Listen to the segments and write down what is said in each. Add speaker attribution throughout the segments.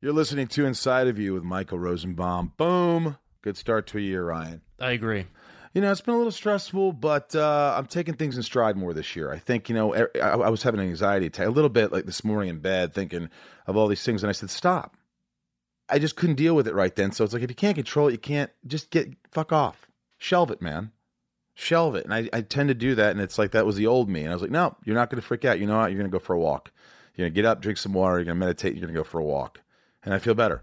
Speaker 1: You're listening to Inside of You with Michael Rosenbaum. Boom. Good start to a year, Ryan.
Speaker 2: I agree.
Speaker 1: You know, it's been a little stressful, but uh, I'm taking things in stride more this year. I think, you know, e, I, I was having an anxiety attack a little bit like this morning in bed, thinking of all these things. And I said, stop. I just couldn't deal with it right then. So it's like, if you can't control it, you can't just get fuck off. Shelve it, man. Shelve it. And I, I tend to do that. And it's like, that was the old me. And I was like, no, you're not going to freak out. You know what? You're going to go for a walk. You're going to get up, drink some water. You're going to meditate. You're going to go for a walk. And I feel better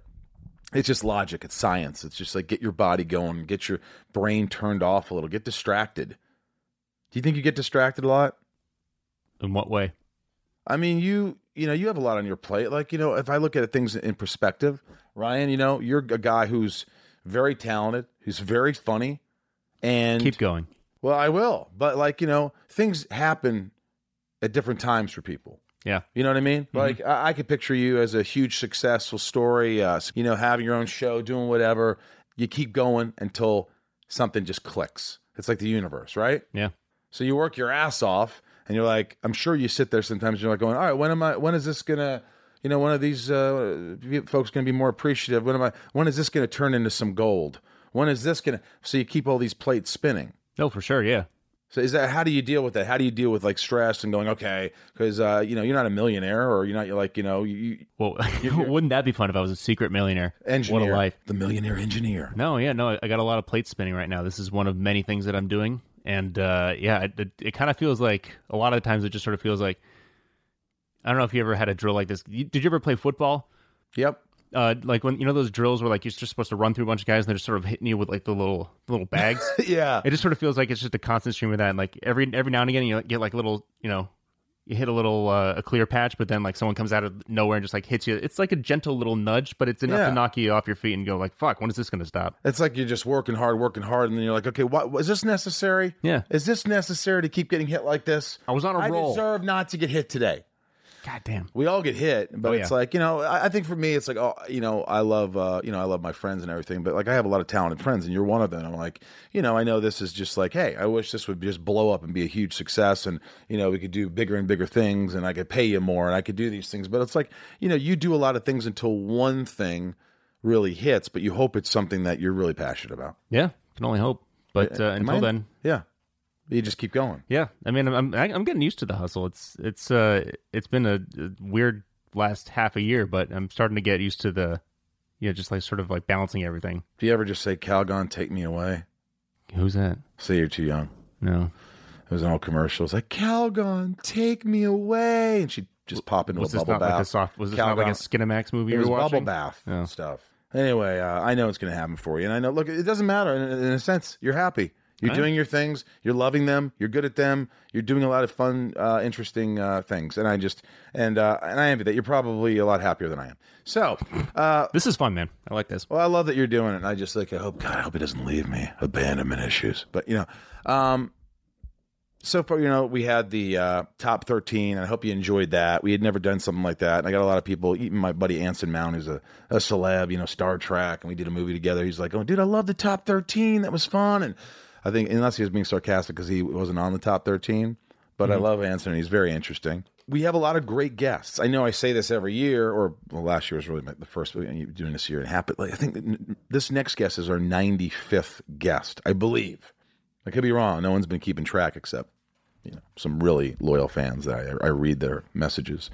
Speaker 1: it's just logic it's science it's just like get your body going get your brain turned off a little get distracted do you think you get distracted a lot
Speaker 2: In what way?
Speaker 1: i mean you you know you have a lot on your plate like you know if i look at things in perspective ryan you know you're a guy who's very talented who's very funny and
Speaker 2: Keep going.
Speaker 1: well i will but like you know things happen at different times for people
Speaker 2: Yeah. Mm-hmm.
Speaker 1: you know what I mean? Like I, I could picture you as a huge successful story. Uh, you know, having your own show, doing whatever. You keep going until something just clicks. It's like the universe, right?
Speaker 2: Yeah.
Speaker 1: So you work your ass off, and you're like, I'm sure you sit there sometimes. You're like going, all right, when am I? When is this gonna? You know, when are these uh, folks gonna be more appreciative? When am I? When is this gonna turn into some gold? When is this gonna? So you keep all these plates spinning.
Speaker 2: No, for sure. Yeah.
Speaker 1: So is that how do you deal with that? How do you deal with like stress and going okay because uh, you know you're not a millionaire or you're not you're like you know you, you
Speaker 2: Well, wouldn't that be fun if I was a secret millionaire?
Speaker 1: engineer
Speaker 2: What a life.
Speaker 1: the millionaire engineer.
Speaker 2: No, yeah, no. I- I got a lot of plates spinning right now. This is one of many things that I'm doing, and uh, yeah, it, it, it kind of feels like a lot of the times it just sort of feels like I don't know if you ever had a drill like this. You, did you ever play football?
Speaker 1: Yep.
Speaker 2: Uh, like when you know those drills where like you're just supposed to run through a bunch of guys and they're just sort of hitting you with like the little the little bags.
Speaker 1: Yeah.
Speaker 2: it just sort of feels like it's just a constant stream of that. And like every every now and again, you get like little, you know, you hit a little uh, a clear patch, but then like someone comes out of nowhere and just like hits you. It's like a gentle little nudge, but it's enough
Speaker 1: Yeah.
Speaker 2: to knock you off your feet and go like, "Fuck, when is this going to stop?"
Speaker 1: It's like you're just working hard, working hard, and then you're like, okay, what was this necessary?
Speaker 2: Yeah.
Speaker 1: Is this necessary to keep getting hit like this?
Speaker 2: I was on a
Speaker 1: I
Speaker 2: roll.
Speaker 1: deserve not to get hit today.
Speaker 2: God damn.
Speaker 1: we all get hit, but
Speaker 2: Oh,
Speaker 1: it's
Speaker 2: yeah.
Speaker 1: like you know. I, I think for me, it's like oh, you know, I love uh, you know, I love my friends and everything, but like I have a lot of talented friends, and you're one of them. I'm like, you know, I know this is just like, hey, I wish this would just blow up and be a huge success, and you know, we could do bigger and bigger things, and I could pay you more, and I could do these things, but it's like you know, you do a lot of things until one thing really hits, but you hope it's something that you're really passionate about.
Speaker 2: Yeah, can only hope. But uh,
Speaker 1: Am
Speaker 2: until
Speaker 1: I-
Speaker 2: then,
Speaker 1: yeah, you just keep going.
Speaker 2: yeah. I mean, I'm I'm I'm getting used to the hustle. It's it's uh it's been a, a weird last half a year, but I'm starting to get used to the, you know, just like sort of like balancing everything.
Speaker 1: Do you ever just say, "Calgon, take me away"?
Speaker 2: Who's that?
Speaker 1: Say you're too young.
Speaker 2: No.
Speaker 1: It was an old commercial. It's like Calgon, take me away, and she just pop into
Speaker 2: Was
Speaker 1: a
Speaker 2: this
Speaker 1: bubble
Speaker 2: not
Speaker 1: bath.
Speaker 2: like a soft? Was this not like a Skinamax movie
Speaker 1: it
Speaker 2: you
Speaker 1: was
Speaker 2: were watching?
Speaker 1: bubble bath
Speaker 2: Oh.
Speaker 1: stuff. Anyway, uh, I know it's going to happen for you, and I know. Look, it doesn't matter. In, in a sense, you're happy. You're
Speaker 2: Right.
Speaker 1: doing your things. You're loving them. You're good at them. You're doing a lot of fun, uh, interesting uh, things, and I just and uh, and I envy that. You're probably a lot happier than I am. So, uh,
Speaker 2: This is fun, man. I like this.
Speaker 1: well, I love that you're doing it. And I just like, I hope, God, I hope it doesn't leave me. Abandonment issues. But, you know, um, so far, you know, we had the uh, top 13, and I hope you enjoyed that. We had never done something like that. And I got a lot of people, even my buddy Anson Mount, who's a, a celeb, you know, Star Trek, and we did a movie together. He's like, oh, dude, I love the top 13. That was fun. And I think, unless he was being sarcastic because he wasn't on the top 13, but I love Anson, and he's very interesting. We have a lot of great guests. I know I say this every year, or well, last year was really my, the first and doing this year and happened. Like, I think that n- this next guest is our 95th guest, I believe. I could be wrong. No one's been keeping track except you know some really loyal fans that I, I read their messages.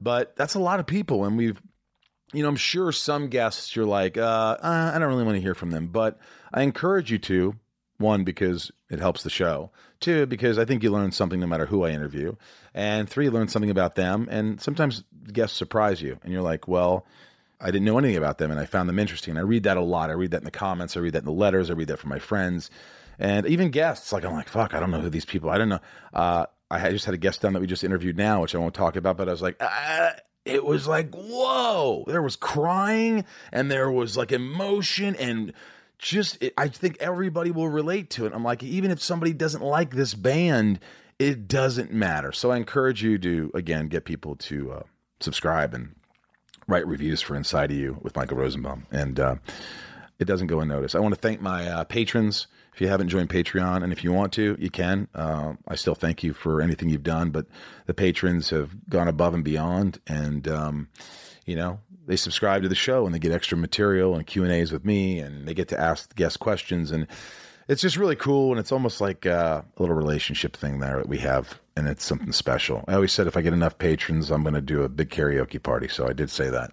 Speaker 1: But that's a lot of people, and we've you know I'm sure some guests you're like uh, uh, I don't really want to hear from them, but I encourage you to one because it helps the show, two because I think you learn something no matter who I interview, and three learn something about them, and sometimes guests surprise you, and you're like well. I didn't know anything about them and I found them interesting. And I read that a lot. I read that in the comments. I read that in the letters. I read that from my friends and even guests. Like, I'm like, fuck, I don't know who these people I don't know. Uh, I had- just had a guest down that we just interviewed now, which I won't talk about, but I was like, ah, it was like, whoa. There was crying and there was like emotion and just, it, I think everybody will relate to it. I'm like, even if somebody doesn't like this band, it doesn't matter. So I encourage you to, again, get people to uh, subscribe and write reviews for Inside of You with Michael Rosenbaum, and uh, it doesn't go unnoticed. I want to thank my uh, patrons. If you haven't joined Patreon, and if you want to, you can. Uh, I still thank you for anything you've done, but the patrons have gone above and beyond, and um, you know they subscribe to the show and they get extra material and Q and A's with me, and they get to ask guest questions, and it's just really cool. And it's almost like uh, a little relationship thing there that we have, and it's something special. I always said if I get enough patrons, I'm going to do a big karaoke party, so I did say that.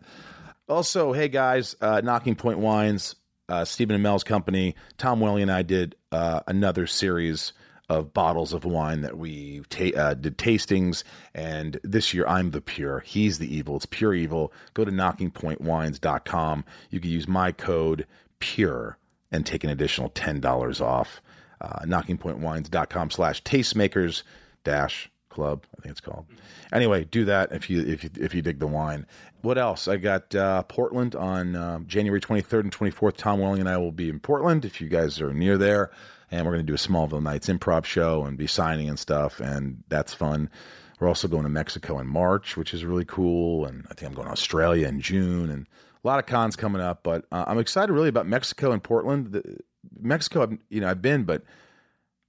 Speaker 1: Also, hey guys, uh, Knocking Point Wines, uh, Stephen and Mel's company, Tom Welly and I did uh, another series of bottles of wine that we ta- uh, did tastings. And this year, I'm the pure. He's the evil. It's pure evil. Go to knockingpointwines.com. You can use my code pure and take an additional $10 off. Uh, knockingpointwines.com slash tastemakers dash club i think it's called anyway do that if you if you if you dig the wine what else i got uh, portland on um, january 23rd and 24th tom welling and i will be in portland if you guys are near there and we're going to do a smallville nights improv show and be signing and stuff and that's fun we're also going to mexico in march which is really cool and i think i'm going to australia in june and a lot of cons coming up but uh, i'm excited really about mexico and portland the, mexico I've- you know i've been but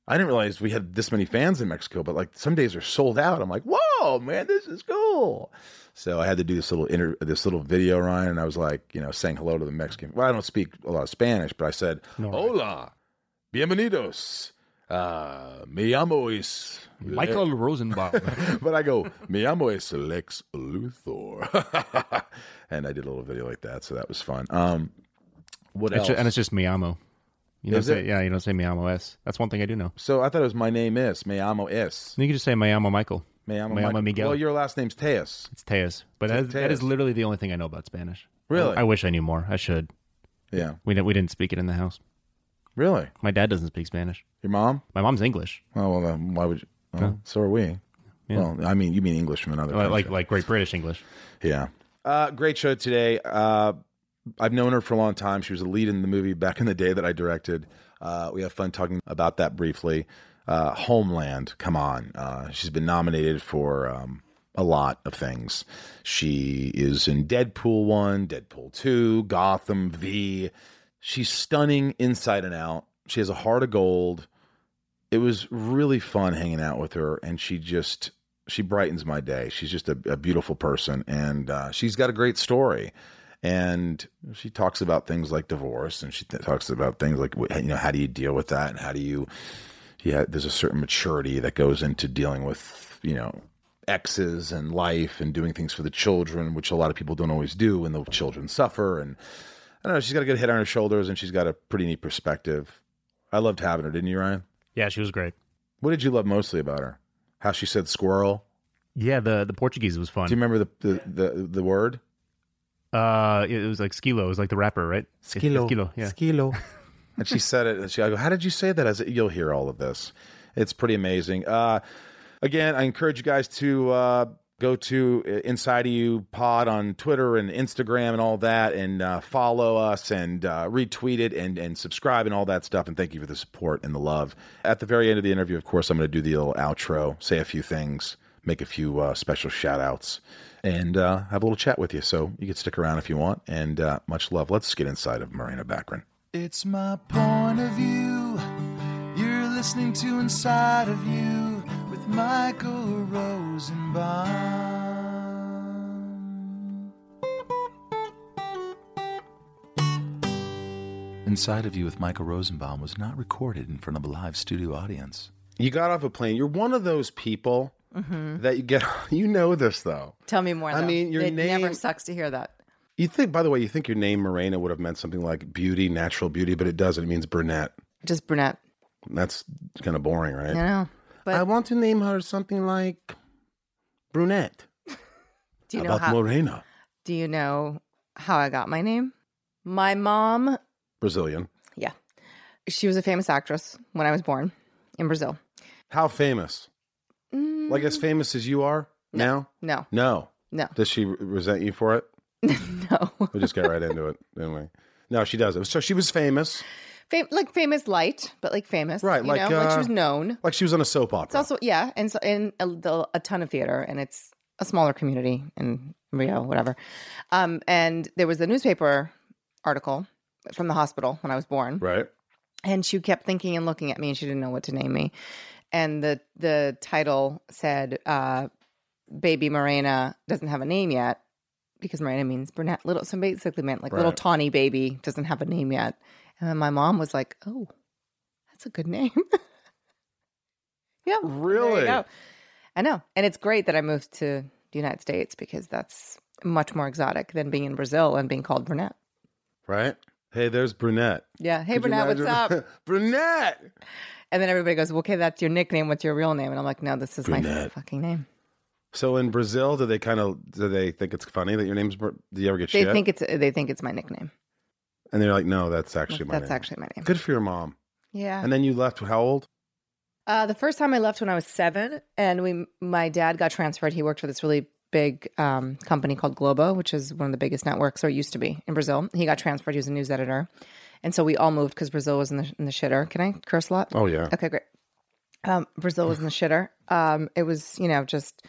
Speaker 1: I didn't realize we had this many fans in Mexico, but like some days are sold out. I'm like, whoa, man, this is cool. So I had to do this little inter- this little video, Ryan, and I was like, you know, saying hello to the Mexican. Well, I don't speak a lot of Spanish, but I said,
Speaker 2: No, right.
Speaker 1: "Hola, bienvenidos, uh, me llamo is
Speaker 2: Michael Rosenbaum.
Speaker 1: but I go, me llamo es Lex Luthor, and I did a little video like that, so that was fun. Um, what
Speaker 2: It's
Speaker 1: else?
Speaker 2: ju- and it's just Miyamo. You don't
Speaker 1: Is
Speaker 2: say,
Speaker 1: it?
Speaker 2: yeah, you don't say Miyamo S. That's one thing I do know.
Speaker 1: so I thought it was my name is me llamo es.
Speaker 2: You can just say Miyamo Michael.
Speaker 1: Me llamo
Speaker 2: Me llamo
Speaker 1: Michael.
Speaker 2: Miguel.
Speaker 1: Well, your last name's Teas.
Speaker 2: It's Tejas. But that is, that is
Speaker 1: Tejas.
Speaker 2: literally the only thing I know about Spanish.
Speaker 1: Really?
Speaker 2: I, wish I knew more. I should.
Speaker 1: Yeah.
Speaker 2: We didn't, we didn't speak it in the house.
Speaker 1: Really?
Speaker 2: My dad doesn't speak Spanish.
Speaker 1: Your mom?
Speaker 2: My mom's English,
Speaker 1: Oh well, then why would you? Well, So are we.
Speaker 2: Yeah.
Speaker 1: Well, I mean, you mean English from another
Speaker 2: like
Speaker 1: country.
Speaker 2: like, like Great British English.
Speaker 1: yeah. Uh, great show today. Uh, I've known her for a long time. She was a lead in the movie back in the day that I directed. Uh, we have fun talking about that briefly. Uh, Homeland, come on. Uh, she's been nominated for um, a lot of things. She is in Deadpool 1, Deadpool 2, Gotham V. She's stunning inside and out. She has a heart of gold. It was really fun hanging out with her, and she just she brightens my day. She's just a, a beautiful person, and uh, she's got a great story. And she talks about things like divorce, and she th- talks about things like wh- you know how do you deal with that, and how do you yeah, there's a certain maturity that goes into dealing with, you know, exes and life and doing things for the children, which a lot of people don't always do, and the children suffer. And I don't know, she's got a good head on her shoulders and she's got a pretty neat perspective. I loved having her, didn't you, Ryan?
Speaker 2: Yeah, she was great.
Speaker 1: What did you love mostly about her? How she said squirrel.
Speaker 2: Yeah, the, the Portuguese was fun.
Speaker 1: Do you remember the the, the, the word?
Speaker 2: Uh, it was like Skilo. It was like the rapper, right? Skilo. Skilo. Yeah.
Speaker 1: Skilo. and she said it. And she, I go, how did you say that? I said, you'll hear all of this. It's pretty amazing. Uh, again, I encourage you guys to uh, go to uh, Inside of You Pod on Twitter and Instagram and all that, and uh, follow us and uh, retweet it and and subscribe and all that stuff. And thank you for the support and the love. At the very end of the interview, of course, I'm going to do the little outro, say a few things, make a few uh, special shout outs, and uh, have a little chat with you. So you can stick around if you want. And uh, much love. Let's get inside of Marina Backron.
Speaker 3: It's my point of view. You're listening to Inside of You with Michael Rosenbaum. Inside of You with Michael Rosenbaum was not recorded in front of a live studio audience.
Speaker 1: You got off a plane. You're one of those people that you get. You know this though.
Speaker 4: Tell me more.
Speaker 1: I
Speaker 4: though.
Speaker 1: mean, your
Speaker 4: it never
Speaker 1: name-
Speaker 4: sucks to hear that.
Speaker 1: You think, by the way, you think your name Morena would have meant something like beauty, natural beauty, but it doesn't. It means brunette.
Speaker 4: Just brunette.
Speaker 1: That's kind of boring, right?
Speaker 4: You know. But
Speaker 1: I want to name her something like brunette.
Speaker 4: do you
Speaker 1: How
Speaker 4: know
Speaker 1: about
Speaker 4: how?
Speaker 1: Morena?
Speaker 4: Do you know how I got my name? My mom.
Speaker 1: Brazilian.
Speaker 4: Yeah, she was a famous actress when I was born in Brazil.
Speaker 1: How famous?
Speaker 4: Mm,
Speaker 1: Like as famous as you are now?
Speaker 4: no,
Speaker 1: No.
Speaker 4: no,
Speaker 1: Does she re- resent you for it?
Speaker 4: no.
Speaker 1: We just got right into it, didn't we? No, she doesn't. So she was famous,
Speaker 4: Fam- like famous light, but like famous.
Speaker 1: Right,
Speaker 4: You
Speaker 1: like,
Speaker 4: know, like
Speaker 1: uh,
Speaker 4: she was known.
Speaker 1: like she was on a soap opera.
Speaker 4: It's also yeah, and so in a, the- a ton of theater, and it's a smaller community in Rio, whatever. Um, and there was a newspaper article from the hospital when I was born,
Speaker 1: right?
Speaker 4: and she kept thinking and looking at me, and she didn't know what to name me. And the the title said, uh, "Baby Morena doesn't have a name yet. because Miranda means brunette little. So basically meant like little
Speaker 1: Right.
Speaker 4: tawny baby doesn't have a name yet. And then my mom was like, "Oh, that's a good name." yeah, There
Speaker 1: Really?
Speaker 4: you go. I know, and it's great that I moved to the United States because that's much more exotic than being in Brazil and being called brunette.
Speaker 1: Right? Hey, there's Brunette.
Speaker 4: Yeah,
Speaker 1: Could
Speaker 4: hey
Speaker 1: you
Speaker 4: brunette, what's up?
Speaker 1: imagine- Brunette.
Speaker 4: And then everybody goes, well, "Okay, that's your nickname. What's your real name?" And I'm like, "No, this is my
Speaker 1: Brunette.
Speaker 4: fucking name."
Speaker 1: So in Brazil, do they kind of do they think it's funny that your name's Br- do you ever get
Speaker 4: They
Speaker 1: shit?
Speaker 4: think it's they think it's my nickname.
Speaker 1: and they're like, no, that's actually my
Speaker 4: that's
Speaker 1: name.
Speaker 4: actually my name.
Speaker 1: Good for your mom.
Speaker 4: Yeah.
Speaker 1: And then you left. How old?
Speaker 4: Uh, the first time I left when I was seven, and we, my dad got transferred. He worked for this really big um, company called Globo, which is one of the biggest networks, or used to be in Brazil. He got transferred. He was a news editor, and so we all moved because Brazil was in the, in the shitter. Can I curse a lot?
Speaker 1: Oh yeah.
Speaker 4: Okay, great. Um, Brazil was in the shitter. Um, it was, you know, just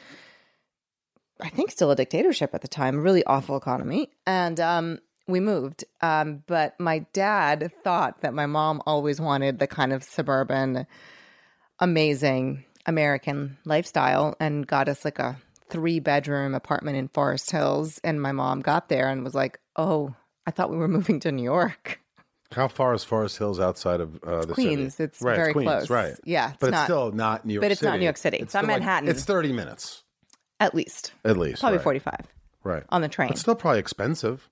Speaker 4: I think still a dictatorship at the time, really awful economy, and um, we moved. Um, but my dad thought that my mom always wanted the kind of suburban, amazing American lifestyle, and got us like a three bedroom apartment in Forest Hills. And my mom got there and was like, "Oh, I thought we were moving to New York."
Speaker 1: How far is Forest Hills outside of uh, the city?
Speaker 4: Queens. It's
Speaker 1: right,
Speaker 4: very
Speaker 1: Queens,
Speaker 4: close.
Speaker 1: Right.
Speaker 4: Yeah, it's
Speaker 1: but
Speaker 4: not-
Speaker 1: it's still not New York.
Speaker 4: but it's not
Speaker 1: City.
Speaker 4: New York City. It's on
Speaker 1: still like-
Speaker 4: Manhattan.
Speaker 1: it's thirty minutes
Speaker 4: at least.
Speaker 1: at least.
Speaker 4: probably
Speaker 1: right.
Speaker 4: 45
Speaker 1: Right.
Speaker 4: on the train.
Speaker 1: It's still probably expensive.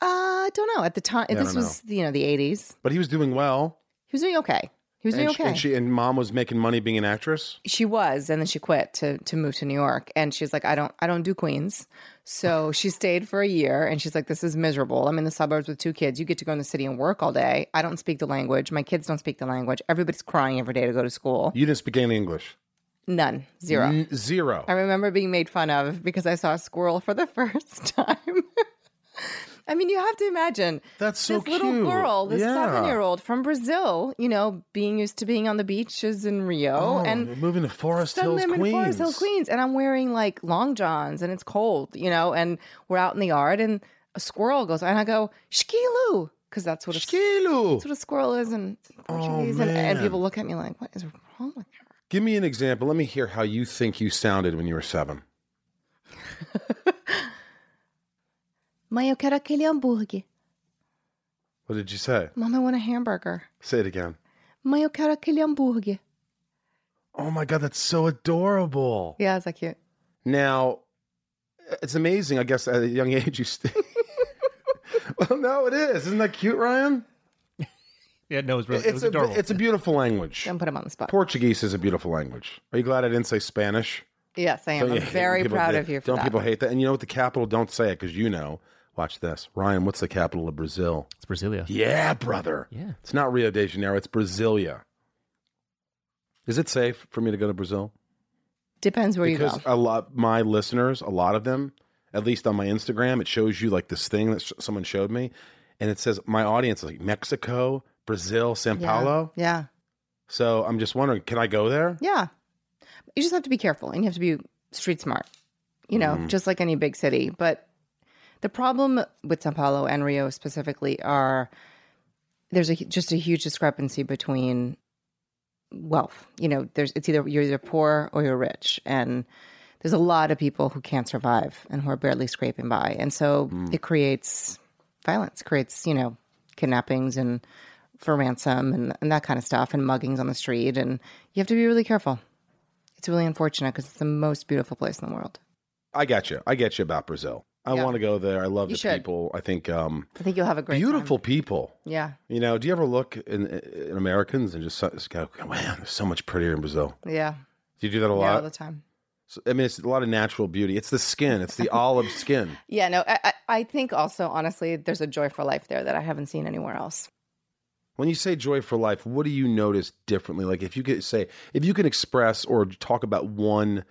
Speaker 4: uh, I don't know. At the time,
Speaker 1: Yeah, I
Speaker 4: this
Speaker 1: don't
Speaker 4: was you know the 80s.
Speaker 1: But he was doing well.
Speaker 4: He was doing okay. He was doing
Speaker 1: and, she,
Speaker 4: okay.
Speaker 1: and she and mom was making money being an actress.
Speaker 4: she was, and then she quit to to move to New York. And she's like, I don't, I don't do Queens. So she stayed for a year, and she's like, This is miserable. I'm in the suburbs with two kids. You get to go in the city and work all day. I don't speak the language. My kids don't speak the language. Everybody's crying every day to go to school.
Speaker 1: You Mm. didn't speak any English.
Speaker 4: None, zero.
Speaker 1: N- zero.
Speaker 4: I remember being made fun of because I saw a squirrel for the first time. I mean, you have to imagine
Speaker 1: That's so
Speaker 4: this little
Speaker 1: cute.
Speaker 4: girl, this
Speaker 1: Yeah.
Speaker 4: seven-year-old from Brazil, you know, being used to being on the beaches in Rio,
Speaker 1: Oh,
Speaker 4: and
Speaker 1: moving to Forest
Speaker 4: some
Speaker 1: Hills,
Speaker 4: them
Speaker 1: Queens.
Speaker 4: in Forest Hill, Queens, and I'm wearing like long johns, and it's cold, you know, and we're out in the yard, and a squirrel goes, and I go, "Shkilu," because that's what a
Speaker 1: Skilu.
Speaker 4: that's what a squirrel is in Portuguese, and, and
Speaker 1: man.
Speaker 4: people look at me like, "What is wrong with her?"
Speaker 1: Give me an example. Let me hear how you think you sounded when you were seven.
Speaker 4: Mãe, eu quero aquele hambúrguer.
Speaker 1: What did you say?
Speaker 4: Mom, I want a hamburger.
Speaker 1: Say it again.
Speaker 4: Mãe, eu quero aquele hambúrguer.
Speaker 1: Oh my God, that's so adorable.
Speaker 4: Yeah, is that cute?
Speaker 1: Now, it's amazing. I guess at a young age you stay. well, no, it is. Isn't that cute, Ryan?
Speaker 2: Yeah, no, it was, really, it
Speaker 1: It's
Speaker 2: was
Speaker 1: a
Speaker 2: adorable.
Speaker 1: it's a beautiful language.
Speaker 4: Don't put him on the spot.
Speaker 1: Portuguese is a beautiful language. Are you glad I didn't say Spanish?
Speaker 4: yes, I am.
Speaker 1: Don't
Speaker 4: I'm
Speaker 1: you hate
Speaker 4: very
Speaker 1: when people
Speaker 4: proud
Speaker 1: do-
Speaker 4: of you for
Speaker 1: don't
Speaker 4: that.
Speaker 1: people hate that? And you know what? The capital. Don't say it because you know. Watch this, Ryan. What's the capital of Brazil?
Speaker 2: it's Brasilia.
Speaker 1: Yeah, brother.
Speaker 2: Yeah.
Speaker 1: It's not Rio de Janeiro. It's Brasilia. Is it safe for me to go to Brazil?
Speaker 4: Depends where
Speaker 1: because
Speaker 4: you go.
Speaker 1: a lot my listeners, a lot of them, at least on my Instagram, it shows you like this thing that sh- someone showed me, and it says my audience is like Mexico, Brazil, Sao
Speaker 4: Yeah.
Speaker 1: Paulo.
Speaker 4: Yeah.
Speaker 1: So I'm just wondering, can I go there?
Speaker 4: Yeah. You just have to be careful and you have to be street smart, you know, just like any big city. But the problem with Sao Paulo and Rio specifically are there's a, just a huge discrepancy between wealth. You know, there's it's either you're either poor or you're rich, and there's a lot of people who can't survive and who are barely scraping by, and so
Speaker 1: Hmm.
Speaker 4: it creates violence, creates you know kidnappings and for ransom and, and that kind of stuff and muggings on the street and you have to be really careful it's really unfortunate because it's the most beautiful place in the world
Speaker 1: I got you. I get you about Brazil. I
Speaker 4: Yeah.
Speaker 1: want to go there. I love
Speaker 4: You
Speaker 1: the
Speaker 4: should.
Speaker 1: people. I think um,
Speaker 4: i think you'll have a great time.
Speaker 1: beautiful people.
Speaker 4: yeah
Speaker 1: You know, do you ever look in, in Americans and just so- just go, "Oh, man, they're so much prettier in Brazil?
Speaker 4: yeah
Speaker 1: Do you do that a
Speaker 4: yeah
Speaker 1: lot?
Speaker 4: all the time
Speaker 1: So- I mean, it's a lot of natural beauty. It's the skin. It's the olive skin.
Speaker 4: yeah no I, I, I think also honestly there's a joy for life there that i haven't seen anywhere else
Speaker 1: When you say joy for life, what do you notice differently? Like if you could say, if you can express or talk about one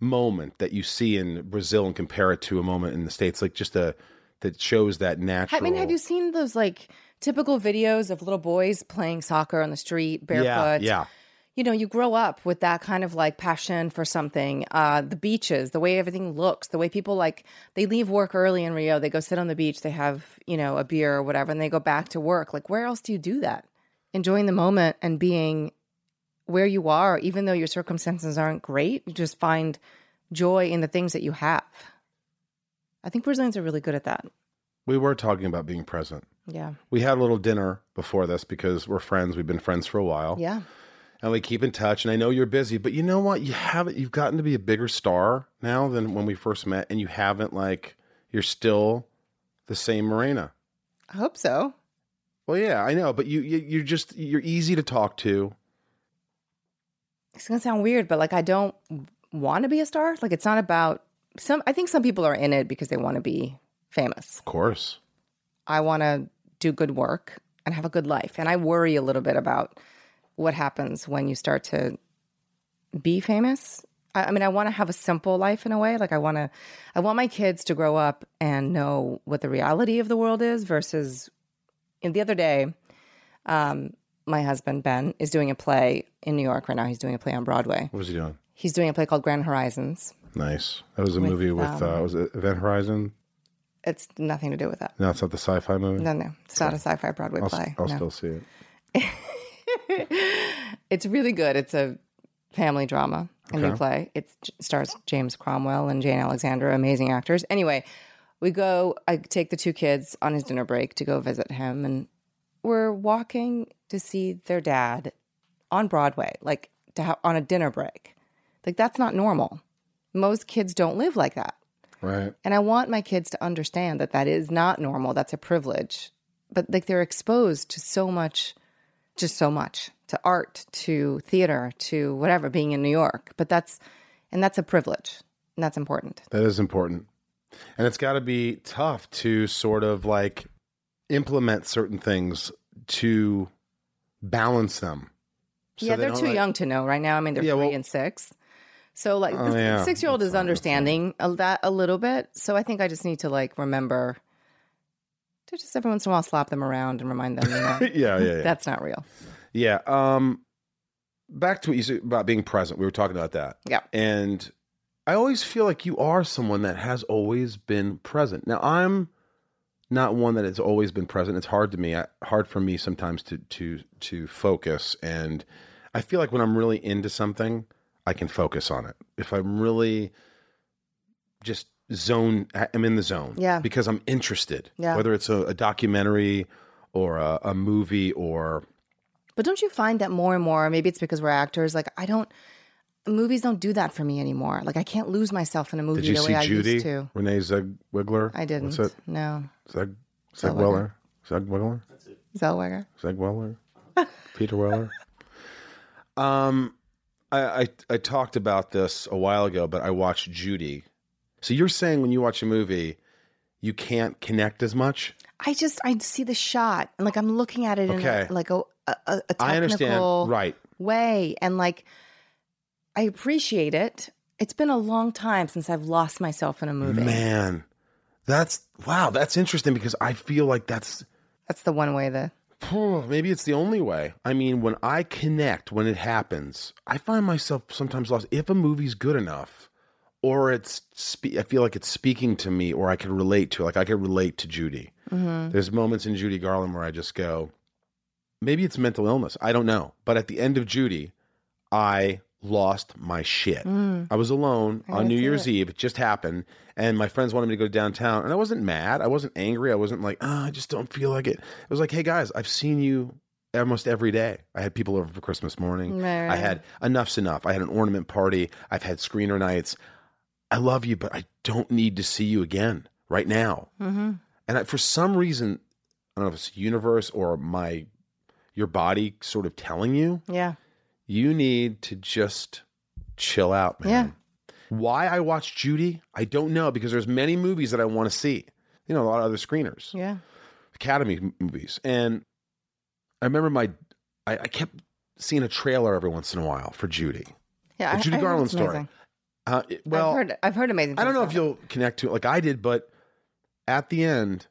Speaker 1: moment that you see in Brazil and compare it to a moment in the States, like just a that shows that natural.
Speaker 4: i mean have you seen those like typical videos of little boys playing soccer on the street barefoot
Speaker 1: Yeah, yeah.
Speaker 4: you know, you grow up with that kind of like passion for something. Uh, the beaches, the way everything looks, the way people like they leave work early in Rio, they go sit on the beach, they have, you know, a beer or whatever, and they go back to work. Like, where else do you do that? Enjoying the moment and being where you are, even though your circumstances aren't great, you just find joy in the things that you have. I think Brazilians are really good at that.
Speaker 1: We were talking about being present.
Speaker 4: Yeah.
Speaker 1: We had a little dinner before this because we're friends. We've been friends for a while.
Speaker 4: Yeah.
Speaker 1: and we keep in touch and i know you're busy but you know what you haven't you've gotten to be a bigger star now than when we first met and you haven't like you're still the same morena
Speaker 4: I hope so.
Speaker 1: well yeah i know but you, you you're just you're easy to talk to
Speaker 4: It's going to sound weird, but like I don't want to be a star. Like it's not about some I think some people are in it because they want to be famous.
Speaker 1: of course
Speaker 4: I want to do good work and have a good life. And I worry a little bit about what happens when you start to be famous. I, I mean, I want to have a simple life in a way. Like I want to, I want my kids to grow up and know what the reality of the world is versus. And the other day, um, my husband Ben is doing a play in New York right now. He's doing a play on Broadway.
Speaker 1: what was he doing
Speaker 4: He's doing a play called Grand Horizons.
Speaker 1: nice that was a movie with
Speaker 4: um,
Speaker 1: uh was it event horizon
Speaker 4: It's nothing to do with that.
Speaker 1: no it's not the sci-fi movie
Speaker 4: No, no, it's not a sci-fi Broadway
Speaker 1: i'll,
Speaker 4: play.
Speaker 1: I'll
Speaker 4: no.
Speaker 1: still see it
Speaker 4: it's really good. It's a family drama, a new
Speaker 1: Okay.
Speaker 4: play. It stars James Cromwell and Jane Alexander, amazing actors. Anyway, we go. I take the two kids on his dinner break to go visit him, and we're walking to see their dad on Broadway, like to ha- on a dinner break. Like that's not normal. Most kids don't live like that.
Speaker 1: right
Speaker 4: And I want my kids to understand that that is not normal. That's a privilege. But like they're exposed to so much, just so much to art, to theater, to whatever, being in New York. But that's, and that's a privilege. And that's important.
Speaker 1: That is important. And it's got to be tough to sort of like implement certain things to balance them. So
Speaker 4: yeah,
Speaker 1: they
Speaker 4: they're
Speaker 1: don't,
Speaker 4: too
Speaker 1: like-
Speaker 4: young to know right now. I mean, they're
Speaker 1: Yeah,
Speaker 4: three
Speaker 1: well-
Speaker 4: and six. So like
Speaker 1: Oh,
Speaker 4: the
Speaker 1: yeah.
Speaker 4: six year old
Speaker 1: That's
Speaker 4: is
Speaker 1: fine, that's fine.
Speaker 4: understanding a, that a little bit. So I think I just need to like remember to just every once in a while slap them around and remind them, you know,
Speaker 1: yeah, Oh, yeah, yeah.
Speaker 4: that's not real.
Speaker 1: yeah. Um, back to what you said about being present. We were talking about that.
Speaker 4: Yeah.
Speaker 1: And I always feel like you are someone that has always been present. Now I'm not one that has always been present. It's hard to me. I, hard for me sometimes to to to focus. And I feel like when I'm really into something, I can focus on it. If I'm really just zone, I- I'm in the zone.
Speaker 4: Yeah.
Speaker 1: Because I'm interested.
Speaker 4: Yeah.
Speaker 1: Whether it's a, a documentary or a, a movie or
Speaker 4: But don't you find that more and more, maybe it's because we're actors, like I don't movies don't do that for me anymore. Like I can't lose myself in a movie
Speaker 1: Did you
Speaker 4: the
Speaker 1: see
Speaker 4: way I
Speaker 1: Judy?
Speaker 4: used to.
Speaker 1: Renee Zellweger?
Speaker 4: I
Speaker 1: What's
Speaker 4: didn't.
Speaker 1: it?
Speaker 4: No.
Speaker 1: Zeg,
Speaker 4: Zellweger.
Speaker 1: Zegweller? Zegweller?
Speaker 4: Zellweger.
Speaker 1: Zegweller? Peter Weller? Um, I, I I talked about this a while ago, but I watched Judy. So you're saying when you watch a movie, you can't connect as much?
Speaker 4: I just I see the shot and like I'm looking at it
Speaker 1: Okay.
Speaker 4: in a, like a a, a a
Speaker 1: I understand.
Speaker 4: technical
Speaker 1: Right.
Speaker 4: way and like I appreciate it. It's been a long time since I've lost myself in a movie.
Speaker 1: Man, that's wow. That's interesting because I feel like that's
Speaker 4: That's the one way that
Speaker 1: Phew, Maybe it's the only way. I mean, when I connect, when it happens, I find myself sometimes lost. If a movie's good enough, or it's, spe- I feel like it's speaking to me, or I can relate to, like I can relate to Judy.
Speaker 4: mm-hmm.
Speaker 1: There's moments in Judy Garland where I just go, maybe it's mental illness. I don't know. But at the end of Judy, I lost my shit.
Speaker 4: Mm-hmm.
Speaker 1: I was alone on
Speaker 4: can
Speaker 1: New
Speaker 4: see
Speaker 1: Year's Eve. It just happened. And my friends wanted me to go downtown. And I wasn't mad. I wasn't angry. I wasn't like, oh, I just don't feel like it. It was like, hey, guys, I've seen you almost every day. I had people over for Christmas morning.
Speaker 4: Right,
Speaker 1: I
Speaker 4: right.
Speaker 1: had enough's enough. I had an ornament party. I've had screener nights. I love you, but I don't need to see you again right now.
Speaker 4: hmm
Speaker 1: And I, for some reason, I don't know if it's the universe or my your body sort of telling you,
Speaker 4: Yeah.
Speaker 1: you need to just chill out, man. Why I watched Judy, I don't know because there's many movies that I want to see. You know, a lot of other screeners,
Speaker 4: Yeah.
Speaker 1: Academy m- movies, and I remember my I, I kept seeing a trailer every once in a while for Judy.
Speaker 4: Yeah.
Speaker 1: The
Speaker 4: I-
Speaker 1: Judy
Speaker 4: I heard
Speaker 1: Garland
Speaker 4: it's
Speaker 1: story.
Speaker 4: amazing.
Speaker 1: Uh, it- well,
Speaker 4: I've heard I've heard amazing
Speaker 1: I don't
Speaker 4: things
Speaker 1: know
Speaker 4: about
Speaker 1: if
Speaker 4: it.
Speaker 1: you'll connect to it like I did, but at the end,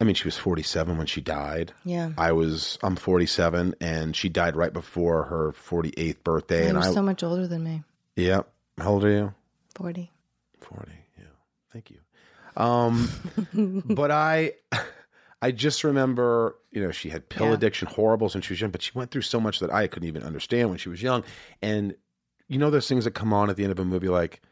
Speaker 1: I mean, she was 47 when she died.
Speaker 4: Yeah.
Speaker 1: I was I'm 47 and she died right before her 48th birthday and
Speaker 4: You're
Speaker 1: I
Speaker 4: so much older than me.
Speaker 1: yeah how old are you
Speaker 4: 40.
Speaker 1: 40 yeah thank you um but I I just remember you know she had pill
Speaker 4: Yeah.
Speaker 1: addiction horribles when she was young but she went through so much that I couldn't even understand when she was young and you know those things that come on at the end of a movie like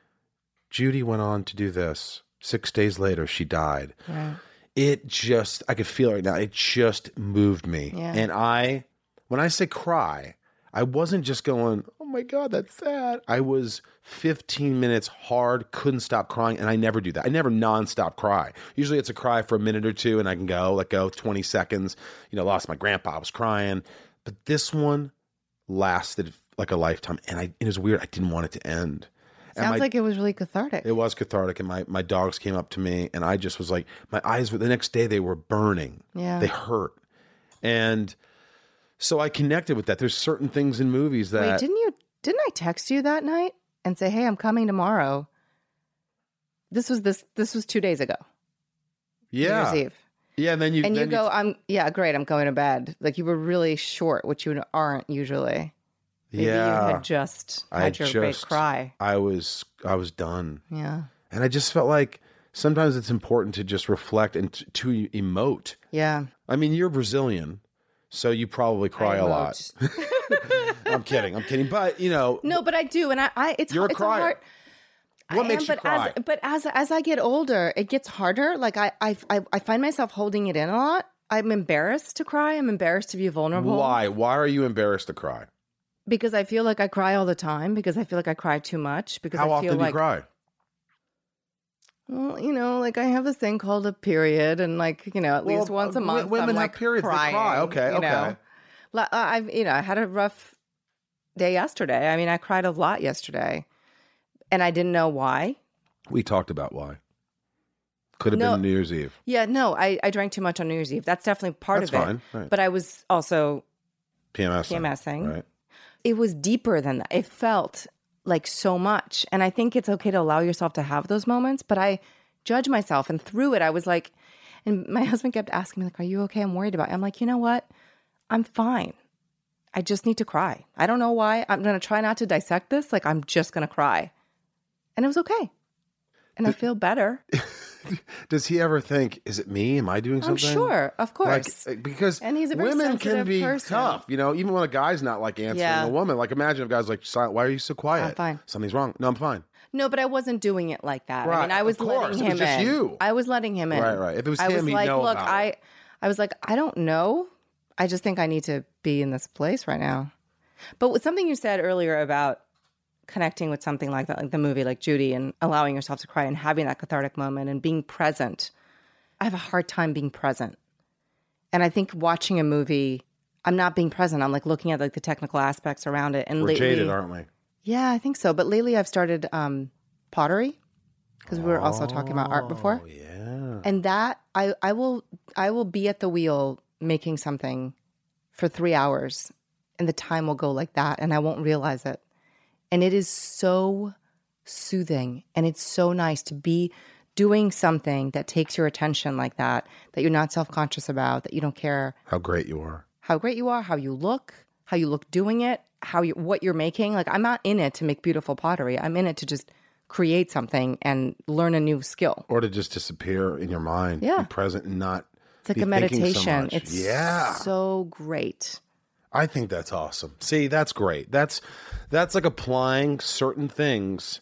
Speaker 1: Judy went on to do this Six days later, she died.
Speaker 4: Right.
Speaker 1: It just, I could feel it right now. It just moved me.
Speaker 4: Yeah.
Speaker 1: And I, when I say cry, I wasn't just going, oh my God, that's sad. I was 15 minutes hard, couldn't stop crying. And I never do that. I never nonstop cry. Usually it's a cry for a minute or two and I can go, let go 20 seconds. You know, lost my grandpa, I was crying. But this one lasted like a lifetime. And I, it was weird. I didn't want it to end. And
Speaker 4: Sounds
Speaker 1: my-
Speaker 4: like it was really cathartic.
Speaker 1: it was cathartic, and my my dogs came up to me, and I just was like, my eyes were the next day they were burning,
Speaker 4: yeah.
Speaker 1: they hurt, and so I connected with that. There's certain things in movies that
Speaker 4: Wait, didn't you? Didn't I text you that night and say, "Hey, I'm coming tomorrow"? This was this. This was two days ago. New Year's
Speaker 1: yeah,
Speaker 4: Eve.
Speaker 1: yeah, and then you
Speaker 4: And you
Speaker 1: then
Speaker 4: go, "I'm yeah, great. I'm going to bed." Like you were really short, which you aren't usually. Maybe
Speaker 1: yeah,
Speaker 4: you had just
Speaker 1: I
Speaker 4: had your big
Speaker 1: just-
Speaker 4: cry.
Speaker 1: I was I was done,
Speaker 4: Yeah,
Speaker 1: and I just felt like sometimes it's important to just reflect and t- to e, emote.
Speaker 4: yeah.
Speaker 1: I mean, you're Brazilian, so you probably cry
Speaker 4: I
Speaker 1: a lot.
Speaker 4: emote.
Speaker 1: I'm kidding, I'm kidding, but you know,
Speaker 4: No, but I do, and I, I it's
Speaker 1: You're a
Speaker 4: it's
Speaker 1: crier.
Speaker 4: hard.
Speaker 1: What
Speaker 4: I
Speaker 1: makes you
Speaker 4: am, but
Speaker 1: cry?
Speaker 4: As, but as as I get older, it gets harder. Like I I I, I find myself holding it in a lot. I'm embarrassed to cry. I'm embarrassed to be vulnerable.
Speaker 1: why why are you embarrassed to cry?
Speaker 4: Because I feel like I cry all the time. Because I feel like I cry too much. Because
Speaker 1: How
Speaker 4: I feel
Speaker 1: often do
Speaker 4: like
Speaker 1: you cry?
Speaker 4: Well, you know, like I have this thing called a period, and like you know, at least
Speaker 1: Well,
Speaker 4: once
Speaker 1: uh,
Speaker 4: a
Speaker 1: wo-
Speaker 4: month,
Speaker 1: women
Speaker 4: I'm,
Speaker 1: have
Speaker 4: like,
Speaker 1: periods, they cry.
Speaker 4: Crying,
Speaker 1: Okay,
Speaker 4: you
Speaker 1: okay.
Speaker 4: know. Li- uh, I've you know, I had a rough day yesterday. I mean, I cried a lot yesterday, and I didn't know why.
Speaker 1: We talked about why. Could have
Speaker 4: No.
Speaker 1: been New Year's Eve.
Speaker 4: Yeah, no, I I drank too much on New Year's Eve. That's definitely part
Speaker 1: That's
Speaker 4: of it.
Speaker 1: fine. Right.
Speaker 4: But I was also
Speaker 1: PMS. then,
Speaker 4: PMSing.
Speaker 1: Right.
Speaker 4: It was deeper than that. It felt like so much, and I think it's okay to allow yourself to have those moments. But I judge myself, and through it, I was like, and my husband kept asking me like, "Are you okay? I'm worried about." You. I'm like, you know what? I'm fine. I just need to cry. I don't know why. I'm gonna try not to dissect this. Like, I'm just gonna cry, and it was okay. And I feel better.
Speaker 1: Does he ever think, is it me? Am I doing
Speaker 4: I'm
Speaker 1: something?
Speaker 4: Oh, sure, of
Speaker 1: Like,
Speaker 4: course.
Speaker 1: uh, because
Speaker 4: And he's a very
Speaker 1: women can
Speaker 4: sensitive
Speaker 1: be
Speaker 4: person.
Speaker 1: tough, you know. Even when a guy's not like answering
Speaker 4: Yeah.
Speaker 1: a woman, like imagine if guys like, "Si- "Why are you so quiet?
Speaker 4: fine.
Speaker 1: Something's wrong." No, I'm fine.
Speaker 4: No, but I wasn't doing it like that. I
Speaker 1: Right,
Speaker 4: mean, I
Speaker 1: of
Speaker 4: was
Speaker 1: course,
Speaker 4: letting
Speaker 1: it
Speaker 4: him
Speaker 1: was just
Speaker 4: in.
Speaker 1: you.
Speaker 4: I was letting him in.
Speaker 1: Right, right. If it was
Speaker 4: I
Speaker 1: him,
Speaker 4: was
Speaker 1: he'd
Speaker 4: like,
Speaker 1: know
Speaker 4: look,
Speaker 1: about
Speaker 4: I,
Speaker 1: it.
Speaker 4: I was like, I don't know. I just think I need to be in this place right now. But with something you said earlier about connecting with something like that, like the movie, like Judy, and allowing yourself to cry and having that cathartic moment and being present. I have a hard time being present, and I think watching a movie. I'm not being present. I'm like looking at like the technical aspects around it. And
Speaker 1: We're
Speaker 4: lately,
Speaker 1: jaded, aren't we?
Speaker 4: yeah, I think so. But lately I've started um, pottery because we were also talking about art before.
Speaker 1: Oh yeah.
Speaker 4: And that I, I will I will be at the wheel making something for three hours and the time will go like that and I won't realize it. And it is so soothing and it's so nice to be doing something that takes your attention like that, that you're not self conscious about, that you don't care
Speaker 1: How great you are.
Speaker 4: how great you are, how you look, how you look doing it, how you what you're making. Like I'm not in it to make beautiful pottery. I'm in it to just create something and learn a new skill.
Speaker 1: Or to just disappear in your mind,
Speaker 4: Yeah.
Speaker 1: be present and not.
Speaker 4: It's like
Speaker 1: be
Speaker 4: a
Speaker 1: thinking so
Speaker 4: meditation.
Speaker 1: much.
Speaker 4: it's
Speaker 1: yeah.
Speaker 4: so great.
Speaker 1: I think that's awesome. See, that's great. That's that's like applying certain things.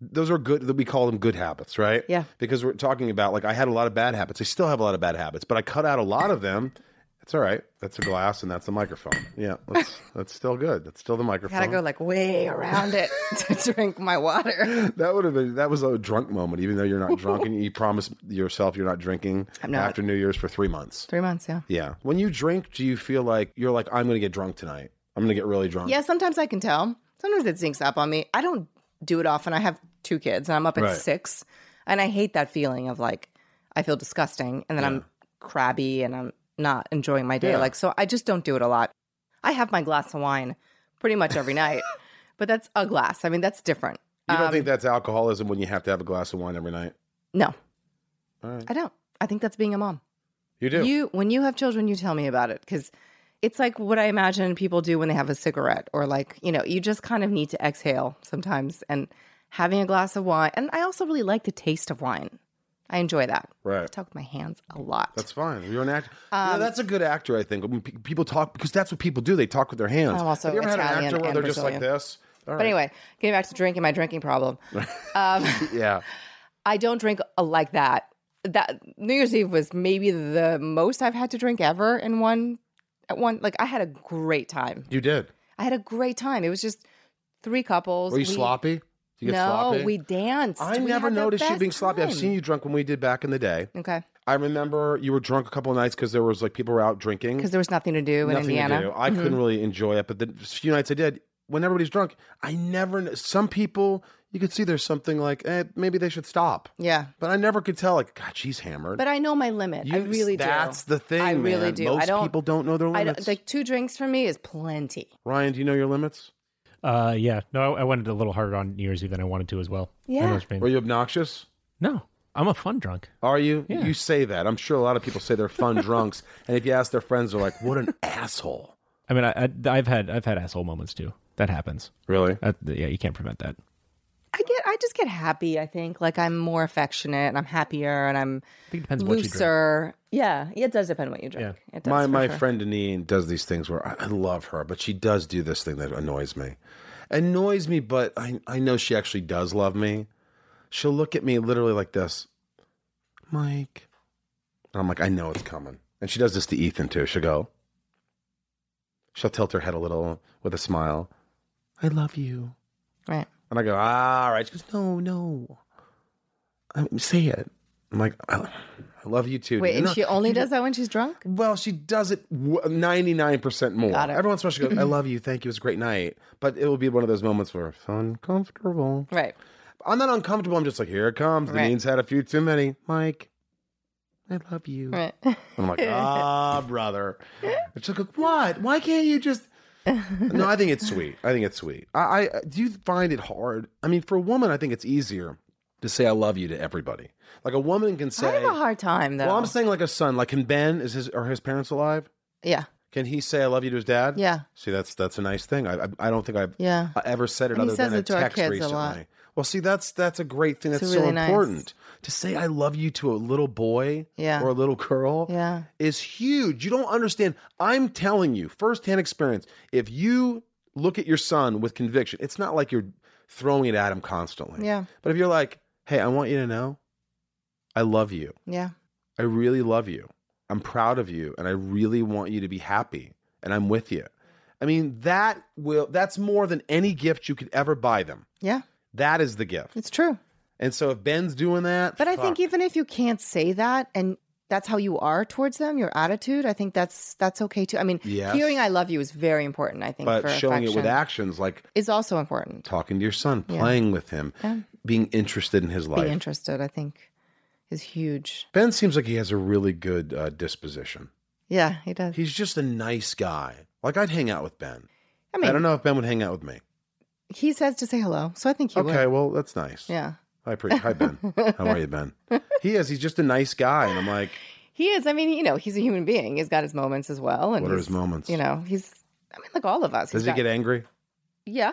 Speaker 1: Those are good that we call them good habits, right?
Speaker 4: Yeah.
Speaker 1: Because we're talking about like I had a lot of bad habits. I still have a lot of bad habits, but I cut out a lot of them. It's all right. That's a glass and that's a microphone. Yeah, that's that's still good. That's still the microphone.
Speaker 4: Gotta go like way around it to drink my water.
Speaker 1: That would have been that was a drunk moment, even though you're not drunk and you promise yourself you're not drinking
Speaker 4: I'm not.
Speaker 1: after New Year's for three months.
Speaker 4: Three months, yeah.
Speaker 1: Yeah. When you drink, do you feel like you're like, I'm gonna get drunk tonight? I'm gonna get really drunk.
Speaker 4: Yeah, sometimes I can tell. Sometimes it sinks up on me. I don't do it often. I have two kids and I'm up at
Speaker 1: Right.
Speaker 4: six. And I hate that feeling of like, I feel disgusting and then I'm crabby and I'm not enjoying my day.
Speaker 1: Yeah.
Speaker 4: Like, so I just don't do it a lot. I have my glass of wine pretty much every night, but that's a glass. I mean, that's different.
Speaker 1: You don't
Speaker 4: Um,
Speaker 1: think that's alcoholism when you have to have a glass of wine every night?
Speaker 4: No,
Speaker 1: All right.
Speaker 4: I don't. I think that's being a mom.
Speaker 1: You do.
Speaker 4: You, when you have children, you tell me about it because it's like what I imagine people do when they have a cigarette or like, you know, you just kind of need to exhale sometimes and having a glass of wine. And I also really like the taste of wine. I enjoy that.
Speaker 1: right.
Speaker 4: I talk with my hands a lot. Um,
Speaker 1: That's fine. You're an actor. You know, that's a good actor, I think. When pe- people talk, because that's what people do. They talk with their hands.
Speaker 4: I'm also
Speaker 1: have you ever had
Speaker 4: Italian
Speaker 1: an actor where
Speaker 4: and
Speaker 1: they're just like this? All
Speaker 4: but anyway, getting back to drinking, my drinking problem. um,
Speaker 1: Yeah.
Speaker 4: I don't drink uh, like that. That New Year's Eve was maybe the most I've had to drink ever in one at one. Like I had a great time.
Speaker 5: You did.
Speaker 4: I had a great time. It was just three couples.
Speaker 1: Were you
Speaker 4: We-
Speaker 1: sloppy? Did you get
Speaker 4: no,
Speaker 1: sloppy?
Speaker 4: we danced.
Speaker 1: I
Speaker 4: We
Speaker 1: never
Speaker 4: had the
Speaker 1: noticed you
Speaker 4: best
Speaker 1: being sloppy. I've
Speaker 4: time.
Speaker 1: seen you drunk when we did back in the day.
Speaker 4: Okay,
Speaker 1: I remember you were drunk a couple of nights because there was like people were out drinking.
Speaker 4: because there was nothing to do in
Speaker 1: Nothing to
Speaker 4: Indiana. Mm-hmm.
Speaker 1: do. I couldn't really enjoy it, but the few nights I did, when everybody's drunk, I never. kn- Some people you could see there's something like, eh, maybe they should stop,
Speaker 4: Mm-hmm. Yeah,
Speaker 1: but I never could tell. Like, God, she's hammered.
Speaker 4: but I know my limit. I
Speaker 1: You-
Speaker 4: really
Speaker 1: that's
Speaker 4: do.
Speaker 1: the thing.
Speaker 4: I really
Speaker 1: man.
Speaker 4: do.
Speaker 1: Most
Speaker 4: I don't.
Speaker 1: people don't know their
Speaker 4: I
Speaker 1: limits.
Speaker 4: don't, like two drinks for me is plenty.
Speaker 1: Ryan, do you know your limits?
Speaker 6: Uh, yeah. No, I, I went a little harder on New Year's Eve than I wanted to as well. I know
Speaker 4: Yeah.
Speaker 6: what you mean.
Speaker 1: Were you obnoxious?
Speaker 6: No, I'm a fun drunk.
Speaker 1: Are you? You say that. I'm sure a lot of people say they're fun drunks, and if you ask their friends, they're like, "What an asshole!"
Speaker 6: I mean, I, I, I've had I've had asshole moments too. That happens.
Speaker 1: Really?
Speaker 6: That, yeah, you can't prevent that.
Speaker 4: I get. I just get happy. I think like I'm more affectionate and I'm happier and I'm
Speaker 6: I think it depends what you drink.
Speaker 4: looser. Yeah, it does depend what you drink. It does
Speaker 1: my
Speaker 4: for
Speaker 1: my
Speaker 4: sure.
Speaker 1: friend Anine does these things where I, I love her, but she does do this thing that annoys me. Annoys me, but I I know she actually does love me. She'll look at me literally like this, Mike. And I'm like, I know it's coming. And she does this to Ethan too. She'll go. She'll tilt her head a little with a smile. I love you.
Speaker 4: Right.
Speaker 1: And I go, all right. She goes, no, no. I'm, say it. I'm like, I, I love you too.
Speaker 4: Wait,
Speaker 1: dude."
Speaker 4: and
Speaker 1: No,
Speaker 4: she only does that when she's drunk.
Speaker 1: Well, she does it ninety nine percent more.
Speaker 4: Got it.
Speaker 1: Every once in a while, she goes, "I love you, thank you, it was a great night." But it will be one of those moments where it's uncomfortable.
Speaker 4: Right.
Speaker 1: I'm not uncomfortable. I'm just like, here it comes. The
Speaker 4: Right.
Speaker 1: Dean's had a few too many. Mike, I love you.
Speaker 4: Right.
Speaker 1: And I'm like, ah, brother. And she's like, what? Why can't you just? No, I think it's sweet. I think it's sweet. I, I do you find it hard. I mean, for a woman, I think it's easier to say "I love you" to everybody. Like a woman can
Speaker 4: I
Speaker 1: say.
Speaker 4: have a hard time though.
Speaker 1: well, I'm saying like a son. Like, can Ben is his are his parents alive?
Speaker 4: yeah.
Speaker 1: Can he say "I love you" to his dad?
Speaker 4: Yeah.
Speaker 1: See, that's that's a nice thing. I I, I don't think I've
Speaker 4: Yeah.
Speaker 1: I ever said it
Speaker 4: And he
Speaker 1: other than
Speaker 4: says
Speaker 1: a
Speaker 4: it to our
Speaker 1: text
Speaker 4: kids a
Speaker 1: recently.
Speaker 4: lot.
Speaker 1: Well, see, that's that's a great thing.
Speaker 4: It's
Speaker 1: That's so
Speaker 4: really nice.
Speaker 1: important to say "I love you" to a little boy
Speaker 4: Yeah.
Speaker 1: or a little girl.
Speaker 4: Yeah.
Speaker 1: Is huge. You don't understand. I'm telling you, firsthand experience. If you look at your son with conviction, it's not like you're throwing it at him constantly.
Speaker 4: Yeah.
Speaker 1: But if you're like, "Hey, I want you to know, I love you."
Speaker 4: Yeah.
Speaker 1: I really love you. I'm proud of you and I really want you to be happy and I'm with you. I mean, that will that's more than any gift you could ever buy them.
Speaker 4: Yeah.
Speaker 1: That is the gift.
Speaker 4: It's true.
Speaker 1: And so if Ben's doing that,
Speaker 4: But I think
Speaker 1: fuck.
Speaker 4: even if you can't say that and that's how you are towards them, your attitude, I think that's that's okay too. I mean,
Speaker 1: Yes.
Speaker 4: hearing I love you is very important, I think,
Speaker 1: but
Speaker 4: for
Speaker 1: showing it
Speaker 4: affection.
Speaker 1: with actions like
Speaker 4: is also important.
Speaker 1: talking to your son,
Speaker 4: Yeah.
Speaker 1: playing with him,
Speaker 4: Yeah.
Speaker 1: being interested in his life.
Speaker 4: Be interested, I think, is huge.
Speaker 1: ben seems like he has a really good uh, disposition.
Speaker 4: Yeah, he does.
Speaker 1: He's just a nice guy. Like I'd hang out with Ben. I,
Speaker 4: I mean,
Speaker 1: don't know if Ben would hang out with me.
Speaker 4: he says to say hello, so I think he
Speaker 1: okay,
Speaker 4: would.
Speaker 1: well, that's nice.
Speaker 4: Yeah.
Speaker 1: Hi, pre- hi Ben. How are you, Ben? He is. He's just a nice guy, and I'm like,
Speaker 4: He is. I mean, you know, he's a human being. He's got his moments as well. And
Speaker 1: what are
Speaker 4: he's-
Speaker 1: his moments?
Speaker 4: You know, he's. I mean, like all of us.
Speaker 1: Does
Speaker 4: he's
Speaker 1: he
Speaker 4: got-
Speaker 1: get angry?
Speaker 4: Yeah,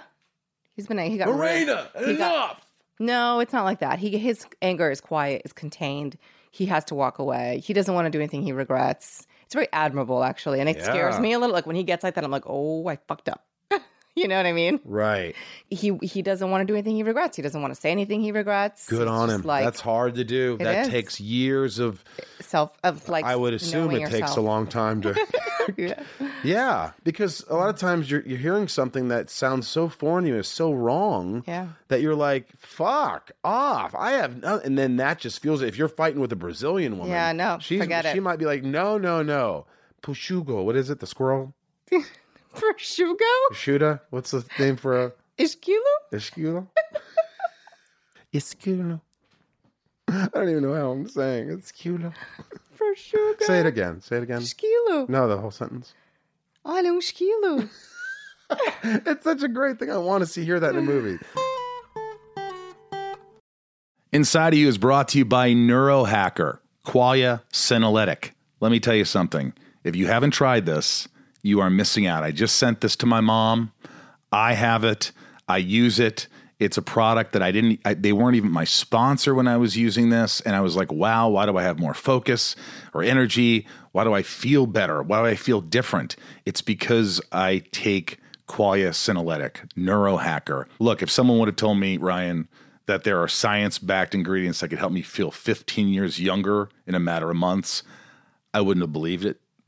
Speaker 4: he's been. He got.
Speaker 1: Marina,
Speaker 4: he got- no, it's not like that. He his anger is quiet, is contained. He has to walk away. He doesn't want to do anything he regrets. It's very admirable, actually, and it scares
Speaker 1: Yeah.
Speaker 4: me a little. Like when he gets like that, I'm like, oh, I fucked up. you know what I mean?
Speaker 1: Right.
Speaker 4: He he doesn't want to do anything he regrets. He doesn't want to say anything he regrets.
Speaker 1: Good
Speaker 4: It's
Speaker 1: on
Speaker 4: just
Speaker 1: him. That's hard to do.
Speaker 4: It
Speaker 1: That
Speaker 4: is.
Speaker 1: takes years of.
Speaker 4: self of like.
Speaker 1: I would assume it
Speaker 4: knowing
Speaker 1: takes
Speaker 4: yourself.
Speaker 1: a long time to.
Speaker 4: Yeah.
Speaker 1: yeah, because a lot of times you're you're hearing something that sounds so foreign to you, is so wrong.
Speaker 4: Yeah.
Speaker 1: That you're like, fuck off. I have no, and then that just feels. If you're fighting with a Brazilian woman,
Speaker 4: Yeah, no,
Speaker 1: she's,
Speaker 4: forget
Speaker 1: she
Speaker 4: it.
Speaker 1: might be like, no, no, no, Pushugo. What is it? The squirrel.
Speaker 4: For Shugo
Speaker 1: Shuda? What's the name for a
Speaker 4: Ishkulu.
Speaker 1: Ishkula? Iskula. I don't even know how I'm saying. It's Kula.
Speaker 4: For Shugo
Speaker 1: Say it again. Say it again.
Speaker 4: Ishkulu.
Speaker 1: No, the whole sentence.
Speaker 4: Olha um esquilo.
Speaker 1: It's such a great thing. I want to see hear that in a movie.
Speaker 5: Inside of You is brought to you by Neurohacker, Qualia Synalytic. Let me tell you something. If you haven't tried this, you are missing out. I just sent this to my mom. I have it. I use it. It's a product that I didn't, I, they weren't even my sponsor when I was using this. And I was like, wow, why do I have more focus or energy? Why do I feel better? Why do I feel different? It's because I take Qualia Synalytic, Neurohacker. Look, if someone would have told me, Ryan, that there are science backed ingredients that could help me feel 15 years younger in a matter of months, I wouldn't have believed it.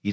Speaker 5: you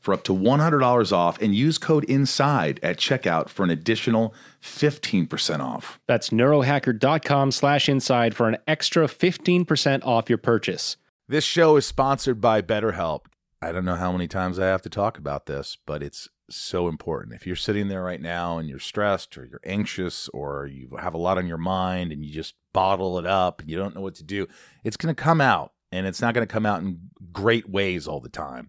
Speaker 5: for up to $100 off and use code INSIDE at checkout for an additional 15% off.
Speaker 7: That's neurohacker.com slash inside for an extra 15% off your purchase.
Speaker 5: This show is sponsored by BetterHelp. I don't know how many times I have to talk about this, but it's so important. If you're sitting there right now and you're stressed or you're anxious or you have a lot on your mind and you just bottle it up and you don't know what to do, it's going to come out and it's not going to come out in great ways all the time.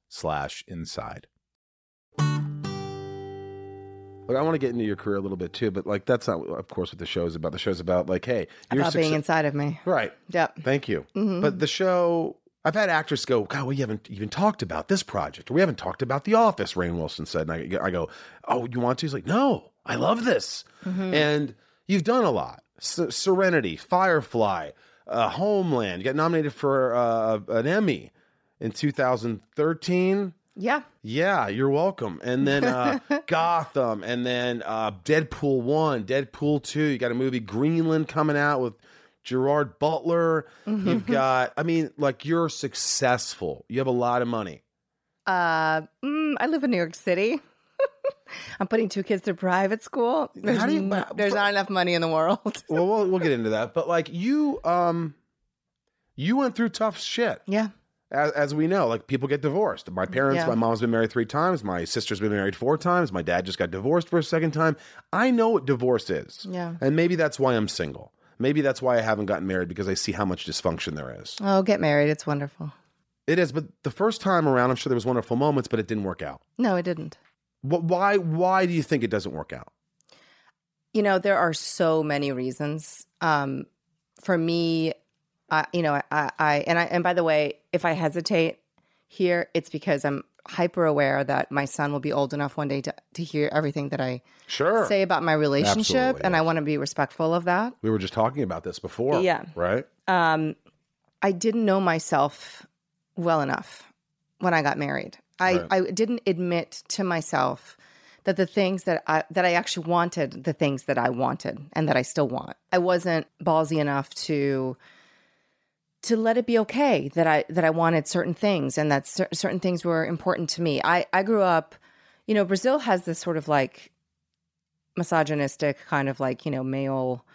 Speaker 5: slash inside.
Speaker 1: But I want to get into your career a little bit too. But like, that's not, of course, what the show is about. The show's about like, hey, you're
Speaker 4: About being
Speaker 1: succe-
Speaker 4: inside of me.
Speaker 1: right.
Speaker 4: Yep.
Speaker 1: Thank you. But the show, I've had actors go, God, we haven't even talked about this project. We haven't talked about The Office, Rain Wilson said. And I, I go, Oh, you want to? He's like, No, I love this.
Speaker 5: Mm-hmm.
Speaker 1: And you've done a lot S- Serenity, Firefly, uh, Homeland. You got nominated for uh, an Emmy in 2013.
Speaker 4: Yeah.
Speaker 1: Yeah, you're welcome. And then uh, Gotham, and then uh, Deadpool one, Deadpool two. You got a movie Greenland coming out with Gerard Butler. You've got, I mean, like you're successful. You have a lot of money.
Speaker 4: Uh, mm, I live in New York City. I'm putting two kids through private school. There's,
Speaker 1: do you-
Speaker 4: n-
Speaker 1: but-
Speaker 4: there's not enough money in the world.
Speaker 1: Well, we'll we'll get into that. But like you, um, you went through tough shit.
Speaker 4: yeah.
Speaker 1: as, as we know, like people get divorced. My parents,
Speaker 4: Yeah.
Speaker 1: my mom's been married three times. My sister's been married four times. My dad just got divorced for a second time. I know what divorce is.
Speaker 4: Yeah.
Speaker 1: And maybe that's why I'm single. Maybe that's why I haven't gotten married because I see how much dysfunction there is.
Speaker 4: Oh, get married. It's wonderful.
Speaker 1: It is, but the first time around, I'm sure there was wonderful moments, but it didn't work out.
Speaker 4: No, it didn't.
Speaker 1: Wh- Why? Why do you think it doesn't work out?
Speaker 4: You know, there are so many reasons. Um, for me, I, you know, I, I, and I, and by the way, if I hesitate here, it's because I'm hyper aware that my son will be old enough one day to, to hear everything that I
Speaker 5: Sure.
Speaker 4: say about my relationship,
Speaker 5: Absolutely,
Speaker 4: and I want to be respectful of that.
Speaker 5: we were just talking about this before.
Speaker 4: Yeah.
Speaker 5: Right?
Speaker 4: um, I didn't know myself well enough when I got married. I,
Speaker 5: Right.
Speaker 4: I didn't admit to myself that the things that I that I actually wanted, the things that I wanted and that I still want. I wasn't ballsy enough to to let it be okay that I that I wanted certain things and that cer- certain things were important to me. I I grew up, you know, Brazil has this sort of like misogynistic kind of like, you know, male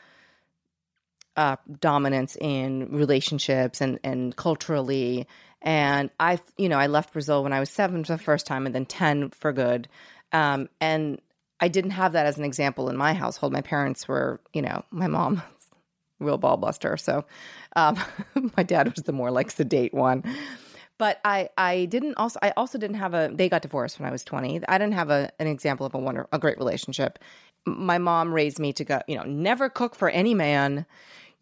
Speaker 4: uh, dominance in relationships and, and culturally. And I, you know, I left Brazil when I was seven for the first time and then 10 for good. Um, and I didn't have that as an example in my household. My parents were, you know, my mom, real ball buster. So um, my dad was the more like sedate one. But I, I didn't also I also didn't have a they got divorced when I was 20. I didn't have a, an example of a wonder a great relationship. M- My mom raised me to go, you know, never cook for any man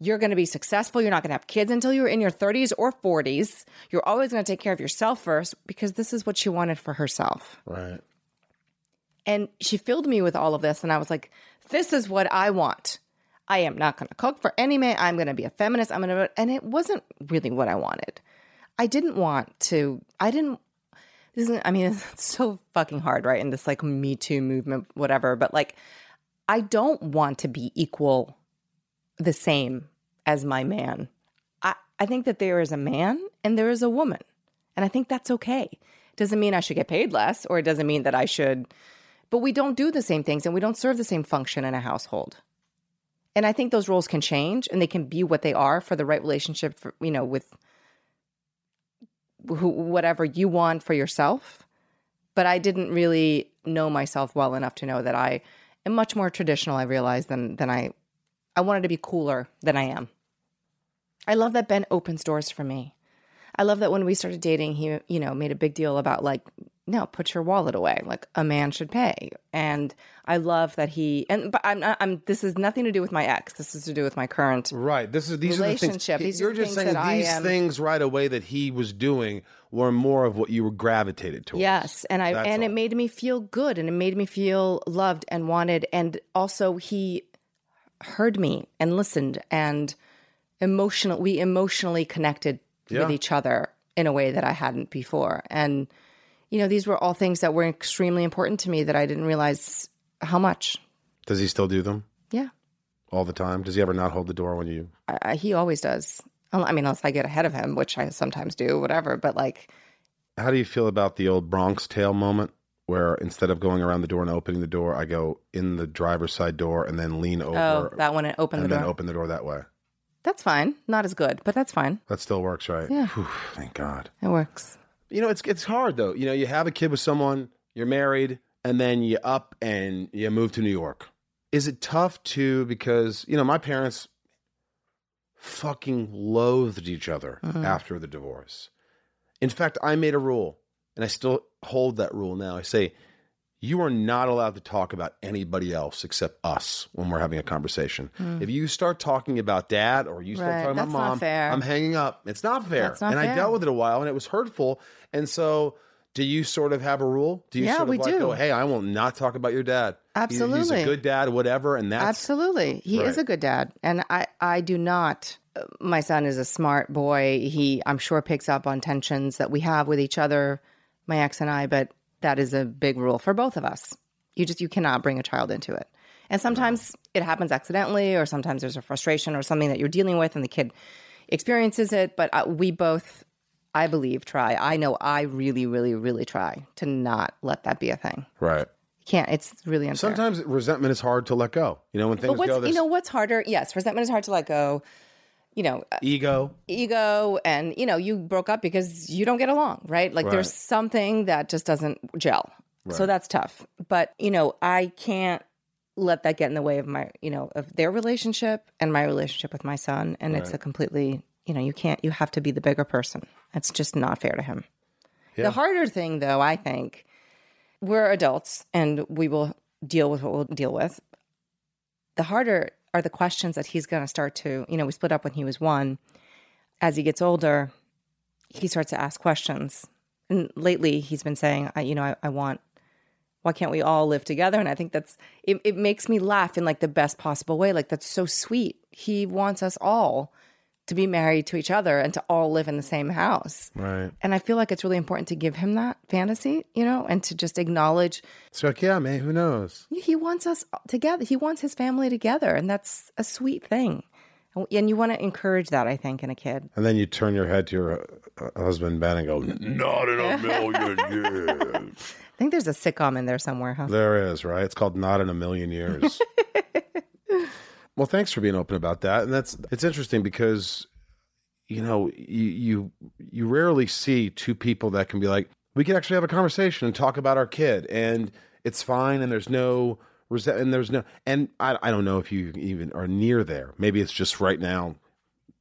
Speaker 4: you're going to be successful. You're not going to have kids until you're in your 30s or 40s. You're always going to take care of yourself first because this is what she wanted for herself.
Speaker 5: Right.
Speaker 4: And she filled me with all of this. And I was like, this is what I want. I am not going to cook for any man. I'm going to be a feminist. I'm going to, and it wasn't really what I wanted. I didn't want to, I didn't, this isn't, I mean, it's so fucking hard, right? In this like Me Too movement, whatever, but like, I don't want to be equal the same as my man. I, I think that there is a man and there is a woman. And I think that's okay. Doesn't mean I should get paid less or it doesn't mean that I should, but we don't do the same things and we don't serve the same function in a household. And I think those roles can change and they can be what they are for the right relationship, for, you know, with who, whatever you want for yourself. But I didn't really know myself well enough to know that I am much more traditional, I realized, than, than I I wanted to be cooler than I am. I love that Ben opens doors for me. I love that when we started dating, he, you know, made a big deal about like, no, put your wallet away. Like a man should pay. And I love that he and but I'm not, I'm this is nothing to do with my ex. This is to do with my current.
Speaker 1: Right. This is these are
Speaker 4: Relationship.
Speaker 1: the things
Speaker 4: These
Speaker 1: you're
Speaker 4: are
Speaker 1: just
Speaker 4: things
Speaker 1: saying
Speaker 4: that I
Speaker 1: these
Speaker 4: am-
Speaker 1: things right away that he was doing were more of what you were gravitated towards.
Speaker 4: Yes, and I
Speaker 1: That's
Speaker 4: and
Speaker 1: all.
Speaker 4: it made me feel good and it made me feel loved and wanted and also he heard me and listened and emotional we emotionally connected
Speaker 5: Yeah.
Speaker 4: with each other in a way that I hadn't before. And you know, these were all things that were extremely important to me that I didn't realize how much.
Speaker 1: Does he still do them
Speaker 4: Yeah.
Speaker 1: all the time? Does he ever not hold the door when you?
Speaker 4: I, I- he always does. Un- I mean, unless I get ahead of him, which I sometimes do, whatever, but like
Speaker 1: How do you feel about the old Bronx Tale moment where instead of going around the door and opening the door, I go in the driver's side door and then lean over
Speaker 4: oh, that one and open
Speaker 1: and
Speaker 4: the
Speaker 1: then
Speaker 4: door.
Speaker 1: open the door that way?
Speaker 4: That's fine. Not as good, but that's fine.
Speaker 1: That still works, right?
Speaker 4: Yeah.
Speaker 1: Whew, thank God.
Speaker 4: It works.
Speaker 1: you know it's it's hard though you know you have a kid with someone you're married and then you up and you move to new york is it tough too because you know my parents fucking loathed each other
Speaker 4: Mm-hmm.
Speaker 1: after the divorce in fact i made a rule and i still hold that rule now i say you are not allowed to talk about anybody else except us when we're having a conversation. If you start talking about dad or you start
Speaker 4: Right,
Speaker 1: talking about
Speaker 4: that's not
Speaker 1: mom,
Speaker 4: fair.
Speaker 1: I'm hanging up. It's not fair.
Speaker 4: That's not
Speaker 1: and I
Speaker 4: fair.
Speaker 1: dealt with it a while and it was hurtful. And so do you sort of have a rule? Do you
Speaker 4: Yeah,
Speaker 1: sort of
Speaker 4: we
Speaker 1: like
Speaker 4: do.
Speaker 1: go, hey, I will not talk about your dad. He- He's a
Speaker 4: Absolutely.
Speaker 1: good dad, whatever. And that's
Speaker 4: Absolutely. He is
Speaker 1: Right.
Speaker 4: a good dad. And I, I do not. My son is a smart boy. He, I'm sure, picks up on tensions that we have with each other, my ex and I, but that is a big rule for both of us. You just, you cannot bring a child into it. And sometimes it happens accidentally, or sometimes there's a frustration or something that you're dealing with and the kid experiences it. But uh, we both, I believe, try. I know I really, really, really try to not let that be a thing.
Speaker 1: right.
Speaker 4: Can't, it's really unfair.
Speaker 1: Sometimes resentment is hard to let go. You know, when things
Speaker 4: But what's
Speaker 1: go this
Speaker 4: you know what's harder? Yes, resentment is hard to let go. You know, uh,
Speaker 1: ego.
Speaker 4: ego, and you know, you broke up because you don't get along, right? Like there's something that just doesn't gel. So that's tough. But you know, I can't let that get in the way of my, you know, of their relationship and my relationship with my son. And it's a completely, you know, you can't. You have to be the bigger person. It's just not fair to him. The harder thing, though, I think, we're adults and we will deal with what we'll deal with the harder are the questions that he's going to start to you know we split up when he was one as he gets older, he starts to ask questions. And lately, he's been saying, I, you know, I, I want, why can't we all live together? And I think that's, it, it makes me laugh in like the best possible way. Like, that's so sweet. He wants us all to be married to each other and to all live in the same house.
Speaker 1: Right.
Speaker 4: And I feel like it's really important to give him that fantasy, you know, and to just acknowledge
Speaker 1: It's like, yeah, man, who knows?
Speaker 4: he wants us together. He wants his family together, and that's a sweet thing. And- And you want to encourage that, I think, in a kid.
Speaker 1: And then you turn your head to your uh, uh, husband Ben and go, "Not in a million years."
Speaker 4: I think there's a sitcom in there somewhere, huh?
Speaker 1: There is, right? It's called Not in a Million Years. well, thanks for being open about that. And that's it's interesting because you know, you you you rarely see two people that can be like, we can actually have a conversation and talk about our kid and it's fine and there's no resent and there's no and I I don't know if you even are near there. Maybe it's just right now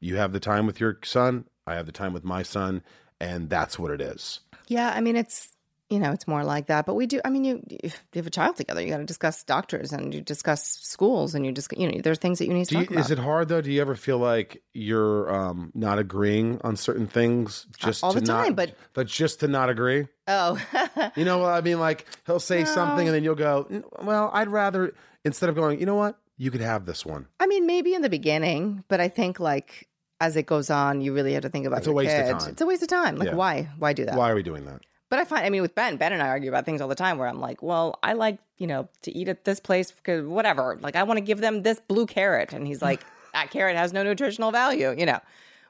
Speaker 1: you have the time with your son, I have the time with my son, and that's what it is.
Speaker 4: Yeah, I mean, it's you know, it's more like that. But we do. I mean, you if you have a child together, you got to discuss doctors and you discuss schools and you just you know, there are things that you need to
Speaker 1: Do you,
Speaker 4: talk about
Speaker 1: is it hard though? Do you ever feel like you're um, not agreeing on certain things just
Speaker 4: Uh, all
Speaker 1: to
Speaker 4: the time.
Speaker 1: Not,
Speaker 4: but
Speaker 1: but just to not agree.
Speaker 4: oh,
Speaker 1: You know what I mean? Like he'll say something,
Speaker 4: No.
Speaker 1: and then you'll go, "N- "Well, I'd rather." Instead of going, you know what? You could have this one.
Speaker 4: I mean, maybe in the beginning, but I think like as it goes on, you really have to think about
Speaker 1: It's a
Speaker 4: your
Speaker 1: waste of
Speaker 4: kid.
Speaker 1: time.
Speaker 4: It's a waste of time. Like,
Speaker 1: Yeah.
Speaker 4: why? Why do that?
Speaker 1: Why are we doing that?
Speaker 4: But I find, I mean, with Ben, Ben and I argue about things all the time where I'm like, well, I like, you know, to eat at this place, 'cause whatever. Like, I want to give them this blue carrot. And he's like, that carrot has no nutritional value. You know,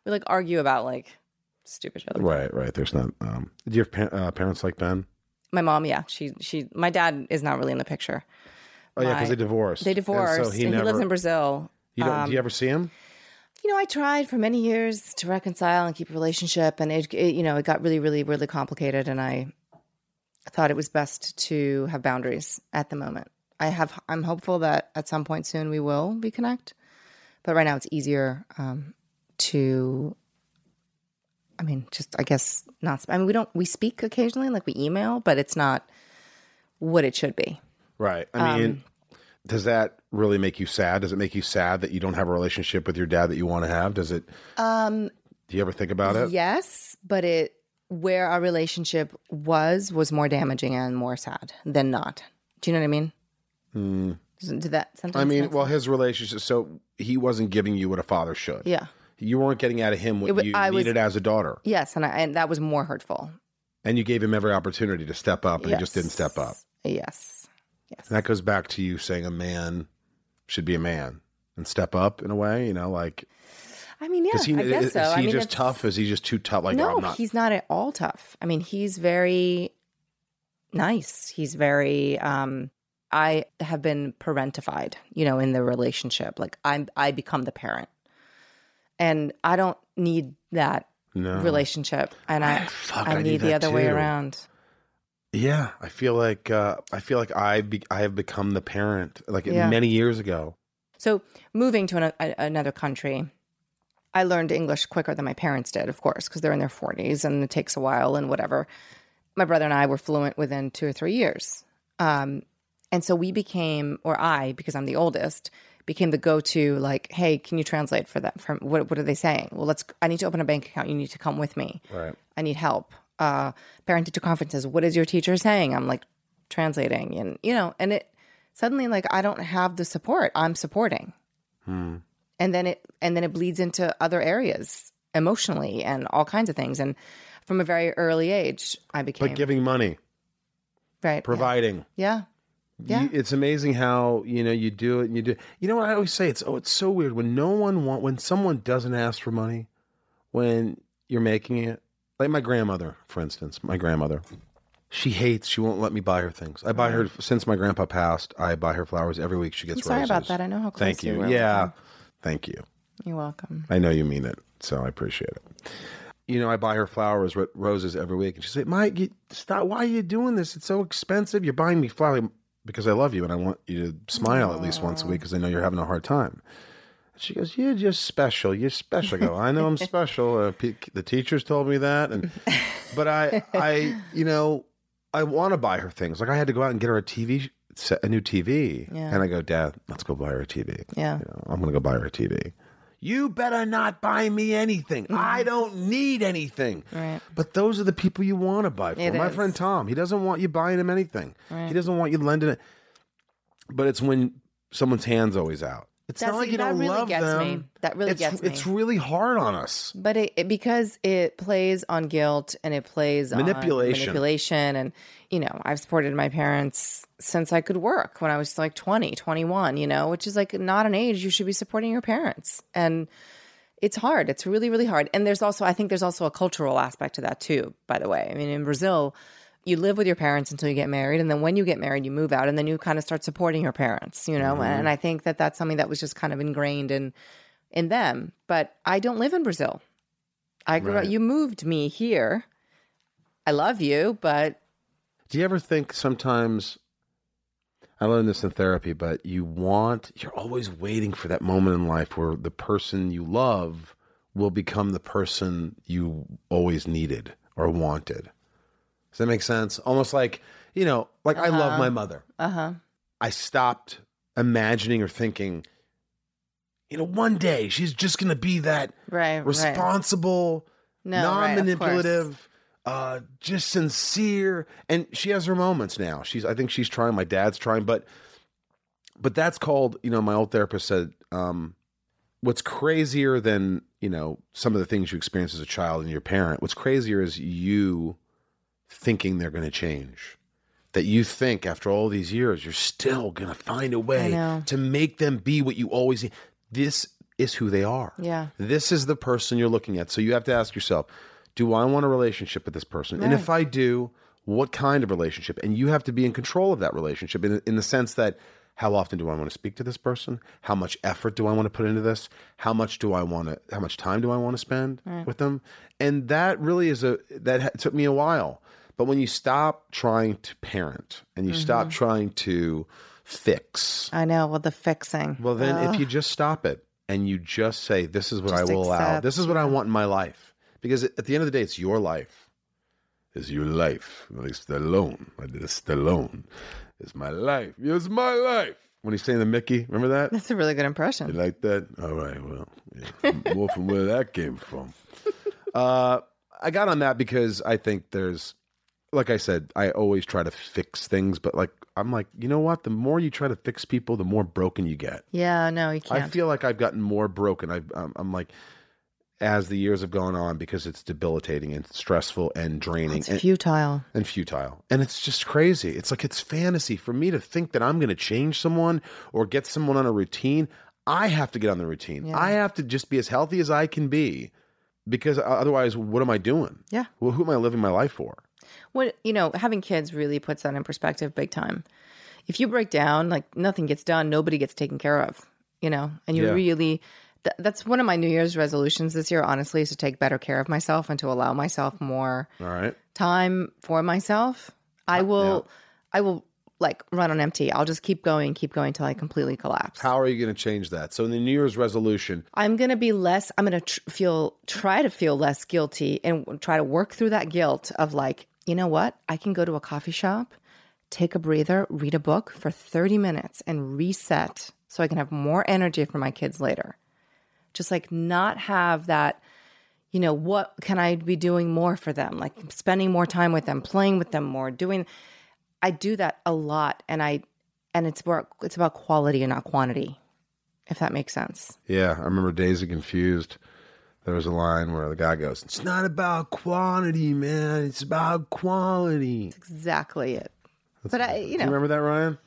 Speaker 4: we like argue about like stupid shit. Like
Speaker 1: Right, right. There's not. Um, do your pa- uh, parents like Ben?
Speaker 4: My mom, yeah, she, she, my dad is not really in the picture.
Speaker 1: Oh yeah, because
Speaker 4: My-
Speaker 1: they divorced.
Speaker 4: They
Speaker 1: And so
Speaker 4: divorced.
Speaker 1: he
Speaker 4: and
Speaker 1: never.
Speaker 4: he lives in Brazil.
Speaker 1: you don't,
Speaker 4: um,
Speaker 1: do you ever see him?
Speaker 4: you know, I tried for many years to reconcile and keep a relationship, and it, it, you know, it got really, really, really complicated. And I thought it was best to have boundaries at the moment. I have, I'm hopeful that at some point soon we will reconnect, but right now it's easier um, to, I mean, just I guess not. sp- I mean, we don't we speak occasionally, like we email, but it's not what it should be.
Speaker 1: Right. I mean,
Speaker 4: Um,
Speaker 1: does that really make you sad? Does it make you sad that you don't have a relationship with your dad that you want to have? Does it?
Speaker 4: Um,
Speaker 1: Do you ever think about it?
Speaker 4: Yes, but it where our relationship was was more damaging and more sad than not. Do you know what I mean?
Speaker 1: Mm.
Speaker 4: Doesn't- Did that sometimes?
Speaker 1: I mean,
Speaker 4: make
Speaker 1: well,
Speaker 4: sense?
Speaker 1: his relationship. So he wasn't giving you what a father should.
Speaker 4: yeah,
Speaker 1: You weren't getting out of him
Speaker 4: It
Speaker 1: what
Speaker 4: wa-
Speaker 1: you
Speaker 4: I was-
Speaker 1: needed as a daughter,
Speaker 4: yes, and I, and that was more hurtful.
Speaker 1: and you gave him every opportunity to step up, and he just
Speaker 4: Yes.
Speaker 1: didn't step up.
Speaker 4: Yes, yes,
Speaker 1: And that goes back to you saying a man should be a man and step up in a way. You know, like
Speaker 4: I mean, yeah,
Speaker 1: does he?
Speaker 4: I guess
Speaker 1: is,
Speaker 4: so.
Speaker 1: is he
Speaker 4: I mean,
Speaker 1: just
Speaker 4: it's-
Speaker 1: tough? Is he just too tough? Like
Speaker 4: no,
Speaker 1: I'm not.
Speaker 4: he's not at all tough. I mean, he's very nice. He's very. um I have been parentified, you know, in the relationship. Like I'm, I become the parent, and I don't need that
Speaker 1: no Ah,
Speaker 4: relationship and i
Speaker 1: Fuck,
Speaker 4: i,
Speaker 1: do
Speaker 4: need the
Speaker 1: that
Speaker 4: other way
Speaker 1: too.
Speaker 4: around
Speaker 1: Yeah, I feel like uh, I feel like I be, I have become the parent like
Speaker 4: Yeah.
Speaker 1: many years ago.
Speaker 4: so moving to an, a, another country i learned english quicker than my parents did of course because they're in their 40s and it takes a while and whatever my brother and i were fluent within two or three years um, and so we became or i because i'm the oldest became the go-to like hey can you translate for that from what, what are they saying well let's i need to open a bank account you need to come with me
Speaker 1: Right.
Speaker 4: I need help. Uh, parent teacher conferences. What is your teacher saying? I'm like translating, and you know, and it suddenly like I don't have the support. I'm supporting,
Speaker 1: Hmm.
Speaker 4: and then it and then it bleeds into other areas emotionally and all kinds of things. And from a very early age, I
Speaker 1: But
Speaker 4: became
Speaker 1: giving money,
Speaker 4: right yeah.
Speaker 1: providing.
Speaker 4: Yeah,
Speaker 1: You-
Speaker 4: Yeah.
Speaker 1: it's amazing how you know you do it and you do. You know what I always say? It's oh, it's so weird when no one want when someone doesn't ask for money when you're making it. Like my grandmother, for instance, my grandmother, she hates. She won't let me buy her things. I buy her since my grandpa passed. I buy her flowers every week. She
Speaker 4: Mm. I'm
Speaker 1: gets
Speaker 4: sorry
Speaker 1: roses.
Speaker 4: about that. I know how close
Speaker 1: Thank
Speaker 4: you.
Speaker 1: you.
Speaker 4: were.
Speaker 1: Yeah, thank you.
Speaker 4: you're welcome.
Speaker 1: I know you mean it, so I appreciate it. You know, I buy her flowers, ro- roses every week, and she's like, "Mike, you, stop! Why are you doing this? It's so expensive. You're buying me flowers because I love you, and I want you to smile at least once a week because I know you're having a hard time." She goes, "You're just special. You're special." I go, "I know I'm special. Uh, pe- the teachers told me that, and but I, I, you know, I want to buy her things. Like I had to go out and get her a TV." set, A new TV,
Speaker 4: Yeah.
Speaker 1: and I go, Dad, let's go buy her a TV.
Speaker 4: Yeah,
Speaker 1: You know, I'm gonna go buy her a TV You better not buy me anything. I don't need anything.
Speaker 4: Mm-hmm. Right.
Speaker 1: But those are the people you want to buy for.
Speaker 4: It
Speaker 1: My
Speaker 4: is.
Speaker 1: friend Tom, he doesn't want you buying him anything.
Speaker 4: Right.
Speaker 1: He doesn't want you lending it. But it's when someone's hands always out. It's
Speaker 4: That's-
Speaker 1: not like you
Speaker 4: that
Speaker 1: don't
Speaker 4: really
Speaker 1: love
Speaker 4: gets
Speaker 1: them.
Speaker 4: me. That really
Speaker 1: it's,
Speaker 4: gets me.
Speaker 1: It's really hard on us.
Speaker 4: But it, it because it plays on guilt and it plays
Speaker 1: Manipulation.
Speaker 4: on manipulation and you know, I've supported my parents since I could work when I was like 20, 21, you know, which is like not an age you should be supporting your parents. And it's hard. It's really really hard. And there's also I think there's also a cultural aspect to that too, by the way. I mean, in Brazil, you live with your parents until you get married and then when you get married you move out and then you kind of start supporting your parents, you know? And I think that that's something that was just kind of ingrained in in them. But I don't live in Brazil. I grew up. You moved me here. I love you, but
Speaker 1: Do you ever think sometimes I learned this in therapy, but you want you're always waiting for that moment in life where the person you love will become the person you always needed or wanted. Does that make sense? Almost like, you know, like I love my mother.
Speaker 4: uh huh.
Speaker 1: I stopped imagining or thinking, you know, one day she's just gonna be that
Speaker 4: Right. right.
Speaker 1: responsible
Speaker 4: No, right, of course.
Speaker 1: non-manipulative, uh, just sincere. And she has her moments now. She's, I think she's trying. My dad's trying, but, but that's called. You know, my old therapist said, um, what's crazier than you know some of the things you experience as a child and your parent. What's crazier is you thinking they're going to change. That you think after all these years, you're still going to find a way
Speaker 4: know.
Speaker 1: to make them be what you always. This is who they are.
Speaker 4: Yeah.
Speaker 1: This is the person you're looking at. So you have to ask yourself, do I want a relationship with this person? And if I do, what kind of relationship? And you have to be in control of that relationship in, in the sense that how often do I want to speak to this person? How much effort do I want to put into this? How much do I want to how much time do I want to spend with them? And that really is a that ha- took me a while. But when you stop trying to parent and you stop trying to fix,
Speaker 4: I know. Well, the fixing. Oh,
Speaker 1: well, then
Speaker 4: Ugh.
Speaker 1: if you just stop it and you just say, this is what I
Speaker 4: Just
Speaker 1: will allow,
Speaker 4: accept,
Speaker 1: this is what I want in my life. Because at at the end of the day, it's your life. It's your life. Like Stallone. I did a Stallone. It's my life. It's my life. When he's saying the Mickey, remember that?
Speaker 4: that's a really good
Speaker 1: You
Speaker 4: impression.
Speaker 1: like that? All right. Well, yeah. more from where that came from. Uh, I got on that because I think there's, like I said, I always try to fix things, but like, I'm like, you know what? The more you try to fix people, the more broken you get.
Speaker 4: Yeah. No, you
Speaker 1: I
Speaker 4: can't.
Speaker 1: feel like I've gotten more broken. I've, I'm, I'm like, as the years have gone on, because it's debilitating and stressful and draining
Speaker 4: it's
Speaker 1: and,
Speaker 4: futile.
Speaker 1: and futile. And it's just crazy. It's like it's fantasy for me to think that I'm going to change someone or get someone on a routine. I have to get on the routine.
Speaker 4: Yeah.
Speaker 1: I have to just be as healthy as I can be because otherwise, what am I doing?
Speaker 4: Yeah.
Speaker 1: Well, who am I living my life for?
Speaker 4: What you know, having kids really puts that in perspective, big time. If you break down, like nothing gets done, nobody gets taken care of. You know, and you
Speaker 1: Yeah.
Speaker 4: really. Th- that's one of my New Year's resolutions this year. Honestly, is to take better care of myself and to allow myself more
Speaker 1: All right.
Speaker 4: time for myself. I will, I will like run on empty. I'll just keep going, keep going till I completely collapse.
Speaker 1: How are you going to change that? So, in the New Year's resolution,
Speaker 4: I'm gonna be less. I'm gonna tr- feel, try to feel less guilty, and w- try to work through that guilt of like, you know what? I can go to a coffee shop, take a breather, read a book for 30 minutes, and reset, so I can have more energy for my kids later. Just like not have that you know, what can I be doing more for them? Like spending more time with them, playing with them more, doing I do that a lot and I and it's about it's about quality and not quantity, if that makes sense.
Speaker 1: yeah, I remember Daisy Confused. There was a line where the guy goes, It's not about quantity, man. It's about quality.
Speaker 4: Exactly it. but I you know
Speaker 1: You remember that, Ryan?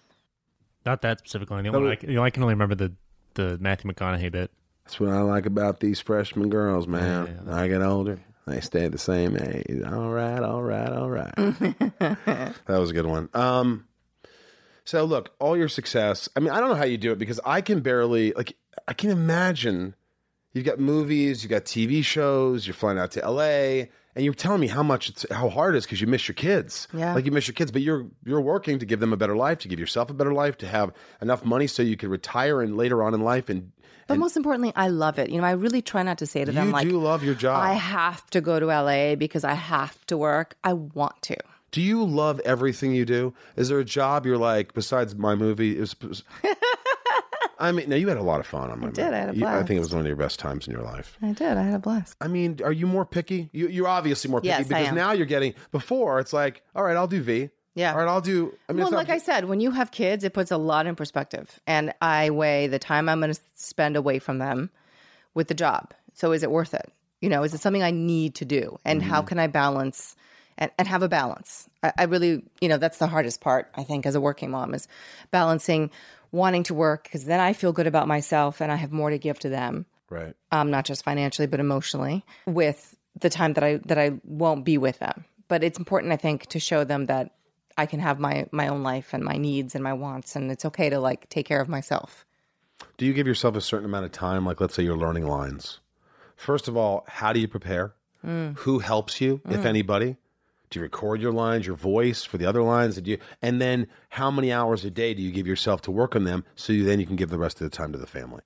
Speaker 6: Not that specific line. The only
Speaker 1: No,
Speaker 6: one I, can- you know, I can only remember the the Matthew McConaughey bit.
Speaker 1: That's what I like about these freshman girls, man. I get older, they stay the same age. All right, all right, all right. that was a good one. Um, so look, all your success. I mean, I don't know how you do it because I can barely like. I can imagine. You've got movies, you've got TV shows. You're flying out to L.A. and you're telling me how much it's how hard it is because you miss your kids.
Speaker 4: Yeah.
Speaker 1: like you miss your kids, but you're you're working to give them a better life, to give yourself a better life, to have enough money so you could retire and later on in life and
Speaker 4: but most importantly, I love it. You know, I really try not to say to them
Speaker 1: you
Speaker 4: like
Speaker 1: do love your job.
Speaker 4: I have to go to LA because I have to work. I want to.
Speaker 1: do you love everything you do? Is there a job you're like besides my movie? Is I mean, no, you had a lot of fun on my.
Speaker 4: did, I had a
Speaker 1: You- I
Speaker 4: blast.
Speaker 1: think it was one of your best times in your life.
Speaker 4: I did. I had a blast.
Speaker 1: I mean, are you more picky? You, you're obviously more picky
Speaker 4: Yes, I
Speaker 1: because
Speaker 4: am.
Speaker 1: now you're getting. Before it's like, all right, I'll do V.
Speaker 4: Yeah.
Speaker 1: All right, I'll do. I mean,
Speaker 4: well,
Speaker 1: it's not-
Speaker 4: like I said, when you have kids, it puts a lot in perspective. And I weigh the time I'm going to spend away from them with the job. So is it worth it? You know, is it something I need to do? And how
Speaker 1: Mm-hmm.
Speaker 4: can I balance and, and have a balance? I, I really, you know, that's the hardest part, I think, as a working mom is balancing wanting to work because then I feel good about myself and I have more to give to them
Speaker 1: right.
Speaker 4: um, not just financially but emotionally with the time that I that I won't be with them. But it's important, I think, to show them that I can have my my own life and my needs and my wants, and it's okay to like take care of myself.
Speaker 1: Do you give yourself a certain amount of time? Like, let's say you're learning lines. First of all, how do you prepare?
Speaker 4: Mm.
Speaker 1: Who helps you, if anybody? Do you record your lines, your voice for the other lines? Did you? And then, how many hours a day do you give yourself to work on them? So you, then you can give the rest of the time to the family.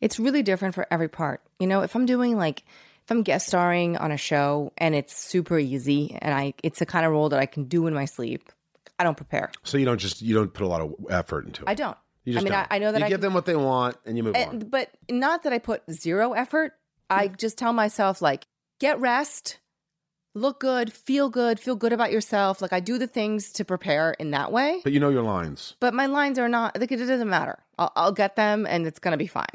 Speaker 4: It's really different for every part. You know, if I'm doing like if I'm guest starring on a show and it's super easy and I it's the kind of role that I can do in my sleep, I don't prepare.
Speaker 1: So you don't just you don't put a lot of effort into it.
Speaker 4: I don't.
Speaker 1: You just
Speaker 4: I mean,
Speaker 1: don't.
Speaker 4: I, I know that
Speaker 1: you
Speaker 4: I Eh,
Speaker 1: give
Speaker 4: can-
Speaker 1: them what they want and you move on. Mm-hmm.
Speaker 4: And, but not that I put zero effort. I just tell myself like, get rest, look good, feel good, feel good about yourself. Like I do the things to prepare in that way. But,
Speaker 1: But you know your lines.
Speaker 4: my lines are not like it doesn't matter. I'll, I'll get them, and it's gonna be fine.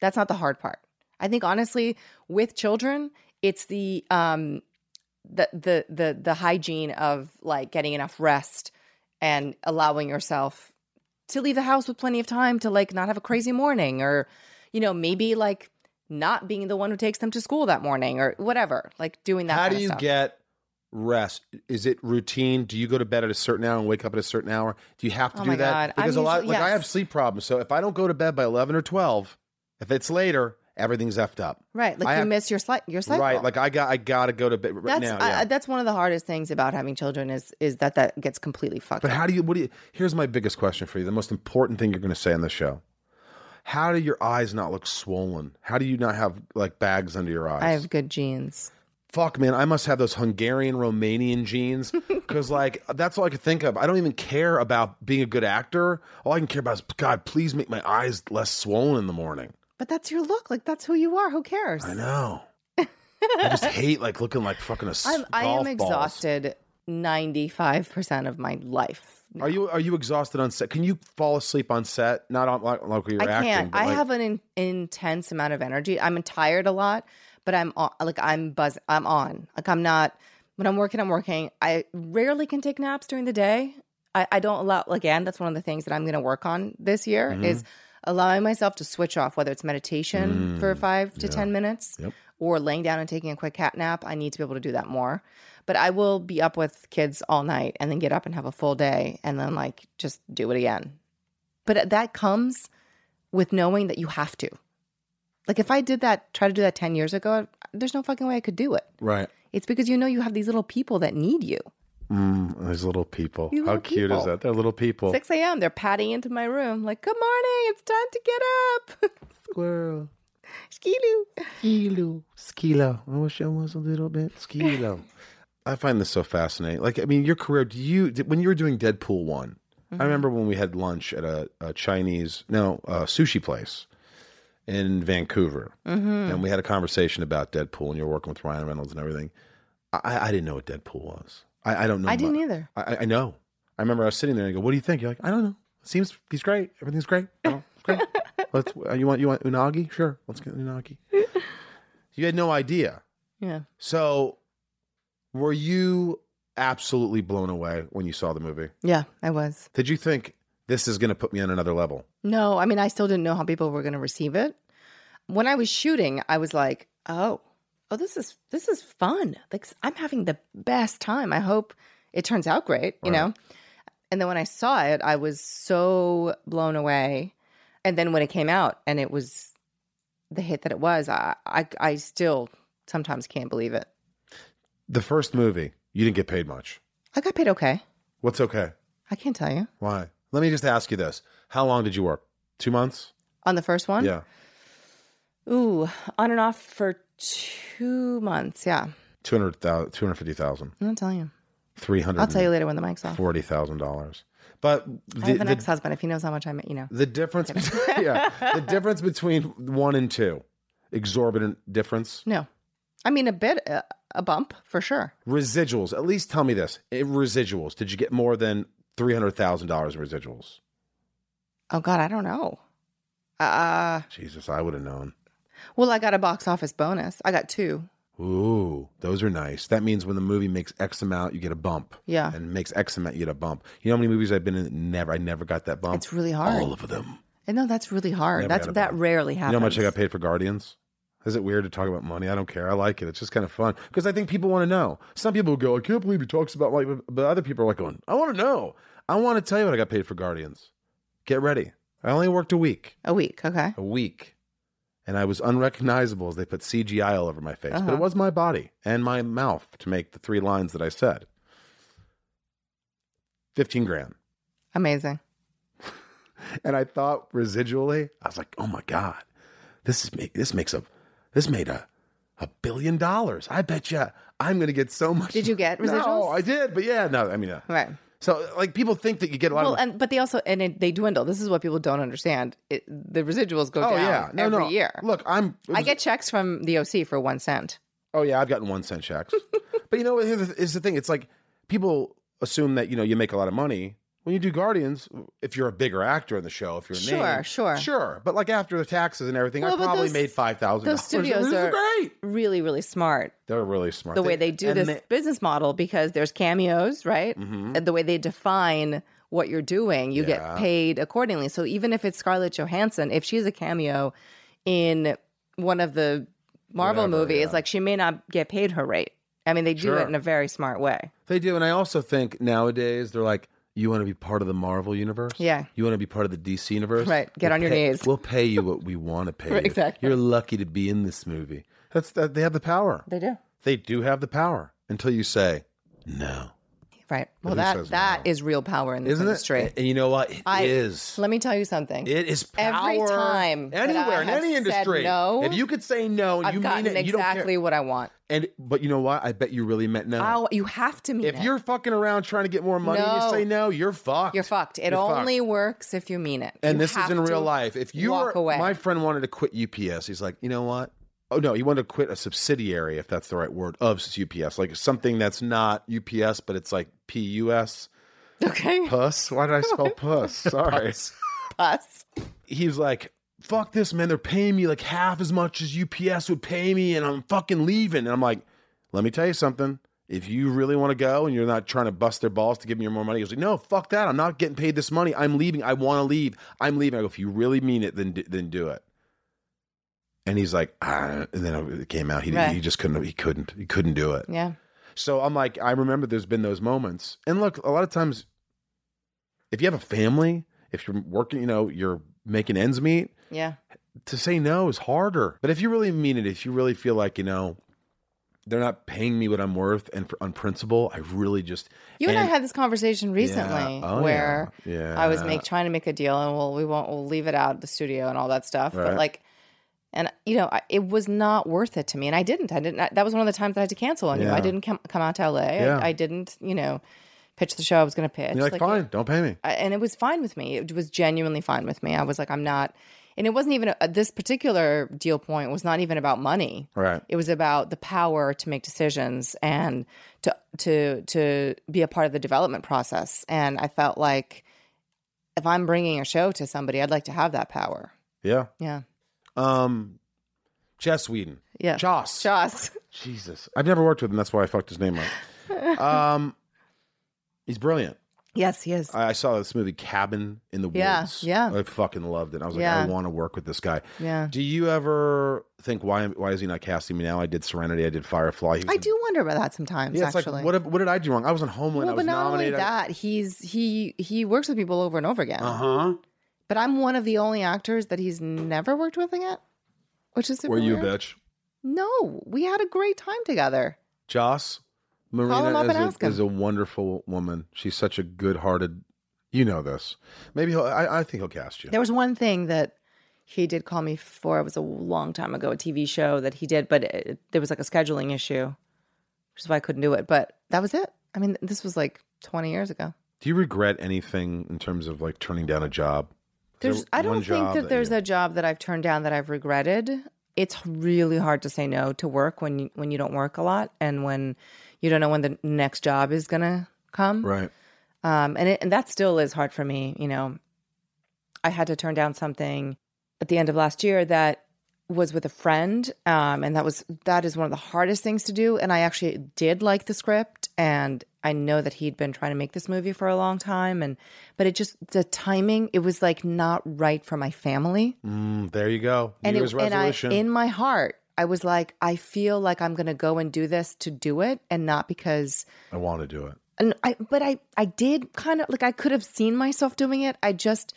Speaker 4: That's not the hard part. I think honestly, with children, it's the um, the the the the hygiene of like getting enough rest and allowing yourself to leave the house with plenty of time to like not have a crazy morning or you know maybe like not being the one who takes them to school that morning or whatever like doing that
Speaker 1: How
Speaker 4: kind
Speaker 1: do
Speaker 4: of
Speaker 1: you
Speaker 4: stuff.
Speaker 1: get rest? Is it routine? Do you go to bed at a certain hour and wake up at a certain hour? Do you have to
Speaker 4: Oh
Speaker 1: do
Speaker 4: my
Speaker 1: that?
Speaker 4: God. I'm
Speaker 1: Because a lot
Speaker 4: usually-
Speaker 1: like I
Speaker 4: yes.
Speaker 1: have sleep problems. So if I don't go to bed by 11 or 12, if it's later, everything's effed up.
Speaker 4: right like
Speaker 1: I
Speaker 4: you
Speaker 1: have-
Speaker 4: miss your sli- your cycle
Speaker 1: Right, like I got I got to go to bed right
Speaker 4: that's
Speaker 1: now.
Speaker 4: I-
Speaker 1: yeah.
Speaker 4: I- that's one of the hardest things about having children is is that that gets completely fucked
Speaker 1: But
Speaker 4: up.
Speaker 1: how do you? What do you? Here's my biggest question for you. The most important thing you're going to say on the show. How do your eyes not look swollen? How do you not have like bags under your eyes?
Speaker 4: I have good genes.
Speaker 1: Fuck, man, I must have those Hungarian Romanian genes because like that's all I could think of. I don't even care about being a good actor. All I can care about is God, please make my eyes less swollen in the morning.
Speaker 4: But that's your look. Like that's who you are. Who cares?
Speaker 1: I know. I just hate like looking like fucking a s-
Speaker 4: I'm I
Speaker 1: golf
Speaker 4: am
Speaker 1: balls.
Speaker 4: exhausted 95% of my life.
Speaker 1: Are you are you exhausted on set? Can you fall asleep on set? Not on like, like you're
Speaker 4: I
Speaker 1: acting.
Speaker 4: can't.
Speaker 1: but,
Speaker 4: I
Speaker 1: like-
Speaker 4: have an in, intense amount of energy. I'm tired a lot, but I'm on, like I'm buzz. I'm on. Like I'm not. When I'm working, I'm working. I rarely can take naps during the day. I, I don't allow. Again, that's one of the things that I'm going to work on this year
Speaker 1: Mm-hmm.
Speaker 4: is allowing myself to switch off, whether it's meditation for five to ten minutes or laying down and taking a quick cat nap. I need to be able to do that more. But I will be up with kids all night and then get up and have a full day and then like just do it again. But that comes with knowing that you have to. Like if I did that, try to do that 10 years ago, there's no fucking way I could do it.
Speaker 1: right.
Speaker 4: It's because you know you have these little people that need you.
Speaker 1: Mm, those little people.
Speaker 4: You
Speaker 1: How
Speaker 4: little
Speaker 1: cute is
Speaker 4: people.
Speaker 1: that? They're little people.
Speaker 4: 6 a.m., they're patting into my room, like, good morning, it's time to get up.
Speaker 1: Squirrel,
Speaker 4: Skiloo.
Speaker 1: kilo, skilo. I wish I was a little bit skilo. I find this so fascinating. Like, I mean, your career. Do you did- when you were doing Deadpool one?
Speaker 4: Mm-hmm.
Speaker 1: I remember when we had lunch at a, a Chinese no a sushi place in Vancouver,
Speaker 4: Mm-hmm. Mm.
Speaker 1: and we had a conversation about Deadpool, and you're working with Ryan Reynolds and everything. I, I didn't know what Deadpool was. I, I don't know.
Speaker 4: I didn't
Speaker 1: much.
Speaker 4: either.
Speaker 1: I, I- I know. I remember I was sitting there and I go, "What do you think?" You're like, "I don't know. Seems he's great. Everything's great. I don't- it's great. Let's. uh, You want you want unagi? Sure. Let's get unagi." you had no idea.
Speaker 4: Yeah.
Speaker 1: So, were you absolutely blown away when you saw the movie?
Speaker 4: Yeah, I was.
Speaker 1: Did you think this is going to put me on another level?
Speaker 4: No, I mean, I still didn't know how people were going to receive it. When I was shooting, I was like, "Oh, oh, this is this is fun. Like, I'm having the best time. I hope it turns out great." You know. And then when I saw it, I was so blown away. And then when it came out and it was the hit that it was, I I, I still sometimes can't believe it.
Speaker 1: The first movie, you didn't get paid much.
Speaker 4: I got paid okay.
Speaker 1: What's okay?
Speaker 4: I can't tell you
Speaker 1: Why? Let me just ask you this: How long did you work? Two months?
Speaker 4: on the first one.
Speaker 1: Yeah,
Speaker 4: Ooh, on and off for two months. Yeah,
Speaker 1: two hundred thousand, two hundred fifty thousand.
Speaker 4: I'm not telling you.
Speaker 1: Three hundred.
Speaker 4: I'll tell you later when the mic's off.
Speaker 1: Forty thousand dollars. But
Speaker 4: I have
Speaker 1: Mm-hmm. the,
Speaker 4: an
Speaker 1: the,
Speaker 4: ex-husband. If he knows how much I make, you know.
Speaker 1: the difference, yeah, the difference between one and two, exorbitant difference.
Speaker 4: No, I mean a bit, uh, a bump for sure.
Speaker 1: Residuals. At least tell me this: Eh, residuals. Did you get more than three hundred thousand dollars in residuals?
Speaker 4: Oh God, I don't know. Uh,
Speaker 1: Jesus, I would have known.
Speaker 4: well, I got a box office bonus. I got two.
Speaker 1: Ooh, those are nice. That means when the movie makes X amount, you get a bump.
Speaker 4: Yeah,
Speaker 1: And makes X amount, you get a bump. You know how many movies I've been in? Never, I never got that bump.
Speaker 4: it's really hard.
Speaker 1: All of them.
Speaker 4: And no, that's really hard.
Speaker 1: Never
Speaker 4: That's
Speaker 1: had a
Speaker 4: that
Speaker 1: bump.
Speaker 4: rarely
Speaker 1: You
Speaker 4: happens.
Speaker 1: know how much I got paid for Guardians? Is it weird to talk about money? I don't care. I like it. It's just kind of fun because I think people want to know. Some people go, I can't believe he talks about like, but other people are like going, I want to know. I want to tell you what I got paid for Guardians. Get ready. I only worked a week,
Speaker 4: A week, okay.
Speaker 1: a week, and I was unrecognizable as they put CGI all over my face. But
Speaker 4: Uh-huh.
Speaker 1: it was my body and my mouth to make the three lines that I said. Fifteen grand.
Speaker 4: Amazing.
Speaker 1: and I thought residually, I was like, oh my god, this is make, this makes a this made a a billion dollars. I bet you I'm going to get so much.
Speaker 4: Did you get
Speaker 1: No,
Speaker 4: residuals?
Speaker 1: I did, but yeah, no, I mean, uh,
Speaker 4: Right.
Speaker 1: so like people think that you get a lot
Speaker 4: Well,
Speaker 1: of.
Speaker 4: and but they also and it, they dwindle. This is what people don't understand. It, the residuals go
Speaker 1: oh
Speaker 4: down
Speaker 1: yeah, no,
Speaker 4: every
Speaker 1: no.
Speaker 4: year.
Speaker 1: Look, I'm.
Speaker 4: I get checks from the OC for one cent.
Speaker 1: Oh yeah, I've gotten one cent checks. but you know what? Here's the, is the thing. It's like people assume that you know you make a lot of money when you do Guardians. If you're a bigger actor in the show, if you're a
Speaker 4: Sure,
Speaker 1: name,
Speaker 4: sure.
Speaker 1: sure. But like after the taxes and everything,
Speaker 4: Well,
Speaker 1: I
Speaker 4: but
Speaker 1: probably
Speaker 4: those-
Speaker 1: made five thousand.
Speaker 4: those studios are-
Speaker 1: great.
Speaker 4: Really, really smart
Speaker 1: They're really smart.
Speaker 4: the way they do
Speaker 1: and
Speaker 4: this
Speaker 1: they- Mm-hmm.
Speaker 4: business model because there's cameos, right? And the way they define what you're doing, you
Speaker 1: Yeah.
Speaker 4: get paid accordingly. So even if it's Scarlett Johansson, if she's a cameo in one of the Marvel
Speaker 1: Whatever,
Speaker 4: movies,
Speaker 1: yeah.
Speaker 4: like she may not get paid her rate. I mean, they do
Speaker 1: Sure.
Speaker 4: it in a very smart way.
Speaker 1: They do, and I also think nowadays they're like, you want to be part of the Marvel universe,
Speaker 4: Yeah.
Speaker 1: You want to be part of the DC universe,
Speaker 4: Right. Get on your
Speaker 1: pay-
Speaker 4: knees.
Speaker 1: We'll pay you what we want to pay.
Speaker 4: Right,
Speaker 1: you.
Speaker 4: exactly.
Speaker 1: You're lucky to be in this movie. That's that. They have the power.
Speaker 4: They do.
Speaker 1: They do have the power until you say no,
Speaker 4: Right. Well,
Speaker 1: who
Speaker 4: that
Speaker 1: says
Speaker 4: that
Speaker 1: no?
Speaker 4: is real power in this
Speaker 1: isn't
Speaker 4: industry.
Speaker 1: it? And you know what? It is.
Speaker 4: I- Let me tell you something.
Speaker 1: it is power
Speaker 4: every time that
Speaker 1: anywhere
Speaker 4: I
Speaker 1: in
Speaker 4: have
Speaker 1: any
Speaker 4: said
Speaker 1: industry.
Speaker 4: no,
Speaker 1: if you could say no, and
Speaker 4: I've
Speaker 1: you mean
Speaker 4: gotten
Speaker 1: it. You don't
Speaker 4: exactly
Speaker 1: care.
Speaker 4: what I want.
Speaker 1: And but you know what? I bet you really meant no.
Speaker 4: Oh, you have to mean
Speaker 1: if
Speaker 4: it.
Speaker 1: you're fucking around trying to get more money, and you
Speaker 4: No.
Speaker 1: say no, you're fucked.
Speaker 4: You're fucked. It
Speaker 1: You're
Speaker 4: only works if you mean it.
Speaker 1: And
Speaker 4: You
Speaker 1: this is
Speaker 4: have
Speaker 1: in real
Speaker 4: to
Speaker 1: life. If you
Speaker 4: walk
Speaker 1: were,
Speaker 4: away.
Speaker 1: my friend wanted to quit UPS. He's like, you know what? Oh no, he wanted to quit a subsidiary, if that's the right word, of UPS, like something that's not UPS, but it's like PUS,
Speaker 4: okay,
Speaker 1: puss. Why did I spell puss? Sorry.
Speaker 4: us.
Speaker 1: He was like, fuck this, man. They're paying me like half as much as UPS would pay me, and I'm fucking leaving. And I'm like, let me tell you something. If you really want to go and you're not trying to bust their balls to give me more money, he was like, no, fuck that. I'm not getting paid this money. I'm leaving. I want to leave. I'm leaving. I go, if you really mean it, then d- then do it. And he's like, ah, and then it came out. He,
Speaker 4: Right.
Speaker 1: he just couldn't. He couldn't. He couldn't do it.
Speaker 4: Yeah,
Speaker 1: So I'm like, I remember there's been those moments. And look, a lot of times, if you have a family, if you're working, you know, you're making ends meet,
Speaker 4: yeah.
Speaker 1: to say no is harder. But if you really mean it, if you really feel like, you know, they're not paying me what I'm worth and for, on principle, I really just.
Speaker 4: You and, I
Speaker 1: And-
Speaker 4: had this conversation recently
Speaker 1: Yeah. Oh,
Speaker 4: where
Speaker 1: yeah.
Speaker 4: I was
Speaker 1: Yeah.
Speaker 4: make trying to make a deal, and well, we won't. We'll leave it out of the studio and all that stuff.
Speaker 1: Right.
Speaker 4: But like, and you know, I, it was not worth it to me, and I didn't. I didn't. that was one of the times I had to cancel on you.
Speaker 1: Yeah.
Speaker 4: I didn't come come out to LA.
Speaker 1: Yeah.
Speaker 4: I, I didn't. You know, pitch the show I was going to pitch.
Speaker 1: And you're like,
Speaker 4: Like,
Speaker 1: fine, don't pay me.
Speaker 4: I- and it was fine with me. It was genuinely fine with me. I was like, I'm not, and it wasn't even a, this particular deal point was not even about money.
Speaker 1: Right.
Speaker 4: It was about the power to make decisions and to to to be a part of the development process. And I felt like if I'm bringing a show to somebody, I'd like to have that power.
Speaker 1: Yeah.
Speaker 4: Yeah,
Speaker 1: Um, Jess Whedon.
Speaker 4: yeah.
Speaker 1: Joss.
Speaker 4: Joss.
Speaker 1: Jesus. I've never worked with him. That's why I fucked his name up. um, he's brilliant.
Speaker 4: Yes, he is.
Speaker 1: I I saw this movie Cabin in the
Speaker 4: Yeah,
Speaker 1: Woods.
Speaker 4: yeah.
Speaker 1: I fucking loved it. I was like, I
Speaker 4: Yeah.
Speaker 1: want to work with this guy.
Speaker 4: yeah.
Speaker 1: Do you ever think why why is he not casting me now? I did Serenity, I did Firefly. He was
Speaker 4: I
Speaker 1: in-
Speaker 4: do wonder about that sometimes.
Speaker 1: Yeah, it's
Speaker 4: actually.
Speaker 1: like what if- what did I do wrong? I was on Homeland.
Speaker 4: well,
Speaker 1: I was
Speaker 4: but not only
Speaker 1: nominated.
Speaker 4: that, he's he he works with people over and over again.
Speaker 1: Uh huh.
Speaker 4: But I'm one of the only actors that he's never worked with yet, which is super
Speaker 1: Were you a
Speaker 4: weird.
Speaker 1: bitch,
Speaker 4: No, we had a great time together.
Speaker 1: Joss?
Speaker 4: him
Speaker 1: Marina
Speaker 4: up and
Speaker 1: is
Speaker 4: ask
Speaker 1: a,
Speaker 4: him.
Speaker 1: is a wonderful woman. She's such a good-hearted. You know this. Maybe he'll, I, I think he'll cast you.
Speaker 4: There was one thing that he did call me for. It was a long time ago, a TV show that he did, but it, there was like a scheduling issue, which is why I couldn't do it. But that was it. I mean, this was like 20 years ago.
Speaker 1: Do you regret anything in terms of like turning down a job? Is there
Speaker 4: There's, I
Speaker 1: one
Speaker 4: don't think
Speaker 1: job
Speaker 4: that there's
Speaker 1: you-
Speaker 4: a job that I've turned down that I've regretted. It's really hard to say no to work when you, when you don't work a lot and when you don't know when the next job is gonna come.
Speaker 1: right.
Speaker 4: Um, and it, and that still is hard for me. You know, I had to turn down something at the end of last year that was with a friend, um, and that was that is one of the hardest things to do. And I actually did like the script, and I know that he'd been trying to make this movie for a long time, and but it just the timing it was like not right for my family.
Speaker 1: Mm, there you go. New
Speaker 4: And,
Speaker 1: Year's
Speaker 4: it, and I,
Speaker 1: resolution.
Speaker 4: in my heart, I was like, I feel like I'm going to go and do this to do it, and not because
Speaker 1: I want to do it.
Speaker 4: and I but I I did kind of like I could have seen myself doing it. I just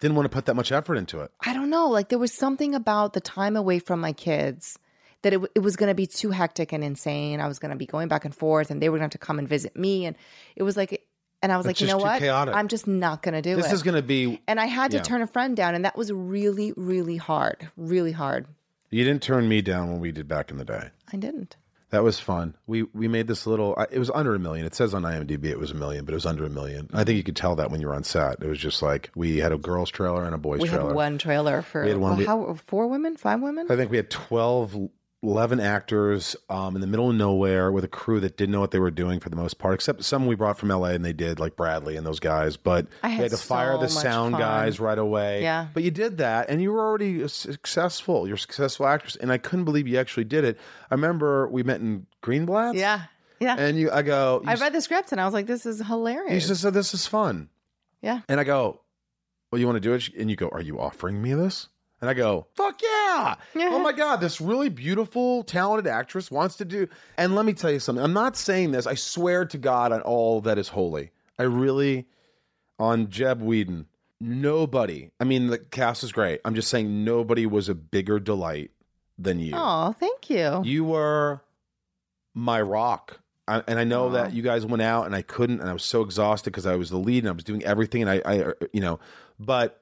Speaker 1: Didn't want to put that much effort into it.
Speaker 4: I don't know, like there was something about the time away from my kids that it, w- it was going to be too hectic and insane. I was going to be going back and forth and they were going to have to come and visit me and it was like and I was
Speaker 1: It's
Speaker 4: like, "You
Speaker 1: just
Speaker 4: know
Speaker 1: too
Speaker 4: what?
Speaker 1: chaotic.
Speaker 4: I'm just not going to do
Speaker 1: This
Speaker 4: it."
Speaker 1: is going to be.
Speaker 4: and I had to
Speaker 1: yeah.
Speaker 4: turn a friend down and that was really really hard, really hard.
Speaker 1: You didn't turn me down when we did back in the day.
Speaker 4: I didn't.
Speaker 1: That was fun. We we made this little. I- It was under a million. It says on IMDb it was a million, but it was under a million. I think you could tell that when you were on set. It was just like we had a girls' trailer and a boys'
Speaker 4: We
Speaker 1: trailer.
Speaker 4: had one trailer for
Speaker 1: We had one-
Speaker 4: well,
Speaker 1: we-
Speaker 4: how four women, five women?
Speaker 1: I think we had 12, 11 actors um, in the middle of nowhere with a crew that didn't know what they were doing for the most part, except some we brought from LA and they did, like Bradley and those guys. But
Speaker 4: I
Speaker 1: we
Speaker 4: had
Speaker 1: had to fire
Speaker 4: so
Speaker 1: the
Speaker 4: much
Speaker 1: sound
Speaker 4: fun.
Speaker 1: guys right away.
Speaker 4: Yeah.
Speaker 1: But you did that and you were already successful. You're a successful actress. And I couldn't believe you actually did it. I remember we met in Greenblatt.
Speaker 4: Yeah. Yeah.
Speaker 1: And you, I go, you
Speaker 4: I read the script and I was like, "This is hilarious."
Speaker 1: you just said, This is fun.
Speaker 4: Yeah.
Speaker 1: And I go, Well, you want to do it? And you go, Are you offering me this? And I go, Fuck yeah.
Speaker 4: Yeah.
Speaker 1: Oh my God, this really beautiful, talented actress wants to do. And let me tell you something. I'm not saying this. I swear to God on all that is holy. I really, on Jeb Whedon, nobody, I mean, the cast is great. I'm just saying nobody was a bigger delight than you.
Speaker 4: Oh, thank you.
Speaker 1: You were my rock. I, and I know
Speaker 4: Aw.
Speaker 1: that you guys went out and I couldn't and I was so exhausted because I was the lead and I was doing everything and I, I uh, you know, but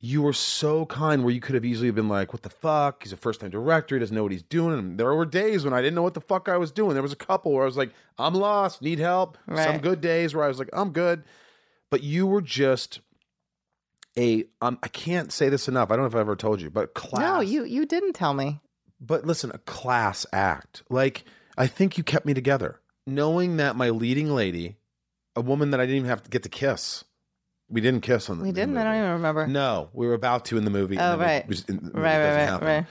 Speaker 1: you were so kind where you could have easily been like, what the fuck? He's a first time director. He doesn't know what he's doing. And there were days when I didn't know what the fuck I was doing. There was a couple where I was like, I'm lost, need help. Some
Speaker 4: Right.
Speaker 1: good days where I was like, I'm good. But you were just a, um, I can't say this enough. I don't know if I've ever told you, but class
Speaker 4: No, you you didn't tell me.
Speaker 1: but listen, a class act. Like I think you kept me together, knowing that my leading lady, a woman that I didn't even have to get to kiss. We didn't kiss on the.
Speaker 4: We
Speaker 1: in the
Speaker 4: didn't. I don't
Speaker 1: movie.
Speaker 4: even remember.
Speaker 1: No, we were about to in the movie.
Speaker 4: Oh,
Speaker 1: and then it
Speaker 4: right.
Speaker 1: was- it was- it
Speaker 4: right,
Speaker 1: doesn't
Speaker 4: right, right,
Speaker 1: happen.
Speaker 4: right.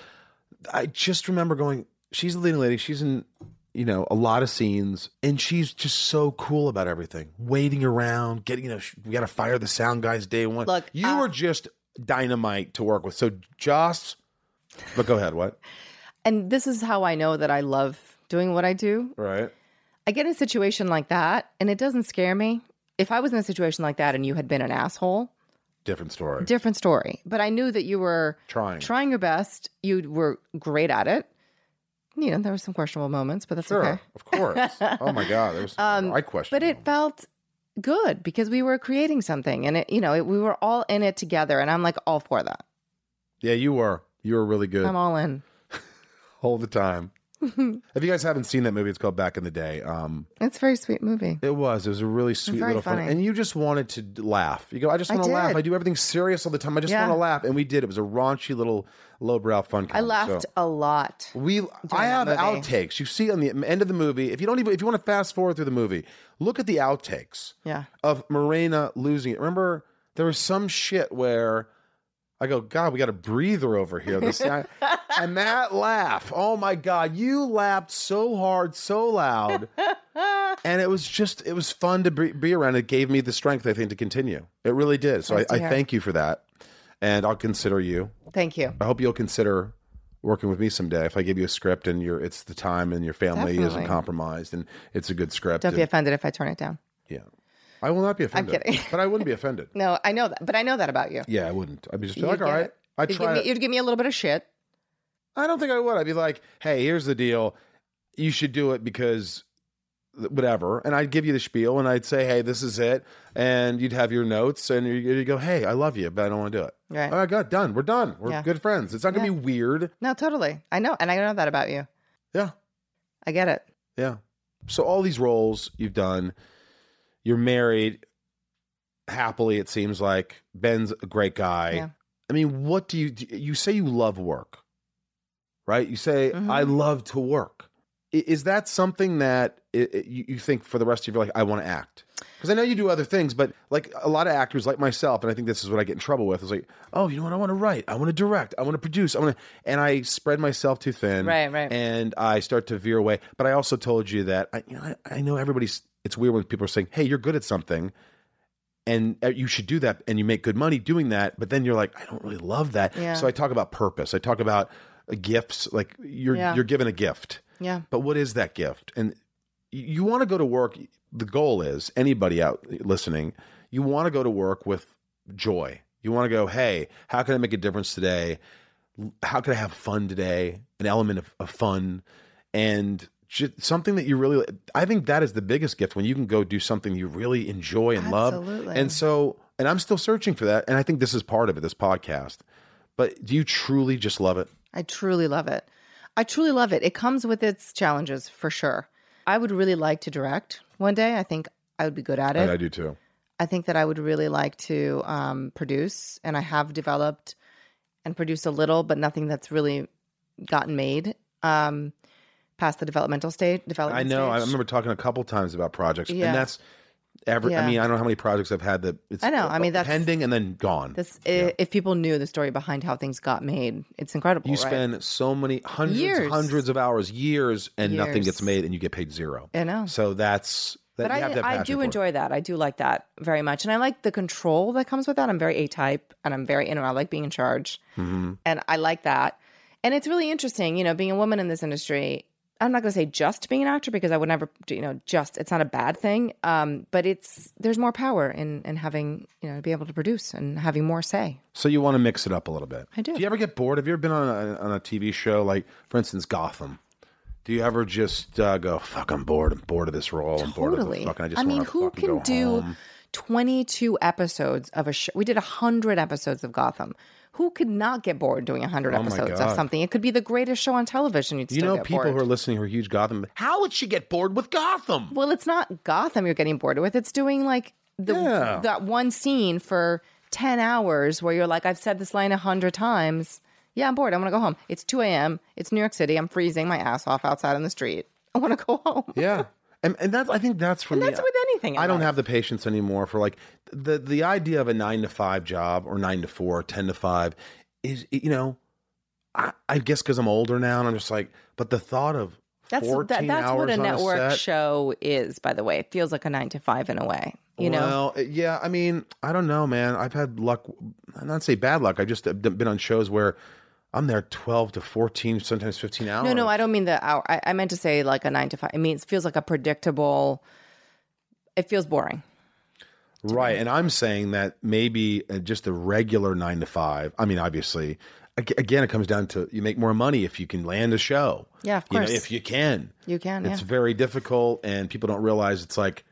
Speaker 1: I just remember going. She's the leading lady. She's in, you know, a lot of scenes, and she's just so cool about everything. Waiting around, getting you know, sh- we got to fire the sound guys day one.
Speaker 4: Look, uh,
Speaker 1: you
Speaker 4: I-
Speaker 1: were just dynamite to work with. So Joss, but go ahead. What?
Speaker 4: And this is how I know that I love doing what I do.
Speaker 1: Right.
Speaker 4: I get in a situation like that, and it doesn't scare me. If I was in a situation like that and you had been an asshole,
Speaker 1: Different story.
Speaker 4: different story. But I knew that you were
Speaker 1: trying.
Speaker 4: trying your best. You were great at it. You know, there were some questionable moments, but that's
Speaker 1: sure,
Speaker 4: okay.
Speaker 1: of course. oh my god, there was
Speaker 4: Um,
Speaker 1: I question.
Speaker 4: But it felt good because we were creating something, and it, you know, it, we were all in it together. And I'm like all for that.
Speaker 1: yeah, you were you were really good
Speaker 4: I'm all in.
Speaker 1: all the time. if you guys haven't seen that movie, it's called Back in the Day. Um,
Speaker 4: It's a very sweet movie.
Speaker 1: it was it was a really sweet
Speaker 4: very
Speaker 1: little fun,
Speaker 4: funny.
Speaker 1: and you just wanted to d- laugh. You go, I just
Speaker 4: I
Speaker 1: want to laugh.
Speaker 4: did.
Speaker 1: I do everything serious all the time. I just
Speaker 4: Yeah.
Speaker 1: want to laugh, and we did. It was a raunchy little lowbrow fun.
Speaker 4: I
Speaker 1: Comedy,
Speaker 4: laughed
Speaker 1: so-
Speaker 4: a lot.
Speaker 1: We, I have
Speaker 4: that movie.
Speaker 1: outtakes. You see on the end of the movie. If you don't even, if you want to fast forward through the movie, look at the outtakes.
Speaker 4: Yeah.
Speaker 1: of Morena losing it. Remember, there was some shit where I go, God, we got a breather over here. This and that laugh. Oh my God, you laughed so hard, so loud,
Speaker 4: Ah,
Speaker 1: and it was just, it was fun to be, be around. It gave me the strength, I think, to continue. It really did. So I,
Speaker 4: Nice to
Speaker 1: I
Speaker 4: hear.
Speaker 1: thank you for that, and I'll consider you.
Speaker 4: Thank you.
Speaker 1: I hope you'll consider working with me someday if I give you a script and your it's the time and your family isn't
Speaker 4: Definitely.
Speaker 1: compromised and it's a good script.
Speaker 4: Don't be
Speaker 1: and-
Speaker 4: offended if I turn it down.
Speaker 1: yeah. I will not be offended.
Speaker 4: kidding.
Speaker 1: But I wouldn't be offended.
Speaker 4: No, I know that, but I know that about you.
Speaker 1: Yeah, I wouldn't. I'd be just be
Speaker 4: You'd
Speaker 1: like, all
Speaker 4: get
Speaker 1: right.
Speaker 4: it.
Speaker 1: I
Speaker 4: You'd give,
Speaker 1: try.
Speaker 4: me,
Speaker 1: it.
Speaker 4: you'd give me a little bit of shit.
Speaker 1: I don't think I would. I'd be like, hey, here's the deal. You should do it because th- whatever. And I'd give you the spiel and I'd say, hey, this is it. And you'd have your notes and you- you'd go, hey, I love you, but I don't want to do it.
Speaker 4: Right.
Speaker 1: All right, God, done. We're done. We're
Speaker 4: Yeah.
Speaker 1: good friends. It's not going to
Speaker 4: Yeah.
Speaker 1: be weird.
Speaker 4: no, totally. I know. And I know that about you.
Speaker 1: Yeah.
Speaker 4: I get it.
Speaker 1: Yeah. so all these roles you've done, you're married happily. It seems like Ben's a great guy.
Speaker 4: Yeah.
Speaker 1: I mean, what do you do you say you love work, right? You say
Speaker 4: Mhm.
Speaker 1: I love to work. I- Is that something that i- i- you you think for the rest of your life? I want to act because I know you do other things, but like a lot of actors, like myself, and I think this is what I get in trouble with. Is like, oh, you know what? I want to write. I want to direct. I want to produce. I want to, and I spread myself too thin
Speaker 4: Right, right.
Speaker 1: and I start to veer away. But I also told you that I, you know, I, I know everybody's. It's weird when people are saying, "Hey, you're good at something, and uh, you should do that, and you make good money doing that." But then you're like, "I don't really love that."
Speaker 4: Yeah.
Speaker 1: So I talk about purpose. I talk about uh, gifts. Like you're
Speaker 4: Yeah.
Speaker 1: you're given a gift,
Speaker 4: yeah.
Speaker 1: but what is that gift? And you, you want to go to work. The goal is anybody out listening, you want to go to work with joy. You want to go, hey, how can I make a difference today? How can I have fun today? An element of, of fun and just something that you really, I think that is the biggest gift when you can go do something you really enjoy and love.
Speaker 4: Absolutely.
Speaker 1: And so, and I'm still searching for that. And I think this is part of it, this podcast. But do you truly just love it?
Speaker 4: I truly love it. I truly love it. It comes with its challenges for sure. I would really like to direct one day. I think I would be good at it.
Speaker 1: do too.
Speaker 4: I think that I would really like to um, produce, and I have developed and produced a little, but nothing that's really gotten made um, past the developmental stage. Development
Speaker 1: I know. I
Speaker 4: stage.
Speaker 1: remember talking a couple times about projects,
Speaker 4: Yeah.
Speaker 1: and that's every. I
Speaker 4: Yeah.
Speaker 1: mean, I don't know how many projects I've had that it's
Speaker 4: I know. I mean, that's-
Speaker 1: pending and then gone.
Speaker 4: This, i- if people knew the story behind how things got made, it's incredible.
Speaker 1: you
Speaker 4: right?
Speaker 1: spend so many hundreds,
Speaker 4: Years.
Speaker 1: hundreds of hours, years, and nothing
Speaker 4: Years.
Speaker 1: gets made, and you get paid zero.
Speaker 4: I know.
Speaker 1: So that's that.
Speaker 4: but
Speaker 1: you have that
Speaker 4: I, I
Speaker 1: passion
Speaker 4: do
Speaker 1: for it.
Speaker 4: enjoy that. I do like that very much, and I like the control that comes with that. I'm very A type, and I'm very inner. I like being in charge,
Speaker 1: Mm-hmm.
Speaker 4: and I like that. And it's really interesting, you know, being a woman in this industry. I'm not going to say just being an actor because I would never, do- you know, just it's not a bad thing. Um, but it's there's more power in in having you know be able to produce and having more say.
Speaker 1: So you want to mix it up a little bit.
Speaker 4: I do.
Speaker 1: Do you ever get bored? Have you ever been on a, on a TV show like, for instance, Gotham? Do you ever just uh, go, "Fuck, I'm bored. I'm bored of this role. I'm bored of this
Speaker 4: Totally.
Speaker 1: fucking. I just
Speaker 4: I mean,
Speaker 1: want to
Speaker 4: who
Speaker 1: fucking
Speaker 4: can
Speaker 1: go
Speaker 4: do
Speaker 1: home."
Speaker 4: 22 episodes of a show? We did 100 episodes of Gotham. Who could not get bored doing 100
Speaker 1: my
Speaker 4: episodes
Speaker 1: God.
Speaker 4: of something? It could be the greatest show on television. You'd
Speaker 1: You
Speaker 4: still
Speaker 1: know,
Speaker 4: get
Speaker 1: people
Speaker 4: bored.
Speaker 1: who are listening who are huge Gotham. How would she get bored with Gotham?
Speaker 4: well, it's not Gotham you're getting bored with. It's doing like the
Speaker 1: Yeah.
Speaker 4: that one scene for 10 hours where you're like, I've said this line 100 times. Yeah, I'm bored. I want to go home. It's 2 a.m. It's New York City. I'm freezing my ass off outside on the street. I want to go home.
Speaker 1: Yeah. And, and that's I think that's for me.
Speaker 4: That's with anything. in
Speaker 1: I don't
Speaker 4: life.
Speaker 1: have the patience anymore for like the the idea of a nine to five job or nine to four, 10 to five is you know, I, I guess because I'm older now and I'm just like, but the thought of
Speaker 4: That's
Speaker 1: 14
Speaker 4: that, that's
Speaker 1: hours
Speaker 4: what a
Speaker 1: on
Speaker 4: network
Speaker 1: set-
Speaker 4: show is, by the way. It feels like a nine to five in a way. You know,
Speaker 1: Well, eh, yeah. I mean, I don't know, man. I've had luck, not say bad luck. I just have been on shows where I'm there 12 to 14, sometimes 15 hours.
Speaker 4: no, no, I don't mean the hour. I, I meant to say like a nine to five. I mean, it feels like a predictable. It feels boring.
Speaker 1: Right. And I'm saying that maybe uh, just a regular nine to five. I mean, obviously, ag- again, it comes down to you make more money if you can land a show.
Speaker 4: Yeah, of
Speaker 1: You know,
Speaker 4: course.
Speaker 1: if you can.
Speaker 4: You can,
Speaker 1: It's
Speaker 4: yeah.
Speaker 1: very difficult, and people don't realize it's like,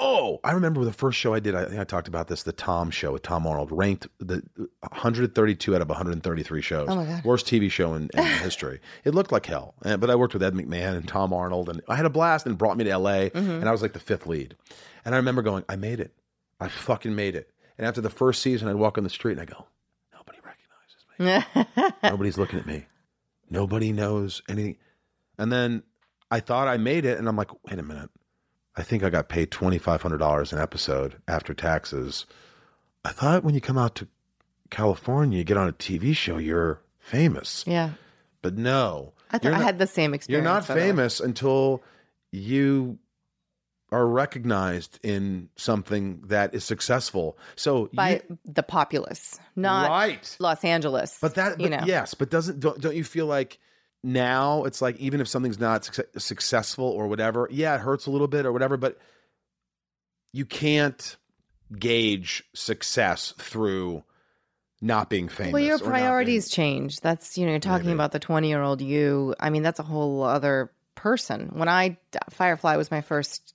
Speaker 1: oh, I remember the first show I did. I think I talked about this, the Tom Show with Tom Arnold, ranked the 132 out of 133 shows,
Speaker 4: Oh my God.
Speaker 1: worst TV show in, in history. It looked like hell, Uh, but I worked with Ed McMahon and Tom Arnold, and I had a blast. And it brought me to LA,
Speaker 4: Mm-hmm.
Speaker 1: and I was like the fifth lead. And I remember going, I made it. I fucking made it. And after the first season, I'd walk on the street and I go, nobody recognizes me.
Speaker 4: Uh,
Speaker 1: Nobody's looking at me. Nobody knows anything. And then I thought I made it, and I'm like, wait a minute. I think I got paid twenty five hundred dollars an episode after taxes. I thought when you come out to California, you get on a TV show, you're famous.
Speaker 4: yeah,
Speaker 1: But no,
Speaker 4: I thought
Speaker 1: you're
Speaker 4: I
Speaker 1: not-
Speaker 4: had the same
Speaker 1: you're
Speaker 4: experience.
Speaker 1: not
Speaker 4: by the way.
Speaker 1: famous until you are recognized in something that is successful. So
Speaker 4: by
Speaker 1: you,
Speaker 4: the populace, not
Speaker 1: right.
Speaker 4: Los Angeles.
Speaker 1: But that,
Speaker 4: you
Speaker 1: but
Speaker 4: know,
Speaker 1: yes, but doesn't don't, don't you feel like now it's like even if something's not succe- successful or whatever, yeah, it hurts a little bit or whatever, but you can't gauge success through not being famous.
Speaker 4: Well, your
Speaker 1: or not being-
Speaker 4: priorities change. That's you know, you're talking
Speaker 1: Maybe.
Speaker 4: about the 20 year old you. I mean, that's a whole other person. When I Firefly was my first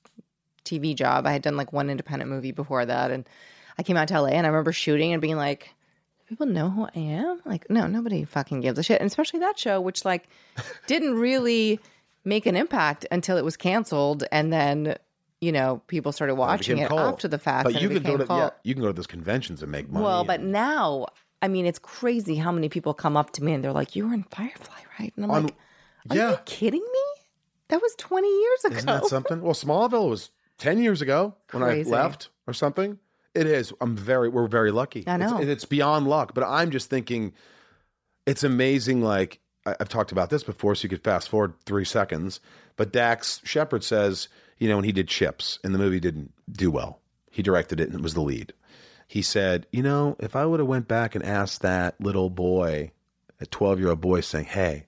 Speaker 4: TV job, I had done like one independent movie before that, and I came out to LA and I remember shooting and being like. People know who I am? Like, no, nobody fucking gives a shit. And especially that show, which like didn't really make an impact until it was canceled, and then you know people started watching
Speaker 1: became
Speaker 4: it
Speaker 1: cult.
Speaker 4: after the fact.
Speaker 1: But
Speaker 4: and
Speaker 1: you
Speaker 4: it
Speaker 1: can go
Speaker 4: became
Speaker 1: to yeah,
Speaker 4: cult.
Speaker 1: you can go to those conventions and make money.
Speaker 4: Well,
Speaker 1: and-
Speaker 4: but now, I mean, it's crazy how many people come up to me and they're like, "You were in Firefly, right?" And I'm
Speaker 1: On-
Speaker 4: like, "Are
Speaker 1: yeah.
Speaker 4: you kidding me? That was 20 years ago."
Speaker 1: Isn't that something? Well, Smallville was ten years ago when
Speaker 4: Crazy.
Speaker 1: I left or something. It is. I'm very. We're very lucky.
Speaker 4: I know.
Speaker 1: It's, and it's beyond luck. But I'm just thinking, it's amazing. Like I, I've talked about this before, so you could fast forward three seconds. But Dax Shepard says, you know, when he did Chips and the movie didn't do well, he directed it and was the lead. He said, you know, if I would have went back and asked that little boy, a 12 year old boy, saying, hey,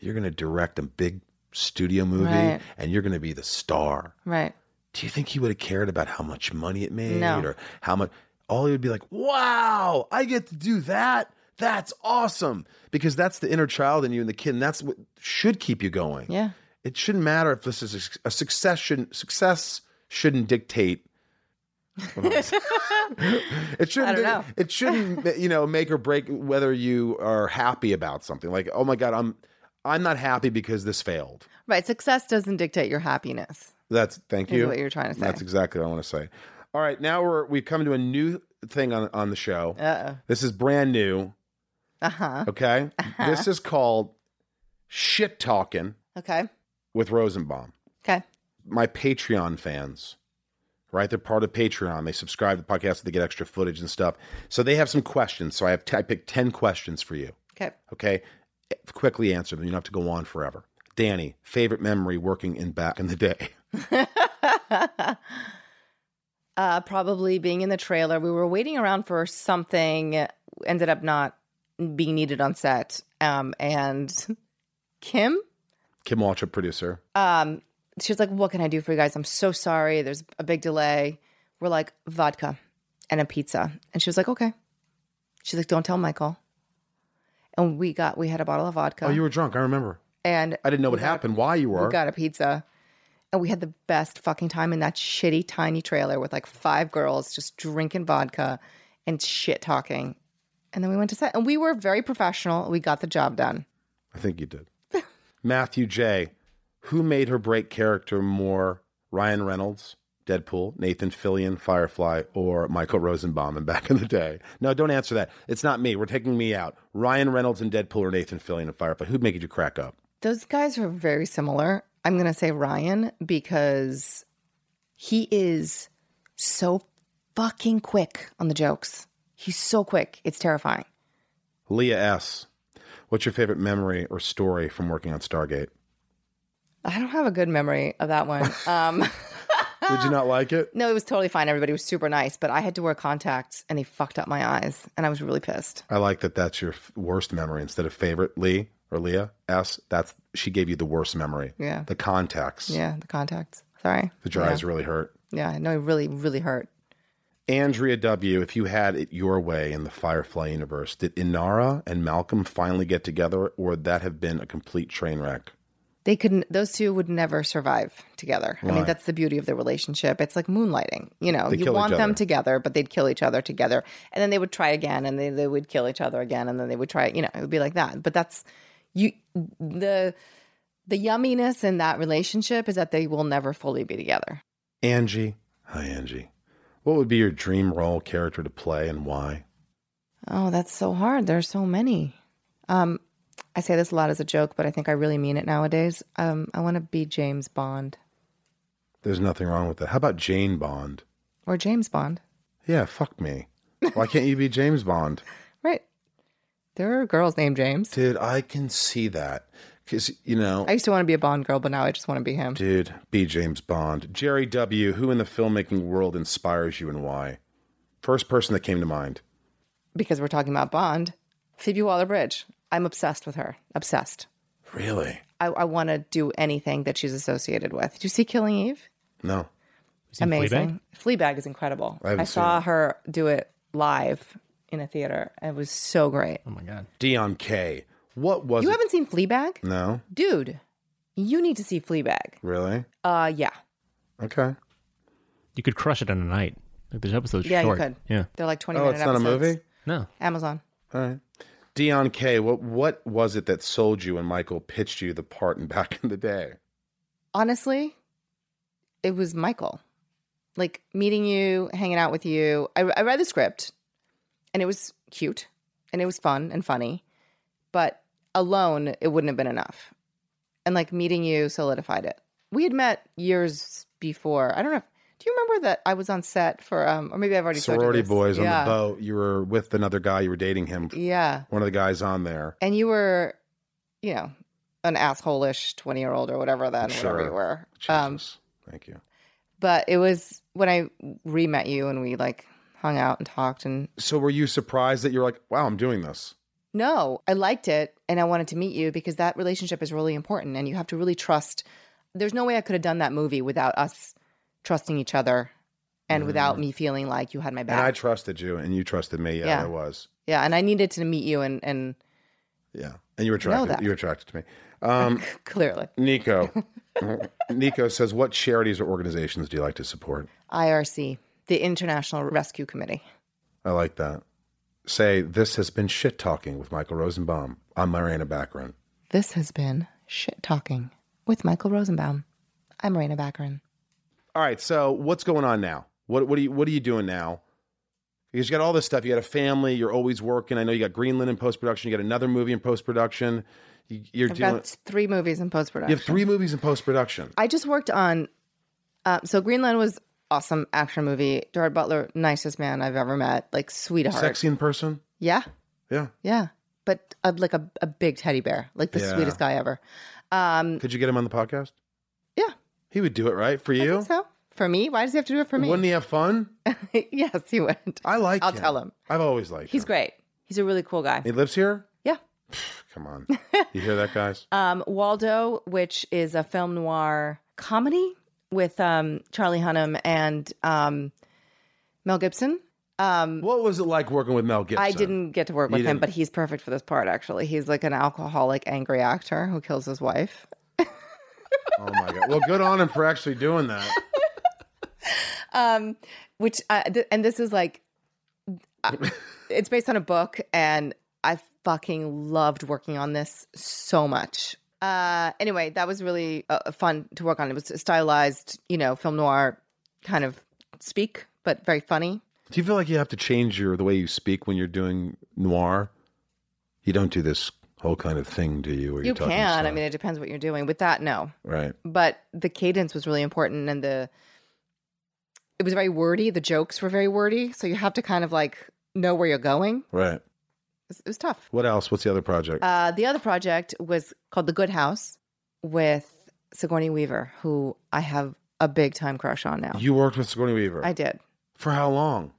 Speaker 1: you're going to direct a big studio movie
Speaker 4: Right.
Speaker 1: and you're going to be the star.
Speaker 4: Right.
Speaker 1: Do you think he would have cared about how much money it made
Speaker 4: No.
Speaker 1: or how much? All he would be like, wow, I get to do that. That's awesome. Because that's the inner child in you and the kid. And that's what should keep you going.
Speaker 4: Yeah.
Speaker 1: It shouldn't matter if this is a, a succession. Success shouldn't dictate. it shouldn't.
Speaker 4: I don't know.
Speaker 1: It shouldn't. You know, make or break whether you are happy about something. Like, oh my god, I'm, I'm not happy because this failed.
Speaker 4: Right. Success doesn't dictate your happiness.
Speaker 1: That's thank
Speaker 4: Is
Speaker 1: you.
Speaker 4: what you're trying to say.
Speaker 1: That's exactly what I want to say. All right, now we're we've come to a new thing on on the show.
Speaker 4: Uh
Speaker 1: This is brand new.
Speaker 4: oh. Uh huh.
Speaker 1: Okay,
Speaker 4: Uh-huh.
Speaker 1: this is called shit talking
Speaker 4: Okay.
Speaker 1: with Rosenbaum.
Speaker 4: Okay.
Speaker 1: my Patreon fans, right? They're part of Patreon. They subscribe to the podcast. They get extra footage and stuff. So they have some questions. So I have t- I picked ten questions for you.
Speaker 4: Okay.
Speaker 1: Okay, quickly answer them. You don't have to go on forever. Danny, favorite memory working in back in the day.
Speaker 4: uh, probably being in the trailer. We were waiting around for something, ended up not being needed on set. Um, and Kim,
Speaker 1: Kim Waltrip, producer.
Speaker 4: um, she was like, What can I do for you guys? I'm so sorry. There's a big delay. We're like, Vodka and a pizza. And she was like, Okay. She's like, Don't tell Michael. And we got, we had a bottle of vodka.
Speaker 1: Oh, you were drunk. I remember.
Speaker 4: and
Speaker 1: I didn't know what happened. Why you were?
Speaker 4: we got a pizza and we had the best fucking time in that shitty tiny trailer with like five girls just drinking vodka and shit talking. And then we went to set and we were very professional. We got the job done.
Speaker 1: I think you did. Matthew J. Who made her break character more? Ryan Reynolds, Deadpool, Nathan Fillion, Firefly, or Michael Rosenbaum in Back in the Day? No, don't answer that. It's not me. We're taking me out. Ryan Reynolds and Deadpool or Nathan Fillion and Firefly. Who'd make you crack up?
Speaker 4: Those guys are very similar. I'm going to say Ryan because he is so fucking quick on the jokes. He's so quick. It's terrifying.
Speaker 1: Leah S. What's your favorite memory or story from working on Stargate?
Speaker 4: I don't have a good memory of that one. Um,
Speaker 1: Did you not like it?
Speaker 4: No, it was totally fine. Everybody was super nice, but I had to wear contacts and they fucked up my eyes and I was really pissed.
Speaker 1: I like that that's your f- worst memory instead of favorite. Lee or Leah S. That's she gave you the worst memory.
Speaker 4: Yeah.
Speaker 1: The contacts.
Speaker 4: Yeah, the contacts. Sorry.
Speaker 1: The your eyes really hurt.
Speaker 4: Yeah, no, it really, really hurt.
Speaker 1: Andrea W., if you had it your way in the Firefly universe, did Inara and Malcolm finally get together, or would that have been a complete train wreck?
Speaker 4: They couldn't, those two would never survive together. I
Speaker 1: Why?
Speaker 4: mean, that's the beauty of their relationship. It's like moonlighting. You know,
Speaker 1: They
Speaker 4: you
Speaker 1: kill each
Speaker 4: want them
Speaker 1: other.
Speaker 4: together, but they'd kill each other together. And then they would try again and they, they would kill each other again and then they would try, you know, it would be like that. But that's, you, the, the yumminess in that relationship is that they will never fully be together.
Speaker 1: Angie, hi Angie, what would be your dream role character to play and why?
Speaker 4: Oh, that's so hard. There's so many. Um, I say this a lot as a joke, but I think I really mean it nowadays. Um, I want to be James Bond
Speaker 1: There's nothing wrong with that. How about Jane Bond?
Speaker 4: or James Bond,
Speaker 1: Yeah, fuck me. Why can't you be James Bond?
Speaker 4: right? There are girls named James.
Speaker 1: Dude, I can see that. Because, you know,
Speaker 4: I used to want to be a Bond girl, but now I just want to be him.
Speaker 1: dude, be James Bond. Jerry W., who in the filmmaking world inspires you and why? First person that came to mind.
Speaker 4: Because we're talking about Bond, Phoebe Waller Bridge. I'm obsessed with her. Obsessed.
Speaker 1: Really?
Speaker 4: I, I want to do anything that she's associated with. Did you see Killing Eve?
Speaker 1: No.
Speaker 8: seen Fleabag?
Speaker 4: Amazing. Fleabag? is incredible.
Speaker 1: haven't
Speaker 4: I, saw her do it live in a theater. It was so great.
Speaker 2: Oh my god.
Speaker 1: Dion K. What was
Speaker 4: You
Speaker 1: it?
Speaker 4: haven't seen Fleabag?
Speaker 1: No,
Speaker 4: dude, you need to see Fleabag.
Speaker 1: really?
Speaker 4: Uh, yeah,
Speaker 1: Okay.
Speaker 2: You could crush it in a night. Like there's episodes
Speaker 4: yeah,
Speaker 2: short.
Speaker 4: you could.
Speaker 2: Yeah.
Speaker 4: they're like twenty.
Speaker 1: Oh,
Speaker 4: minute
Speaker 1: it's not a
Speaker 4: episodes.
Speaker 1: movie.
Speaker 2: No.
Speaker 4: Amazon.
Speaker 1: All right. Dion K. What what was it that sold you when Michael pitched you the part in Back in the Day?
Speaker 4: honestly, it was Michael. Like meeting you, hanging out with you. I, I read the script and it was cute and it was fun and funny, but alone, it wouldn't have been enough. And like meeting you solidified it. We had met years before. I don't know. If, do you remember that I was on set for, um, or maybe I've already told you
Speaker 1: Sorority
Speaker 4: this.
Speaker 1: boys on
Speaker 4: Yeah.
Speaker 1: the boat. You were with another guy. You were dating him.
Speaker 4: Yeah.
Speaker 1: One of the guys on there.
Speaker 4: And you were, you know, an asshole-ish 20-year-old or whatever then, whatever
Speaker 1: Sure.
Speaker 4: you were. Um,
Speaker 1: Jesus. Thank you.
Speaker 4: but it was when I re-met you and we like hung out and talked and
Speaker 1: So were you surprised that you're like, wow, I'm doing this?
Speaker 4: no, I liked it and I wanted to meet you because that relationship is really important and you have to really trust. There's no way I could have done that movie without us trusting each other and without me feeling like you had my back.
Speaker 1: Mm. And I trusted you, and you trusted me. Yeah,
Speaker 4: Yeah.
Speaker 1: I was.
Speaker 4: yeah, and I needed to meet you and and
Speaker 1: Yeah, and you were
Speaker 4: Know that.
Speaker 1: attracted. You were attracted to me. Um,
Speaker 4: clearly
Speaker 1: Nico, Nico says, what charities or organizations do you like to support?
Speaker 4: IRC, the International Rescue Committee.
Speaker 1: I like that. Say, this has been shit talking with Michael Rosenbaum. I'm Mariana Baccarin.
Speaker 4: This has been Shit Talking with Michael Rosenbaum. I'm Raina Baccarin.
Speaker 1: All right, so what's going on now? What what are you what are you doing now? Because you got all this stuff. You got a family. You're always working. I know you got Greenland in post production. You got another movie in post production. You're
Speaker 4: I've
Speaker 1: doing.
Speaker 4: got three movies in post production.
Speaker 1: You have three movies in post production.
Speaker 4: I just worked on. Uh, so Greenland was awesome action movie. Gerard Butler, nicest man I've ever met, like sweetheart.
Speaker 1: Sexy in person.
Speaker 4: Yeah,
Speaker 1: Yeah.
Speaker 4: yeah. But uh, like a, a big teddy bear, like the
Speaker 1: Yeah.
Speaker 4: sweetest guy ever. Um,
Speaker 1: Could you get him on the podcast?
Speaker 4: Yeah.
Speaker 1: He would do it, right? For
Speaker 4: I
Speaker 1: you?
Speaker 4: think so for me, why does he have to do it for me?
Speaker 1: Wouldn't he have fun?
Speaker 4: yes, he would.
Speaker 1: I like
Speaker 4: I'll
Speaker 1: him.
Speaker 4: tell him.
Speaker 1: I've always liked
Speaker 4: He's
Speaker 1: him.
Speaker 4: great. He's a really cool guy.
Speaker 1: He lives here?
Speaker 4: Yeah.
Speaker 1: Come on. You hear that, guys?
Speaker 4: Um, Waldo, which is a film noir comedy with um, Charlie Hunnam and um, Mel Gibson. Um,
Speaker 1: What was it like working with Mel Gibson?
Speaker 4: I didn't get to work
Speaker 1: You
Speaker 4: with him,
Speaker 1: didn't-
Speaker 4: but he's perfect for this part. Actually, he's like an alcoholic, angry actor who kills his wife.
Speaker 1: Oh, my God. Well, good on him for actually doing that.
Speaker 4: Um, which I, th- and this is like, I- it's based on a book, and I fucking loved working on this so much. Uh, anyway, that was really uh, fun to work on. It was stylized, you know, film noir kind of speak, but very funny.
Speaker 1: Do you feel like you have to change your the way you speak when you're doing noir? You don't do this whole kind of thing, do you? where
Speaker 4: You
Speaker 1: you're talking
Speaker 4: can. I
Speaker 1: stuff?
Speaker 4: mean, it depends what you're doing. With that, no.
Speaker 1: right.
Speaker 4: but the cadence was really important and the it was very wordy the jokes were very wordy so you have to kind of like know where you're going It
Speaker 1: Right.
Speaker 4: was, it was tough
Speaker 1: What else? What's the other project?
Speaker 4: uh, the other project was called the good house with sigourney weaver who i have a big time crush on now
Speaker 1: you worked with Sigourney Weaver.
Speaker 4: i did
Speaker 1: For how long?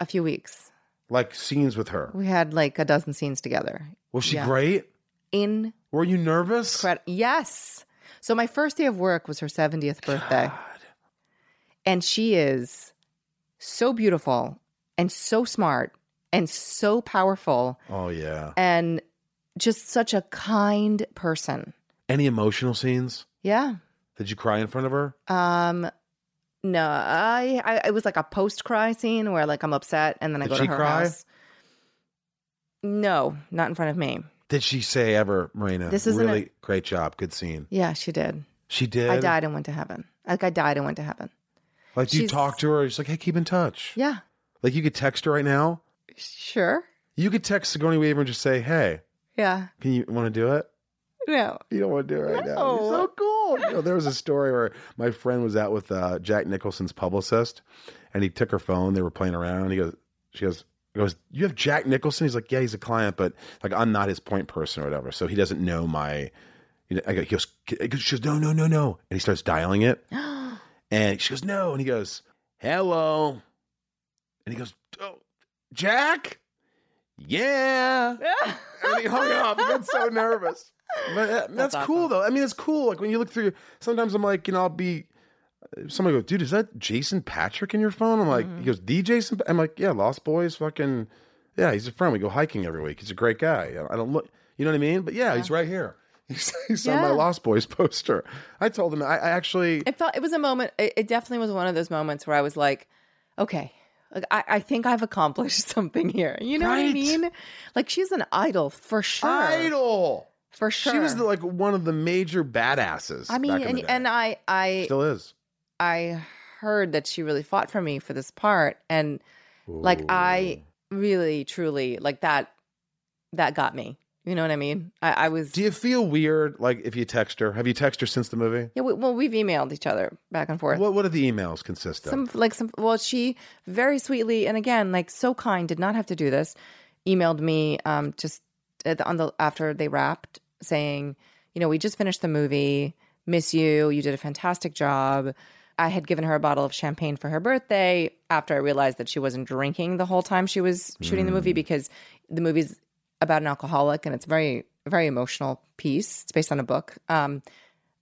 Speaker 4: a few weeks
Speaker 1: Like scenes with her.
Speaker 4: we had like a dozen scenes together
Speaker 1: Was she
Speaker 4: Yeah.
Speaker 1: great?
Speaker 4: in
Speaker 1: Were you nervous?
Speaker 4: yes so my first day of work was her 70th birthday and she is so beautiful and so smart and so powerful
Speaker 1: Oh yeah.
Speaker 4: and just such a kind person.
Speaker 1: Any emotional scenes?
Speaker 4: Yeah.
Speaker 1: Did you cry in front of her?
Speaker 4: Um no, I, I it was like a post cry scene where like I'm upset and then I
Speaker 1: Did
Speaker 4: go to
Speaker 1: she
Speaker 4: her
Speaker 1: cry?
Speaker 4: house. No, not in front of me.
Speaker 1: Did she say ever, Marina?
Speaker 4: This isn't
Speaker 1: really great job, good scene.
Speaker 4: Yeah, she did.
Speaker 1: She did.
Speaker 4: I died and went to heaven. Like I died and went to heaven.
Speaker 1: Like do you
Speaker 4: She's-
Speaker 1: talk to her. She's like, hey, keep in touch.
Speaker 4: Yeah.
Speaker 1: Like you could text her right now.
Speaker 4: Sure.
Speaker 1: You could text Sigourney Weaver and just say, hey,
Speaker 4: Yeah.
Speaker 1: can you want to do it?
Speaker 4: No.
Speaker 1: You don't want to do it right now.
Speaker 4: No.
Speaker 1: You're so cool. You know, there was a story where my friend was out with uh, Jack Nicholson's publicist, and he took her phone. They were playing around. He goes, she goes, he goes, you have Jack Nicholson. He's like, yeah, he's a client, but like I'm not his point person or whatever, so he doesn't know my. You know, I go, he goes, he goes- she goes, no, no, no, no, and he starts dialing it, and she goes, no, and he goes, hello, and he goes, oh, Jack, yeah, and he hung up. He got so nervous. But uh, that's, cool though. I mean, it's cool. Like when you look through, sometimes I'm like, you know, I'll be. Somebody go, dude, is that Jason Patrick in your phone? I'm like,
Speaker 4: Mm-hmm.
Speaker 1: he goes, D Jason. Pa-" I'm like, yeah, Lost Boys, fucking, yeah, he's a friend. We go hiking every week. He's a great guy. I don't look, you know what I mean? But yeah, he's right here. He's, he's on my
Speaker 4: Yeah.
Speaker 1: Lost Boys poster. I told him, I, I actually,
Speaker 4: it felt it was a moment it, it definitely was one of those moments where i was like okay like I, I think i've accomplished something here you know what i
Speaker 1: Right.
Speaker 4: mean like she's an idol for sure
Speaker 1: idol.
Speaker 4: for sure.
Speaker 1: She was the, like one of the major badasses.
Speaker 4: I mean,
Speaker 1: back in the
Speaker 4: and,
Speaker 1: day.
Speaker 4: and I, I,
Speaker 1: still is.
Speaker 4: I heard that she really fought for me for this part, and like I really, truly, like that, that got me. You know what I mean? I, I was.
Speaker 1: Do you feel weird like if you text her? Have you texted her since the movie?
Speaker 4: yeah. We, well, we've emailed each other back and forth.
Speaker 1: What What do the emails consist of?
Speaker 4: some like some well she very sweetly and again like so kind did not have to do this emailed me um just at the, on the after they wrapped saying you know we just finished the movie miss you you did a fantastic job i had given her a bottle of champagne for her birthday after i realized that she wasn't drinking the whole time she was shooting the movie because the movie's about an alcoholic and it's very very emotional piece it's based on a book um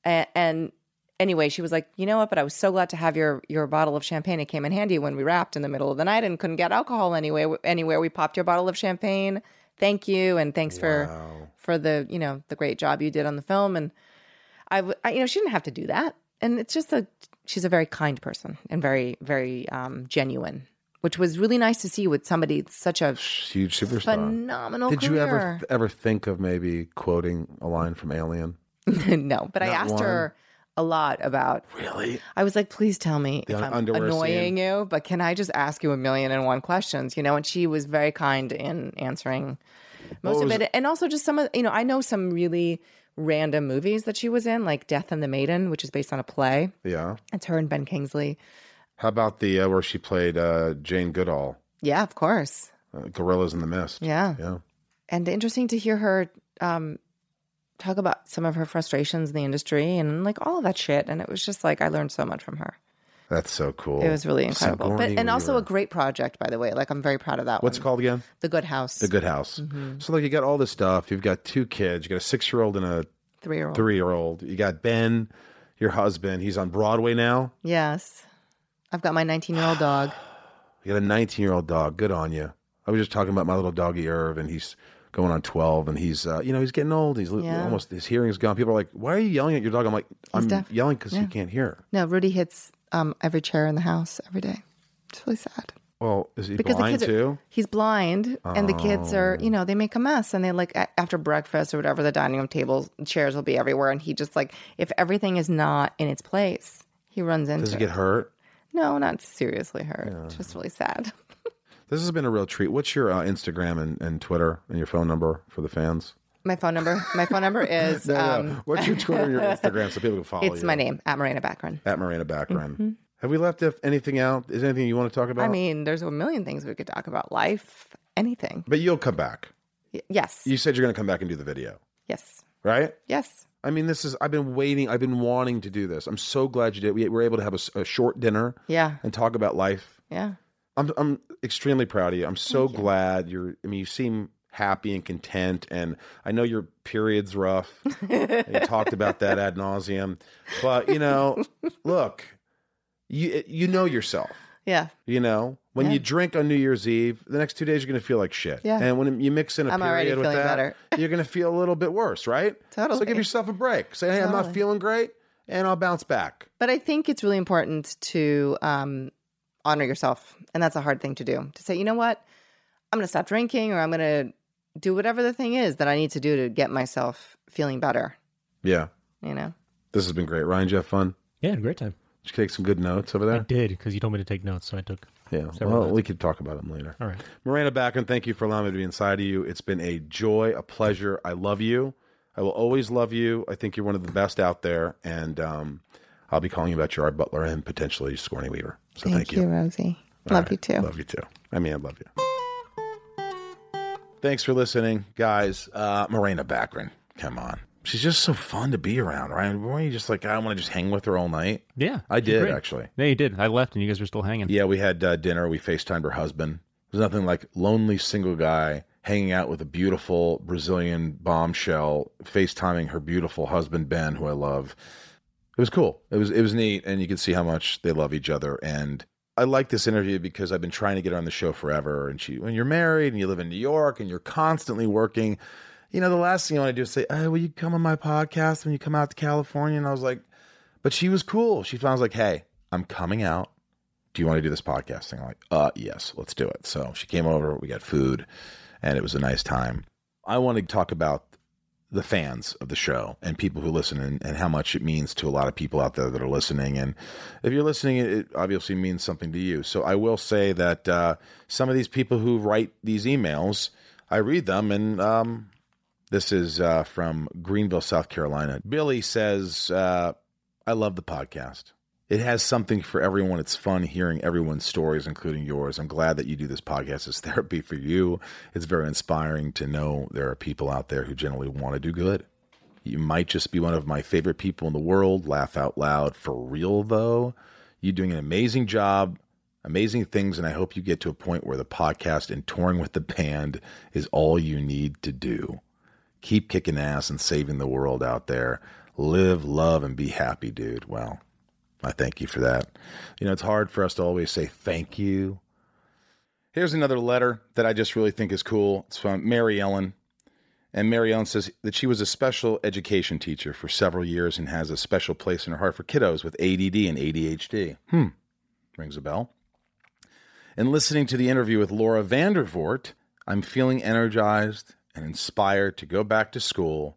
Speaker 4: and, and anyway, she was like, you know what? But I was so glad to have your your bottle of champagne. It came in handy when we wrapped in the middle of the night and couldn't get alcohol anywhere. Anywhere we popped your bottle of champagne. Thank you, and thanks for for the you know the great job you did on the film. And I, w- I- you know, she didn't have to do that. And it's just a she's a very kind person and very very um, genuine, which was really nice to see with somebody such a
Speaker 1: Huge superstar.
Speaker 4: phenomenal.
Speaker 1: Did you ever
Speaker 4: career.
Speaker 1: ever think of maybe quoting a line from Alien?
Speaker 4: no, but I asked her a lot about.
Speaker 1: Really?
Speaker 4: I was like, please tell me
Speaker 1: The
Speaker 4: if
Speaker 1: un-
Speaker 4: I'm
Speaker 1: underwear
Speaker 4: annoying you, but can I just ask you a million and one questions? You know, and she was very kind in answering most of it. And also just some of, you know, I know some really random movies that she was in, like Death and the Maiden, which is based on a play.
Speaker 1: Yeah.
Speaker 4: It's her and Ben Kingsley.
Speaker 1: How about the uh, where she played uh, Jane Goodall,
Speaker 4: Yeah, of course.
Speaker 1: uh, Gorillas in the Mist?
Speaker 4: Yeah.
Speaker 1: Yeah.
Speaker 4: And interesting to hear her um, talk about some of her frustrations in the industry and like all of that shit. And it was just like, I learned so much from her.
Speaker 1: That's so cool.
Speaker 4: It was really incredible.
Speaker 1: Sigourney
Speaker 4: but, and also a
Speaker 1: Weaver.
Speaker 4: great project, by the way. Like, I'm very proud of that
Speaker 1: What's it
Speaker 4: one.
Speaker 1: called again?
Speaker 4: The Good House.
Speaker 1: The Good House.
Speaker 4: Mm-hmm.
Speaker 1: So like you got all this stuff. You've got two kids. You got a six year old and a
Speaker 4: Three year old.
Speaker 1: three year old. You got Ben, your husband. He's on Broadway now.
Speaker 4: Yes. I've got my 19 year old dog.
Speaker 1: You got a 19 year old dog. Good on you. I was just talking about my little doggy Irv, and he's going on 12, and he's, uh, you know, he's getting old. He's li-
Speaker 4: Yeah.
Speaker 1: almost, his hearing's gone. People are like, why are you yelling at your dog? I'm like, I'm
Speaker 4: deaf.
Speaker 1: yelling because he can't hear.
Speaker 4: No, Rudy hits um, every chair in the house every day. It's really sad.
Speaker 1: Well, is he
Speaker 4: Because the
Speaker 1: blind
Speaker 4: kids are,
Speaker 1: too? Oh.
Speaker 4: he's blind, and the kids are, you know, they make a mess, and they like a- after breakfast or whatever, the dining room table chairs will be everywhere, and he just like if everything is not in its place, he runs into.
Speaker 1: Does he
Speaker 4: it.
Speaker 1: get hurt?
Speaker 4: no, not seriously hurt. It's just really sad.
Speaker 1: This has been a real treat. What's your uh, Instagram and, and Twitter and your phone number for the fans?
Speaker 4: My phone number. My phone number is. um,
Speaker 1: What's your Twitter and your Instagram so people can follow you?
Speaker 4: it's my name at Marina Backron.
Speaker 1: At Marina Background. Have we left if- anything out? Is there anything you want to talk about?
Speaker 4: I mean, there's a million things we could talk about. Life, anything.
Speaker 1: but you'll come back.
Speaker 4: Y- yes.
Speaker 1: You said you're going to come back and do the video,
Speaker 4: yes.
Speaker 1: right?
Speaker 4: Yes.
Speaker 1: I mean, this is, I've been waiting, I've been wanting to do this. I'm so glad you did. We were able to have a s- a, short dinner
Speaker 4: Yeah,
Speaker 1: and talk about life.
Speaker 4: yeah.
Speaker 1: I'm, I'm extremely proud of you. I'm so glad you're, I mean, you seem happy and content. And I know your period's rough. you talked about that ad nauseum. But, you know, look, you, you know yourself.
Speaker 4: Yeah,
Speaker 1: You know, when
Speaker 4: Yeah.
Speaker 1: you drink on New Year's Eve, the next two days you're going to feel like shit.
Speaker 4: Yeah.
Speaker 1: And when you mix in a
Speaker 4: I'm already
Speaker 1: period with
Speaker 4: feeling
Speaker 1: that,
Speaker 4: better.
Speaker 1: you're going to feel a little bit worse, right? So
Speaker 4: Totally.
Speaker 1: give yourself a break. Say, hey, I'm not
Speaker 4: Totally.
Speaker 1: feeling great, and I'll bounce back.
Speaker 4: but I think it's really important to um, honor yourself, and that's a hard thing to do. To say, you know what, I'm going to stop drinking, or I'm going to do whatever the thing is that I need to do to get myself feeling better.
Speaker 1: Yeah.
Speaker 4: You know,
Speaker 1: This has been great. Ryan, did you have fun?
Speaker 6: Yeah, great time.
Speaker 1: Did you take some good notes over
Speaker 6: I
Speaker 1: there?
Speaker 6: did because you told me to take notes, so I took.
Speaker 1: Yeah.
Speaker 6: several
Speaker 1: Well,
Speaker 6: notes.
Speaker 1: we could talk about them later.
Speaker 6: All right.
Speaker 1: Miranda Backman, thank you for allowing me to be inside of you. It's been a joy, a pleasure. I love you. I will always love you. I think you're one of the best out there. And um, I'll be calling you about Gerard Butler and potentially Scorny Weaver. So thank, you.
Speaker 4: Rosie. Love you too.
Speaker 1: Love you too. I mean, I love you. Thanks for listening, guys. Uh, Morena Backron, come on. She's just so fun to be around, right? Weren't you just like, I want to just hang with her all night?
Speaker 2: Yeah,
Speaker 1: I
Speaker 2: she's
Speaker 1: did,
Speaker 2: great.
Speaker 1: actually.
Speaker 2: Yeah, you did. I left and you guys were still hanging.
Speaker 1: Yeah, we had uh, dinner. We FaceTimed her husband. There's nothing like lonely single guy hanging out with a beautiful Brazilian bombshell, FaceTiming her beautiful husband, Ben, who I love. It was cool. It was it was neat, and you could see how much they love each other. And I like this interview because I've been trying to get her on the show forever. And she, when you're married and you live in New York and you're constantly working, you know, the last thing you want to do is say, "Hey, will you come on my podcast when you come out to California?" And I was like, but she was cool. She found I was like, "Hey, I'm coming out. Do you want to do this podcast thing?" I'm like, "Uh, yes, let's do it." So she came over. We got food, and it was a nice time. I want to talk about
Speaker 5: the fans of the show and people who listen and, and how much it means to a lot of people out there that are listening. And if you're listening, it, it obviously means something to you. So I will say that uh, some of these people who write these emails, I read them and um, this is uh, from Greenville, South Carolina. Billy says, uh, I love the podcast. It has something for everyone. It's fun hearing everyone's stories, including yours. I'm glad that you do this podcast. It's therapy for you. It's very inspiring to know there are people out there who generally want to do good. You might just be one of my favorite people in the world. Laugh out loud for real, though. You're doing an amazing job, amazing things, and I hope you get to a point where the podcast and touring with the band is all you need to do keep kicking ass and saving the world out there. Live, love, and be happy, dude. Well, I thank you for that. You know, it's hard for us to always say thank you. Here's another letter that I just really think is cool. It's from Mary Ellen. And Mary Ellen says that she was a special education teacher for several years and has a special place in her heart for kiddos with ADD and ADHD. Hmm. Rings a bell. And listening to the interview with Laura Vandervoort, I'm feeling energized and inspired to go back to school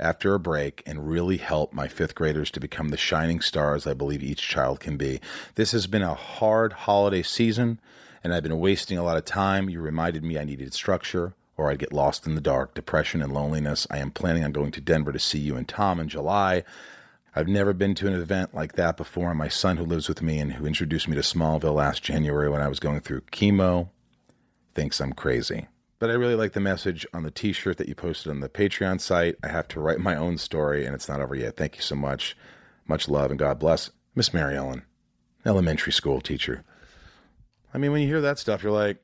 Speaker 5: after a break and really help my fifth graders to become the shining stars I believe each child can be. This has been a hard holiday season, and I've been wasting a lot of time. You reminded me I needed structure, or I'd get lost in the dark, depression, and loneliness. I am planning on going to Denver to see you and Tom in July. I've never been to an event like that before, and my son, who lives with me and who introduced me to Smallville last January when I was going through chemo, thinks I'm crazy. But I really like the message on the t shirt that you posted on the Patreon site. I have to write my own story, and it's not over yet. Thank you so much. Much love and God bless. Miss Mary Ellen, elementary school teacher. I mean, when you hear that stuff, you're like,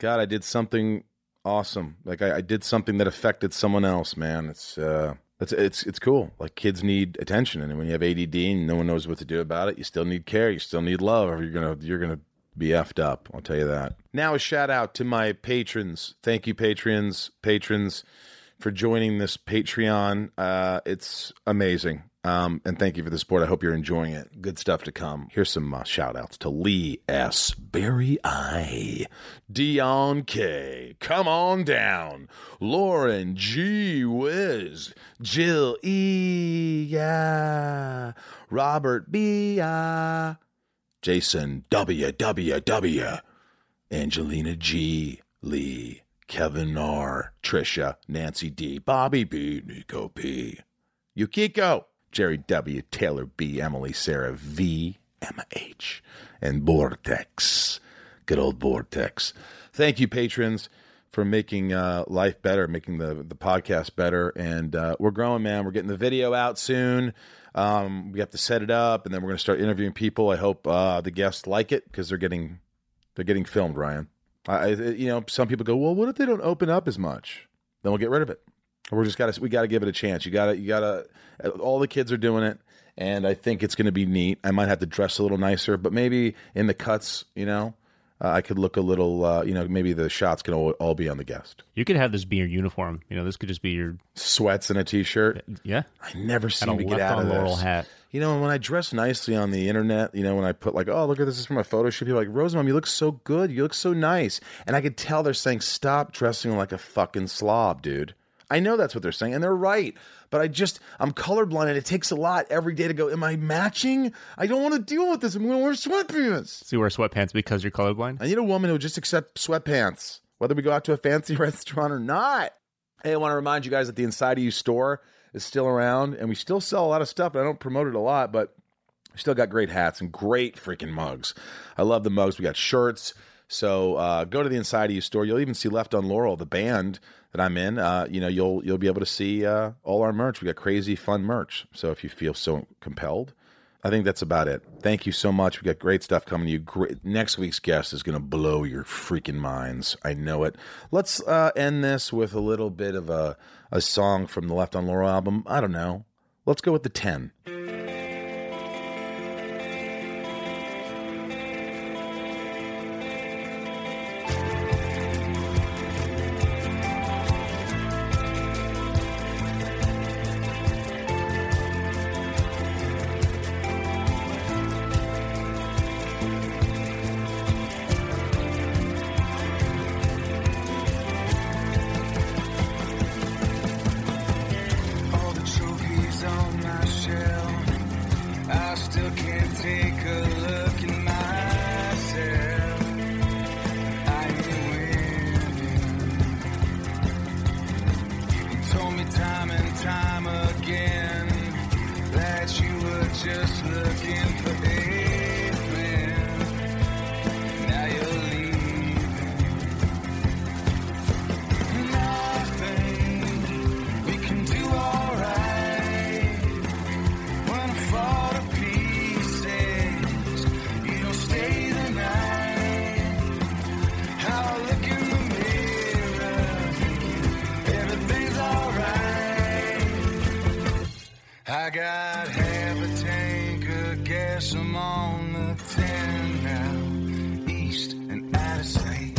Speaker 5: God, I did something awesome. Like I, I did something that affected someone else, man. It's uh it's, it's it's cool. Like kids need attention, and when you have ADD and no one knows what to do about it, you still need care. You still need love, or you're gonna you're gonna be effed up. I'll tell you that. Now, a shout out to my patrons. Thank you, patrons, patrons, for joining this Patreon. Uh, it's amazing. Um, and thank you for the support. I hope you're enjoying it. Good stuff to come. Here's some uh, shout outs to Lee S. Barry I. Dion K. Come on down. Lauren G. Wiz. Jill E. Yeah. Robert B. Yeah. Jason WWW, Angelina G, Lee, Kevin R, Trisha, Nancy D, Bobby B, Nico P, Yukiko, Jerry W, Taylor B, Emily, Sarah V, Emma H, and Vortex. Good old Vortex. Thank you, patrons, for making uh, life better, making the, the podcast better. And uh, we're growing, man. We're getting the video out soon. Um, we have to set it up, and then we're going to start interviewing people. I hope uh, the guests like it because they're getting they're getting filmed. Ryan, I, I, you know, some people go, "Well, what if they don't open up as much?" Then we'll get rid of it. We're just gotta we gotta give it a chance. You gotta you gotta. All the kids are doing it, and I think it's going to be neat. I might have to dress a little nicer, but maybe in the cuts, you know, uh, I could look a little. Uh, you know, maybe the shots can all, all be on the guest.
Speaker 2: You could have this be your uniform. You know, this could just be your
Speaker 5: Sweats and a t-shirt.
Speaker 2: yeah.
Speaker 5: I never
Speaker 2: And a
Speaker 5: seem to get
Speaker 2: left
Speaker 5: out
Speaker 2: on
Speaker 5: of this.
Speaker 2: laurel hat.
Speaker 5: You know, and when I dress nicely on the internet, you know, when I put like, oh, look at this is from a photo shoot, people are like, Rose Mom, you look so good. You look so nice. And I could tell they're saying, stop dressing like a fucking slob, dude. I know that's what they're saying, and they're right. But I just, I'm colorblind, and it takes a lot every day to go, am I matching? I don't want to deal with this. I'm going to wear sweatpants.
Speaker 2: So you wear sweatpants because you're colorblind.
Speaker 5: I need a woman who just accepts sweatpants, whether we go out to a fancy restaurant or not. Hey, I want to remind you guys that the Inside of You store is still around, and we still sell a lot of stuff. I don't promote it a lot, but we still got great hats and great freaking mugs. I love the mugs. We got shirts. So uh, go to the Inside of You store. You'll even see Left on Laurel, the band that I'm in. Uh, you know, you'll you'll be able to see uh, all our merch. We got crazy fun merch. So if you feel so compelled, I think that's about it. Thank you so much. We got great stuff coming to you. Great. Next week's guest is going to blow your freaking minds. I know it. Let's uh, end this with a little bit of a, a song from the Left on Laurel album. I don't know. Let's go with the 10.
Speaker 9: just looking for amen. Now you're leaving. And I think we can do alright. When I fall to pieces, you don't stay the night. How I look in the mirror, everything's alright. I got half a tank of gas. I'm on the ten now, east and out of sight.